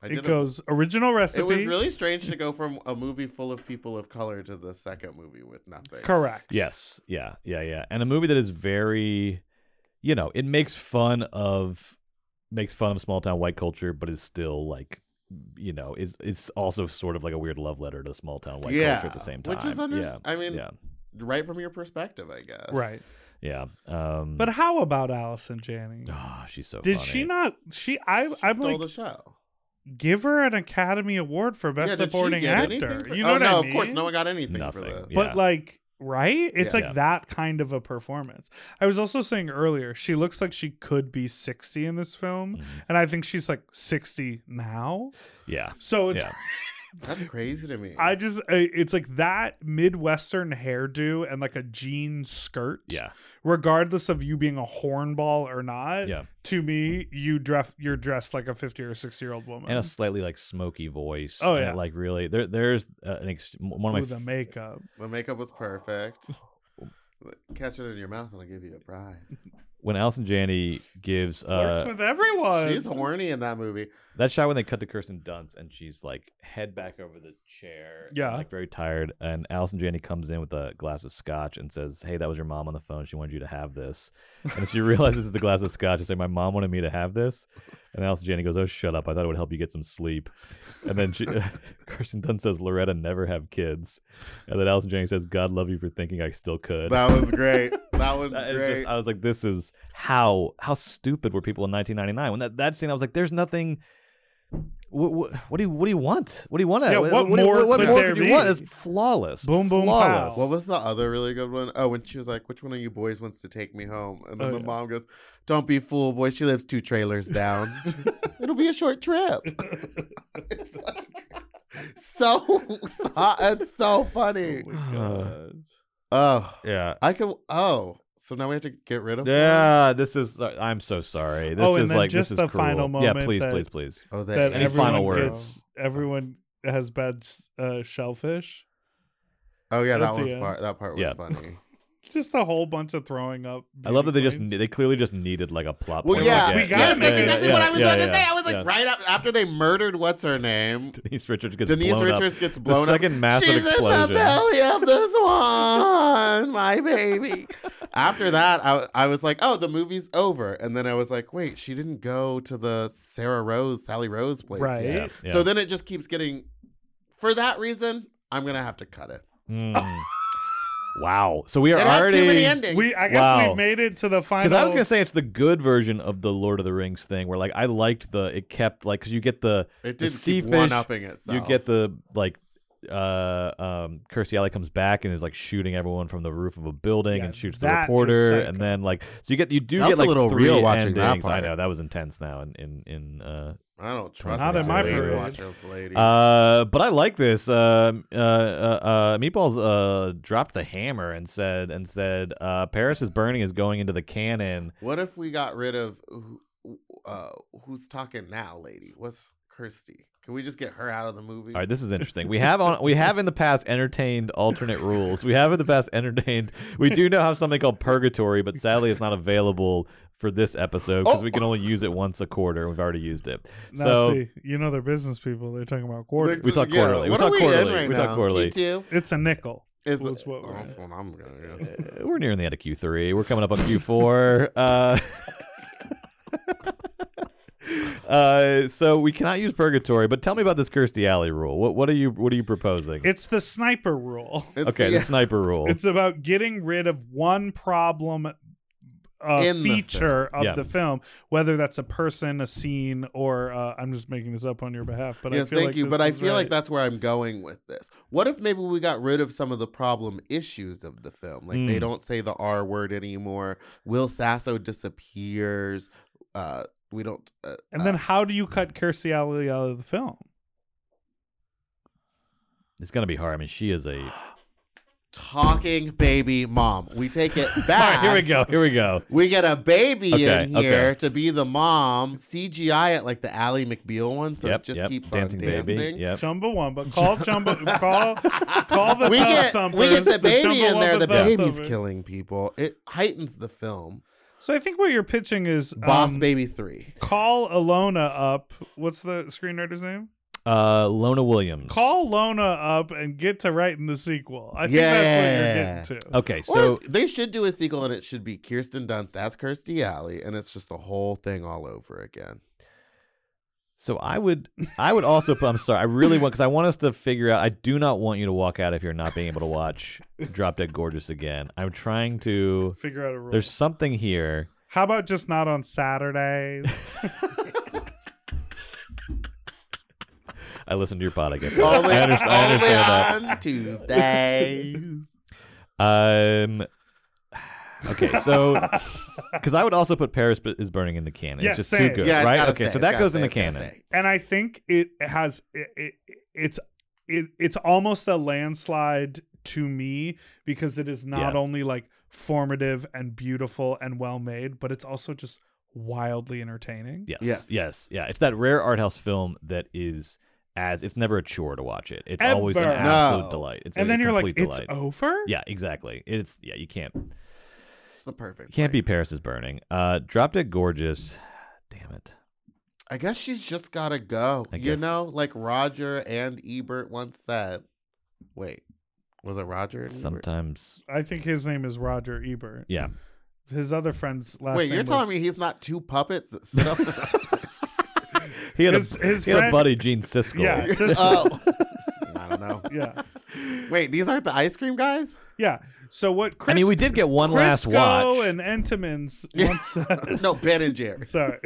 S2: I
S3: it
S2: did a-
S3: goes original recipe.
S2: It was really strange to go from a movie full of people of color to the second movie with nothing.
S3: correct.
S1: Yes. Yeah. Yeah. Yeah. And a movie that is very, you know, it makes fun of makes fun of small town white culture, but is still like, you know, is it's also sort of like a weird love letter to small town white
S2: Yeah,
S1: culture at the same time.
S2: which is under-
S1: yeah.
S2: I mean-
S1: yeah.
S2: Right from your perspective, I guess.
S3: Right.
S1: Yeah. Um,
S3: But how about Allison Janney?
S1: oh, she's so.
S3: Did
S1: funny.
S3: she not? She I
S2: She
S3: I'm
S2: stole
S3: like
S2: the show.
S3: give her an Academy Award for best
S2: Yeah, did she
S3: supporting
S2: get anything
S3: actor.
S2: for-
S3: you
S2: oh,
S3: know what
S2: no,
S3: I
S2: of
S3: mean?
S2: course, no one got anything, for
S1: Nothing.
S2: this.
S1: Yeah.
S3: But like, right? It's
S2: Yeah.
S3: like
S1: Yeah.
S3: that kind of a performance. I was also saying earlier, she looks like she could be
S1: Mm-hmm.
S3: 60 in this film, and I think she's like 60 now.
S1: Yeah.
S3: So it's
S1: Yeah.
S2: That's crazy to me.
S3: I just, I- it's like that Midwestern hairdo and like a jean skirt.
S1: Yeah.
S3: Regardless of you being a hornball or not.
S1: Yeah.
S3: To me, you dress, you're dressed like a 50 or 60 year old woman.
S1: And a slightly like smoky voice.
S3: Oh,
S1: and
S3: yeah.
S1: Like really, there there's uh, an ex- one of
S3: with
S1: my
S3: the
S1: f-
S3: makeup.
S2: the makeup was perfect. Catch it in your mouth and I'll give you a prize.
S1: when Allison Janney gives
S3: Works
S1: uh,
S3: with everyone.
S2: She's horny in that movie.
S1: that shot when they cut to Kirsten Dunst and she's like head back over the chair, and,
S3: Yeah.
S1: like very tired. And Allison Janney comes in with a glass of scotch and says, "Hey, that was your mom on the phone. She wanted you to have this." And she realizes it's a glass of scotch. She's like, "My mom wanted me to have this." And Allison Janney goes, "Oh, shut up! I thought it would help you get some sleep." And then she, Kirsten Dunst says, "Loretta never have kids," and then Allison Janney says, "God love you for thinking I still could."
S2: That was great. That was
S1: That is
S2: great.
S1: just, I was like, this is how how stupid were people in 1999 when that that scene? I was like, there's nothing. What, what, what do you what do you want? What do you want?
S3: Yeah,
S1: what,
S3: what
S1: do you-
S3: more
S1: what, what
S3: could
S1: more
S3: there
S1: could you want?
S3: be?
S1: It's flawless.
S3: Boom, boom,
S1: flawless.
S3: pow.
S2: What was the other really good one? Oh, when she was like, "Which one of you boys wants to take me home?" And then
S3: Oh,
S2: the
S3: yeah.
S2: mom goes, "Don't be fooled, boy. She lives two trailers down. It'll be a short trip." it's like so. it's so funny. Oh,
S1: yeah,
S2: I can. Oh, so now we have to get rid of. her?
S1: yeah. This is. uh, I'm so sorry. This
S3: Oh, and
S1: is
S3: then
S1: like
S3: just
S1: this is
S3: the
S1: cruel.
S3: final
S1: Yeah,
S3: moment
S1: please,
S3: that-
S1: please, please.
S2: Oh, that
S3: that
S1: Any
S3: everyone
S1: final words?
S3: gets- everyone has bad uh, shellfish.
S2: Oh yeah,
S3: at
S2: that
S3: the
S2: was
S3: end.
S2: part. That part was
S1: Yeah.
S2: funny.
S3: Just a whole bunch of throwing up.
S1: I love that they
S3: beauty
S1: just
S3: queens.
S1: ne- they clearly just needed like a plot.
S2: Well,
S1: point
S2: yeah,
S1: to
S3: we
S1: get-
S3: gotta
S1: yeah,
S2: yes,
S3: make
S2: that's
S1: yeah,
S3: it-
S2: exactly
S1: yeah,
S2: what I was
S1: yeah,
S2: about to
S1: yeah,
S2: say. I was like,
S1: yeah.
S2: right up after they murdered what's her name,
S1: Denise Richards gets
S2: Denise
S1: blown up.
S2: Richards gets blown
S1: the second
S2: up.
S1: massive
S2: She's
S1: explosion.
S2: in the belly of the swan, my baby. After that, I, I was like, oh, the movie's over. And then I was like, wait, she didn't go to the Sarah Rose, Sally Rose place.
S3: Right.
S2: yet.
S1: Yeah, yeah.
S2: So then it just keeps getting. For that reason, I'm gonna have to cut it.
S1: Mm. wow. So we are
S2: It had
S1: already
S2: too many endings.
S3: We, I guess
S1: Wow.
S3: we made it to the final.
S1: Because I was gonna say it's the good version of the Lord of the Rings thing, where like I liked the it kept like because you get the
S2: it
S1: the
S2: did
S1: sea
S2: keep
S1: fish,
S2: one upping itself.
S1: you get the like uh um Kirstie Alley comes back and is like shooting everyone from the roof of a building
S3: Yeah,
S1: and shoots the
S3: that is
S1: reporter
S3: psycho.
S1: and then like so you get you do
S2: That
S1: get
S2: was a
S1: like
S2: little
S1: three
S2: real watching that
S1: endings. I
S2: part.
S1: know that was intense now in in in uh
S2: I don't trust.
S3: Not
S2: her
S3: in
S2: to
S3: my
S2: really
S3: parade.
S2: watch those ladies.
S1: Uh, but I like this. Uh, uh, uh, uh, Meatballs uh, dropped the hammer and said and said uh, Paris is burning is going into the canon.
S2: What if we got rid of who- uh, who's talking now, lady? What's Kirsty? Can we just get her out of the movie?
S1: All right, this is interesting. We have on we have in the past entertained alternate rules. We have in the past entertained. We do now have something called purgatory, but sadly it's not available for this episode because
S2: Oh.
S1: we can only use it once a quarter. We've already used it.
S3: Now,
S1: so
S3: see, you know, they're business people. They're talking about quarters.
S2: Like,
S1: we talk
S2: yeah,
S1: quarterly. We
S2: what
S1: talk
S2: are we
S1: quarterly.
S2: In right
S1: We talk
S2: now?
S1: quarterly.
S2: Q2?
S3: it's a nickel.
S2: Is-
S3: That's what we're
S2: that's what I'm gonna do.
S1: uh, we're nearing the end of Q3. We're coming up on Q4. Uh, uh, so we cannot use purgatory. But tell me about this Kirstie Alley rule. What what are you what are you proposing?
S3: It's the sniper rule.
S2: It's-
S1: okay,
S2: yeah.
S1: the sniper rule.
S3: It's about getting rid of one problem uh,
S2: In the
S3: feature of
S1: Yeah.
S3: the film, whether that's a person, a scene, or uh, I'm just making this up on your behalf. But I
S2: yes,
S3: feel
S2: thank
S3: like
S2: you.
S3: this
S2: But I
S3: is
S2: feel like
S3: right.
S2: that's where I'm going with this. What if maybe we got rid of some of the problem issues of the film? Like they
S1: Mm.
S2: don't say the R word anymore. Will Sasso disappears. Uh, we don't. Uh,
S3: And
S2: uh,
S3: then how do you cut Kirstie Alley out of the film?
S1: it's gonna be hard. I mean, she is a.
S2: talking baby mom. We take it
S1: All
S2: back.
S1: right, here we go. Here we go.
S2: We get a baby
S1: Okay,
S2: in here
S1: okay.
S2: to be the mom. CGI at like the Ally McBeal one, so
S1: yep,
S2: it just
S1: yep.
S2: keeps
S1: dancing
S2: on dancing.
S1: baby. Yep.
S3: Chumbawamba. Call Chumba. call. Call the
S2: We
S3: Thumb
S2: get we get
S3: Thumpers,
S2: the baby in
S3: Chumbawamba
S2: there. The
S3: Thumb
S2: baby's
S3: Thumpers.
S2: killing people. It heightens the film.
S3: So I think what you're pitching is
S2: Boss
S3: um,
S2: Baby Three.
S3: Call Alona up. What's the screenwriter's name?
S1: Uh, Lona Williams.
S3: Call Lona up and get to writing the sequel. I think
S2: Yeah.
S3: that's what you're getting to.
S1: Okay,
S2: So
S1: so
S2: or they should do a sequel, and it should be Kirsten Dunst as Kirstie Alley, and it's just the whole thing all over again.
S1: So I would, I would also. put- I'm sorry. I really want because I want us to figure out. I do not want you to walk out if you're not being able to watch Drop Dead Gorgeous again. I'm trying to.
S3: Figure out a rule.
S1: There's something here.
S3: How about just not on Saturdays?
S1: I listened to your pod. I get that.
S2: Only,
S1: I understand, I
S2: only
S1: understand
S2: on Tuesdays.
S1: that. Um. Okay, so because I would also put Paris B- is burning in the canon.
S3: Yeah,
S1: it's just
S3: same.
S1: too good,
S2: Yeah, it's
S1: right?
S2: gotta
S1: Okay,
S2: stay,
S1: so
S2: it's
S1: that
S2: gotta
S1: goes in
S2: stay,
S1: the
S2: it's gotta
S1: canon.
S2: stay.
S3: and I think it has it, it, it's it it's almost a landslide to me because it is not
S1: Yeah.
S3: only like formative and beautiful and well made, but it's also just wildly entertaining.
S1: Yes.
S2: Yes.
S1: Yes. Yeah. It's that rare art house film that is as it's never a chore to watch it. It's always an
S3: Ever.
S1: absolute
S2: No.
S1: delight. It's
S3: and
S1: a
S3: then you're like,
S1: complete
S3: it's
S1: delight.
S3: over.
S1: Yeah, exactly. It's yeah, you can't
S2: It's the perfect.
S1: you can't be
S2: length.
S1: Paris is burning. Uh Drop Dead Gorgeous. Damn it.
S2: I guess she's just gotta go.
S1: I
S2: you
S1: guess.
S2: know, like Roger and Ebert once said. Wait, was it Roger? And Ebert?
S1: Sometimes
S3: I think his name is Roger Ebert.
S1: yeah.
S3: His other friend's last
S2: Wait,
S3: name
S2: you're telling
S3: was-
S2: me he's not two puppets? that sit up-
S1: He had
S3: His-
S1: a
S3: his
S1: he had a
S3: friend-
S1: buddy Gene Siskel.
S3: Yeah, Siskel.
S2: oh, I don't know.
S3: yeah,
S2: Wait, these aren't the ice cream guys?
S3: yeah. So what? Chris,
S1: I mean, we did get one last
S3: Crisco
S1: watch.
S3: and Entenmann's once said.
S2: No, Ben and Jerry.
S3: Sorry,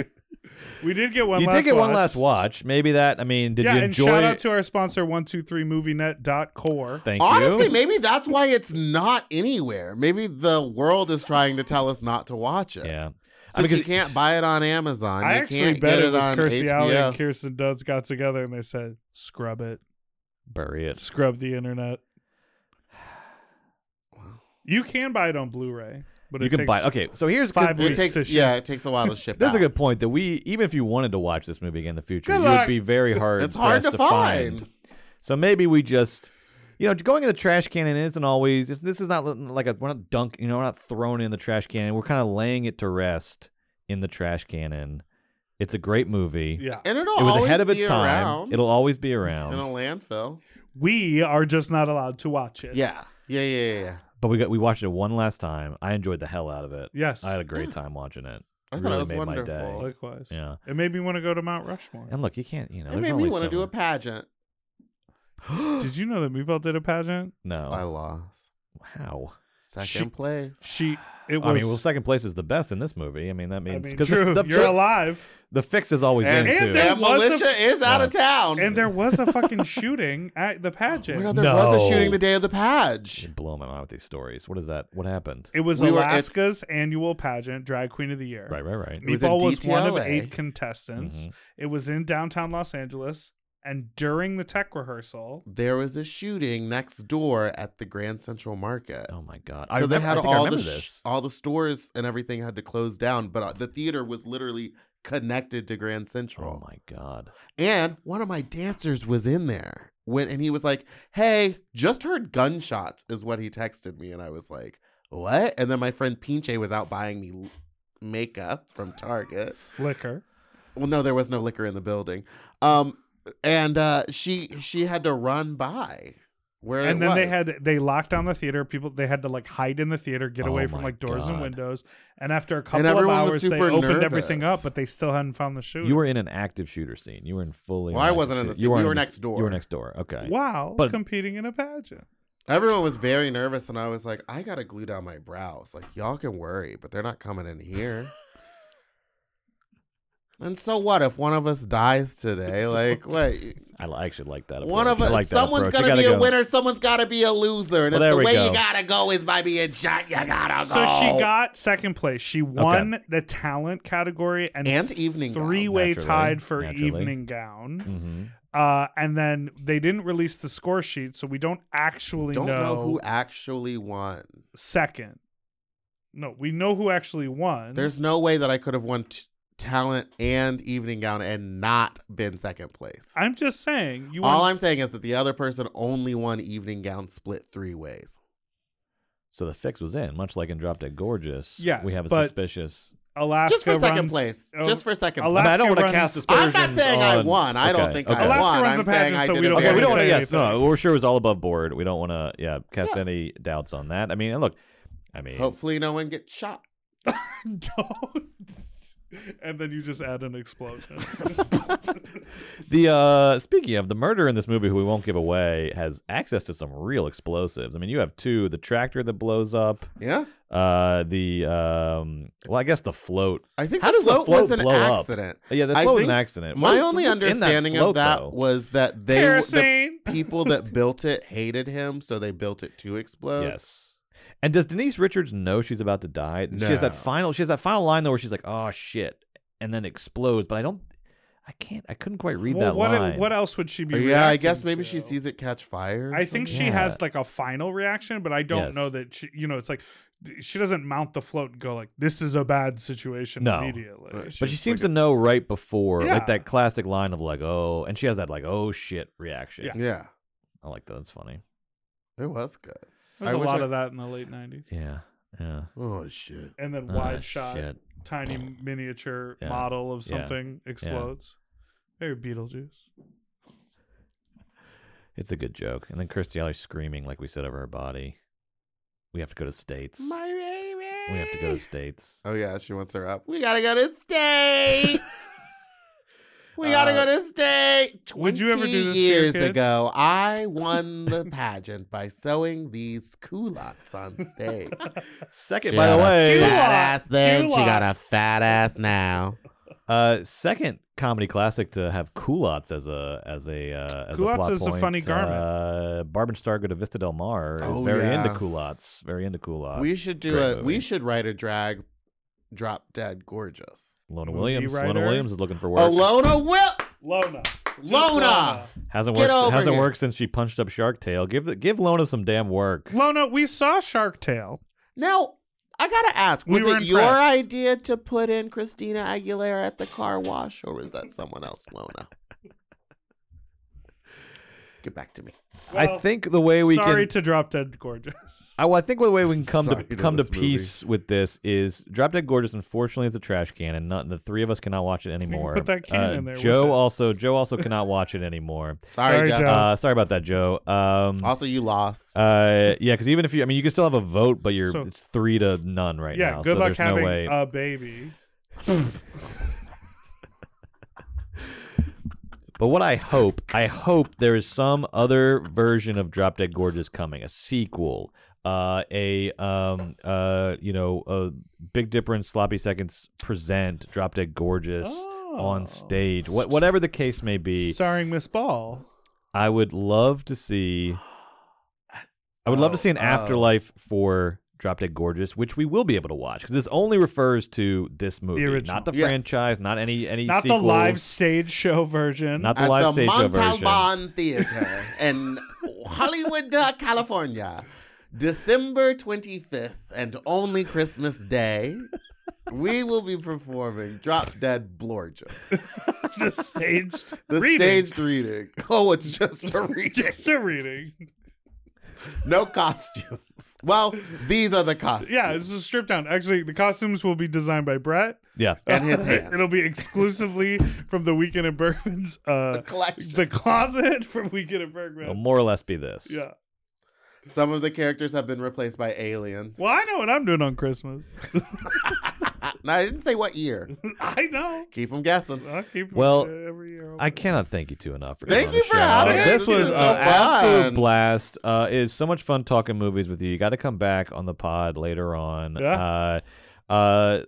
S3: we did get one.
S1: you
S3: last
S1: did get
S3: watch.
S1: one last watch. Maybe that. I mean, did
S3: yeah,
S1: you
S3: and
S1: enjoy?
S3: shout out to our sponsor, one two three movienet.core.
S1: Thank
S2: Honestly,
S1: you.
S2: maybe that's why it's not anywhere. Maybe the world is trying to tell us not to watch it.
S1: Yeah. I
S2: Since
S1: mean, 'cause-
S2: you can't buy it on Amazon.
S3: I
S2: you
S3: actually
S2: can't
S3: bet
S2: get
S3: it was
S2: on
S3: Kirstie Alley
S2: HBO.
S3: and Kirsten Dunst got together and they said, "Scrub it,
S1: bury it.
S3: scrub the internet." You can buy it on Blu-ray, but
S1: you
S3: it
S1: can
S3: takes
S1: buy. Okay, so here's
S3: five
S2: It
S3: weeks to
S2: takes
S3: ship.
S2: yeah, it takes a while to ship.
S1: This is a
S2: out.
S1: good point that we even if you wanted to watch this movie again in the future,
S3: Good
S1: you would
S3: luck.
S1: be very hard.
S2: It's hard
S1: pressed
S2: to find.
S1: So maybe we just, you know, going in the trash can and isn't always. it's- This is not like a, we're not dunk. You know, we're not throwing it in the trash can. We're kind of laying it to rest in the trash cannon. It's a great movie.
S3: Yeah.
S2: And it'll
S1: It was
S2: always
S1: ahead of
S2: be
S1: its time.
S2: around
S1: It'll always be around.
S2: in a landfill.
S3: we are just not allowed to watch it.
S2: Yeah. Yeah, yeah, yeah, yeah.
S1: But we got we watched it one last time. I enjoyed the hell out of it.
S3: Yes.
S1: I had a great time watching it.
S2: I
S1: It
S2: thought it
S1: really
S2: was
S1: made
S2: wonderful.
S1: my day.
S3: Likewise.
S1: Yeah.
S3: It made me want to go to Mount Rushmore.
S1: And look, you can't. You know,
S2: it
S1: there's
S2: made me
S1: only
S2: want to
S1: so
S2: do a
S1: much.
S2: pageant.
S3: Did you know that Meatball did a pageant?
S2: I
S1: No.
S2: lost.
S1: Wow.
S2: Second
S3: She-
S2: place.
S3: She. It was.
S1: I mean, well, second place is the best in this movie. I mean, that
S3: I
S1: means
S3: mean,
S1: because
S3: true.
S1: the, the,
S3: you're alive.
S1: the fix is always
S2: And-
S1: in
S3: and
S1: too.
S3: there
S2: And
S3: was a-
S2: militia is out of town.
S3: And there was a fucking shooting at the
S2: Oh
S3: pageant.
S2: my God, there was a shooting
S1: No.
S2: the day of the page.
S1: You're blowing my mind with these stories. What is that? What happened?
S3: it was
S2: We were- it's-
S3: Alaska's annual pageant, Drag Queen of the Year.
S1: right, right, right.
S2: It was in
S3: Meatball was, one of
S2: DTLA.
S3: eight
S2: Mm-hmm.
S3: contestants. It was in downtown Los Angeles. And during the tech rehearsal,
S2: There was a shooting next door at the Grand Central Market.
S1: Oh my god!
S2: So
S1: I
S2: they
S1: remember,
S2: had
S1: I think I
S2: all the
S1: remember
S2: sh-
S1: this. Oh
S2: all the stores and everything had to close down, but uh, the theater was literally connected to Grand Central.
S1: Oh my god!
S2: And one of my dancers was in there when, and he was like, "Hey, just heard gunshots," is what he texted me, and I was like, "What?" And then my friend Pinche was out buying me l- makeup from Target.
S3: liquor.
S2: well, no, there was no liquor in the building, um, and uh, she she had to run by where, it
S3: and then they
S2: was.
S3: had they locked down the theater. People they had to like hide in the theater, get
S1: Oh
S3: away from
S1: my
S3: like doors and
S1: God.
S3: windows. And after a couple of
S2: everyone was
S3: hours, they
S2: super
S3: opened everything
S2: nervous.
S3: up, but they still hadn't found the shooter.
S1: You were in an active shooter scene. You were in fully.
S2: Well,
S1: an
S2: I
S1: active
S2: wasn't in the
S1: shoot-
S2: scene.
S1: You
S2: We
S1: in
S2: were
S1: the
S2: next
S1: s- You
S2: door.
S1: were next door. Okay.
S3: wow,
S1: But-
S3: competing in a pageant.
S2: Everyone was very nervous, and I was like, I gotta glue down my brows. Like, y'all can worry, but they're not coming in here. and so what if one of us dies today? Like, wait,
S1: I li- I actually like that.
S2: one
S1: approach.
S2: of
S1: I
S2: us,
S1: like that
S2: someone's
S1: approach. You
S2: gonna be a
S1: gotta go-
S2: winner, someone's gotta be a loser, and
S1: Well,
S2: if
S1: there
S2: the
S1: we
S2: way
S1: go.
S2: you gotta go is by being shot, you gotta
S3: So
S2: go.
S3: she got second place. She won the talent category and,
S2: And evening gown.
S3: three way
S1: Naturally,
S3: tied for
S1: naturally.
S3: evening gown.
S1: Mhm.
S3: Uh, and then they didn't release the score sheet, so we don't actually
S2: Don't know who actually won.
S1: Mm.
S3: second. No, we know who actually won.
S2: There's no way that I could have won t- talent and evening gown and not been second place.
S3: I'm just saying you
S2: All
S3: won
S2: I'm saying is that the other person only won evening gown split three ways.
S1: So the fix was in, much like in Drop Dead Gorgeous.
S3: Yes,
S1: we have a
S3: but-
S1: suspicious.
S3: Alaska
S2: just for second
S3: runs-
S2: place.
S3: oh,
S2: Just for second
S1: I,
S3: Alaska
S1: mean,
S2: place.
S1: I don't want to
S3: runs-
S1: cast
S2: I'm
S1: aspersions.
S2: not saying I
S1: on-
S2: won. I don't
S1: okay,
S2: think
S1: okay.
S2: I
S3: Alaska
S2: won.
S3: runs
S2: I'm
S3: the
S2: saying
S3: pageant,
S2: I
S3: so we
S2: did it
S3: don't
S1: Okay,
S2: very
S1: we don't want to.
S3: say
S1: Yes, no,
S3: anything.
S1: we're sure it was all above board. We don't want to, yeah, cast any doubts on that. I mean, and look, I mean,
S2: Hopefully, no one gets shot.
S3: don't. And then you just add an explosion.
S1: the uh, speaking of the murderer in this movie, who we won't give away, has access to some real explosives. I mean, you have two: the tractor that blows up,
S2: Yeah,
S1: uh, the um, well, I guess the float.
S2: I think
S1: How
S2: the
S1: does the
S2: float
S1: float
S2: was an
S1: blow up?
S2: accident.
S1: Yeah, the
S2: I
S1: float was an
S2: think
S1: accident. What
S2: My
S1: is-
S2: only
S1: what's in that
S2: understanding
S1: float,
S2: of that
S1: though?
S2: was that they the
S3: Kerosene.
S2: people that built it hated him, so they built it to explode.
S1: Yes. And does Denise Richards know she's about to die? She has that
S2: No.
S1: final. She has that final line though, where she's like, "Oh shit," and then explodes. But I don't. I can't. I couldn't quite read
S3: well,
S1: that
S3: what,
S1: line.
S3: what else would she be?
S2: Oh, yeah, I
S3: reacting
S2: guess maybe
S3: to?
S2: she sees it catch fire. or
S3: I think she
S1: Yeah.
S3: has like a final reaction, but I don't
S1: Yes.
S3: know that she, you know, it's like th- she doesn't mount the float and go like, "This is a bad situation."
S1: No.
S3: immediately.
S1: but she seems to know right before,
S3: Yeah.
S1: like that classic line of like, "Oh," and she has that like, "Oh shit" reaction.
S3: Yeah.
S2: something. Yeah,
S1: I like that. That's funny.
S2: it was good.
S3: There's
S2: I
S3: a
S2: wish
S3: lot
S2: I-
S3: of that in the late '90s.
S1: Yeah, yeah.
S2: Oh shit!
S3: And then
S1: Ah,
S3: wide shot,
S1: shit.
S3: tiny miniature
S1: Yeah.
S3: model of
S1: Yeah.
S3: something explodes. Very Beetlejuice.
S1: It's a good joke. And then Kirstie Alley screaming like we said over her body. We have to go to states. We have to go to states.
S2: Oh yeah, she wants her up. We gotta go to state. we gotta
S1: Uh,
S2: go to state.
S3: would you ever do
S2: 20
S3: this to your
S2: years
S3: kid?
S2: ago? I won the pageant by sewing these culottes on stage.
S1: Second,
S2: She
S1: by the
S2: got a
S1: way,
S2: fat ass then. She got a
S3: culottes.
S2: fat ass now.
S1: uh, second comedy classic to have culottes as a as a uh, as a
S3: Culottes
S1: plot
S3: is a
S1: point.
S3: funny garment.
S1: Uh, Barb and Star go to Vista Del Mar is
S2: Oh,
S1: very
S2: yeah.
S1: into culottes. Very into culottes.
S2: we should do
S1: Uh, great
S2: a. We
S1: movie.
S2: should write a drag. Drop dead gorgeous.
S1: Lona
S3: Movie
S1: Williams. Lona
S3: writer.
S1: Williams is looking for work.
S2: Alona will.
S3: Lona. Just
S2: Lona.
S1: hasn't
S2: get
S1: worked.
S2: over
S1: Hasn't
S2: here.
S1: worked since she punched up Shark Tale. Give the, give Lona some damn work.
S3: Lona, we saw Shark Tale.
S2: Now, I gotta ask,
S3: We
S2: was
S3: were
S2: it your
S3: impressed.
S2: idea to put in Christina Aguilera at the car wash, or was that someone else, Lona? Get back to me.
S1: I
S3: Well,
S1: think the way we
S3: Sorry
S1: can
S3: to drop dead gorgeous.
S1: I, well, I think the way we can come
S2: Sorry
S1: to
S2: to
S1: come to
S2: this movie.
S1: peace with this is Drop Dead Gorgeous. Unfortunately, is a trash can, and not, the three of us cannot watch it anymore. Uh,
S3: put that can in there with
S1: Joe
S3: it.
S1: also Joe also cannot watch it anymore.
S2: Sorry,
S3: Sorry,
S2: Jeff.
S3: Jeff.
S1: Uh, sorry about that, Joe. Um,
S2: Also, you lost.
S1: uh, yeah, because even if you, I mean, you can still have a vote, but you're
S3: So-
S1: it's three to none right
S3: yeah,
S1: now.
S3: good
S1: so
S3: luck
S1: there's no
S3: having uh,
S1: way.
S3: a baby.
S1: But what I hope, I hope there is some other version of Drop Dead Gorgeous coming, a sequel, uh, a um, uh, you know, a Big Dipper and Sloppy Seconds present Drop Dead Gorgeous
S3: Oh,
S1: on stage. What, whatever the case may be,
S3: Starring Miss Ball.
S1: I would love to see. I would love to see
S2: Oh,
S1: an afterlife for Drop Dead Gorgeous, which we will be able to watch because this only refers to this movie,
S3: original.
S1: not the
S2: Yes.
S1: franchise, not any any
S3: Not
S1: sequels,
S3: the live stage show version.
S1: not the
S2: at
S1: live
S2: the
S1: stage show version.
S2: Montalban Theater in Hollywood, uh, California, December 25th and only Christmas Day, we will be performing Drop Dead Blorgeous.
S3: the staged
S2: The
S3: reading.
S2: staged reading. Oh, it's just a reading.
S3: Just a reading.
S2: No costumes. Well, these are the costumes.
S3: Yeah, this is a strip down. Actually, the costumes will be designed by Brett.
S1: Yeah,
S2: and his hand.
S3: It'll be exclusively from the Weekend at Bergman's uh,
S2: The collection.
S3: the closet from Weekend at
S1: It'll
S3: Bergman's.
S1: more or less be this.
S3: Yeah.
S2: Some of the characters have been replaced by aliens.
S3: Well, I know what I'm doing on Christmas.
S2: No, I didn't say what year.
S3: I know.
S2: Keep them guessing.
S3: I keep
S1: Well,
S3: uh, every year.
S1: I cannot thank you two enough for
S2: Thank
S1: coming on
S2: you
S1: the
S2: for
S1: show.
S2: having us.
S1: This
S2: This
S1: was
S2: was
S1: an
S2: so
S1: absolute
S2: fun.
S1: blast. Uh, it is so much fun talking movies with you. You got to come back on the pod later on.
S3: Yeah.
S1: Uh, uh,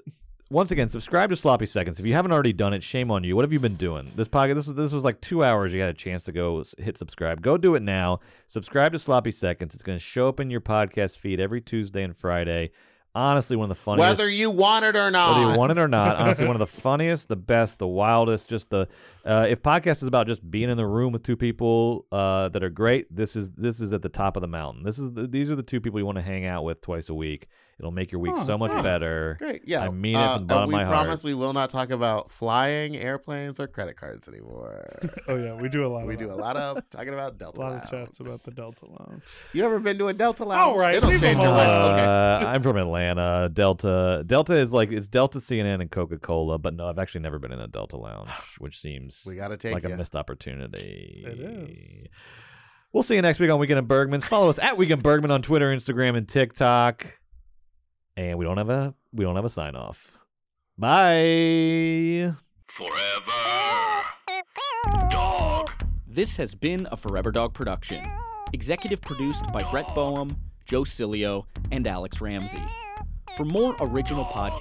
S1: once again, subscribe to Sloppy Seconds. If you haven't already done it, shame on you. What have you been doing? This podcast, this was this was like two hours. You got a chance to go s- hit subscribe. Go do it now. Subscribe to Sloppy Seconds. It's going to show up in your podcast feed every Tuesday and Friday. Honestly, one of the funniest
S2: Whether you want it or not.
S1: whether you want it or not. Honestly, one of the funniest, the best, the wildest. Just the uh, if podcast is about just being in the room with two people uh, that are great, this is this is at the top of the mountain. This is the, these are the two people you want to hang out with twice a week. It'll make your week
S3: Oh,
S1: so much better.
S2: Great. Yeah.
S1: I mean it
S2: Uh,
S1: from the bottom
S2: and
S1: of my
S2: we promise
S1: heart.
S2: we will not talk about flying airplanes or credit cards anymore.
S3: oh yeah, we do a lot.
S2: we
S3: of
S2: do
S3: that.
S2: a lot of talking about
S3: a
S2: Delta
S3: lot
S2: Lounge.
S3: of chats about the Delta Lounge.
S2: You ever been to a Delta Lounge?
S3: All right,
S2: It'll
S3: leave 'em
S2: change your life. Okay.
S1: Uh, I'm from Atlanta. Delta Delta is like it's Delta CNN and Coca Cola, but no, I've actually never been in a Delta lounge, which seems
S2: We got to take
S1: like
S2: ya.
S1: a missed opportunity.
S3: It is.
S1: We'll see you next week on Weekend at Bergman's. Follow us at Weekend Bergman on Twitter, Instagram, and TikTok. And we don't have a we don't have a sign off. Bye.
S6: Forever. Dog.
S7: This has been a Forever Dog production. Executive produced by Brett Boehm, Joe Cilio, and Alex Ramsey. For more original podcasts,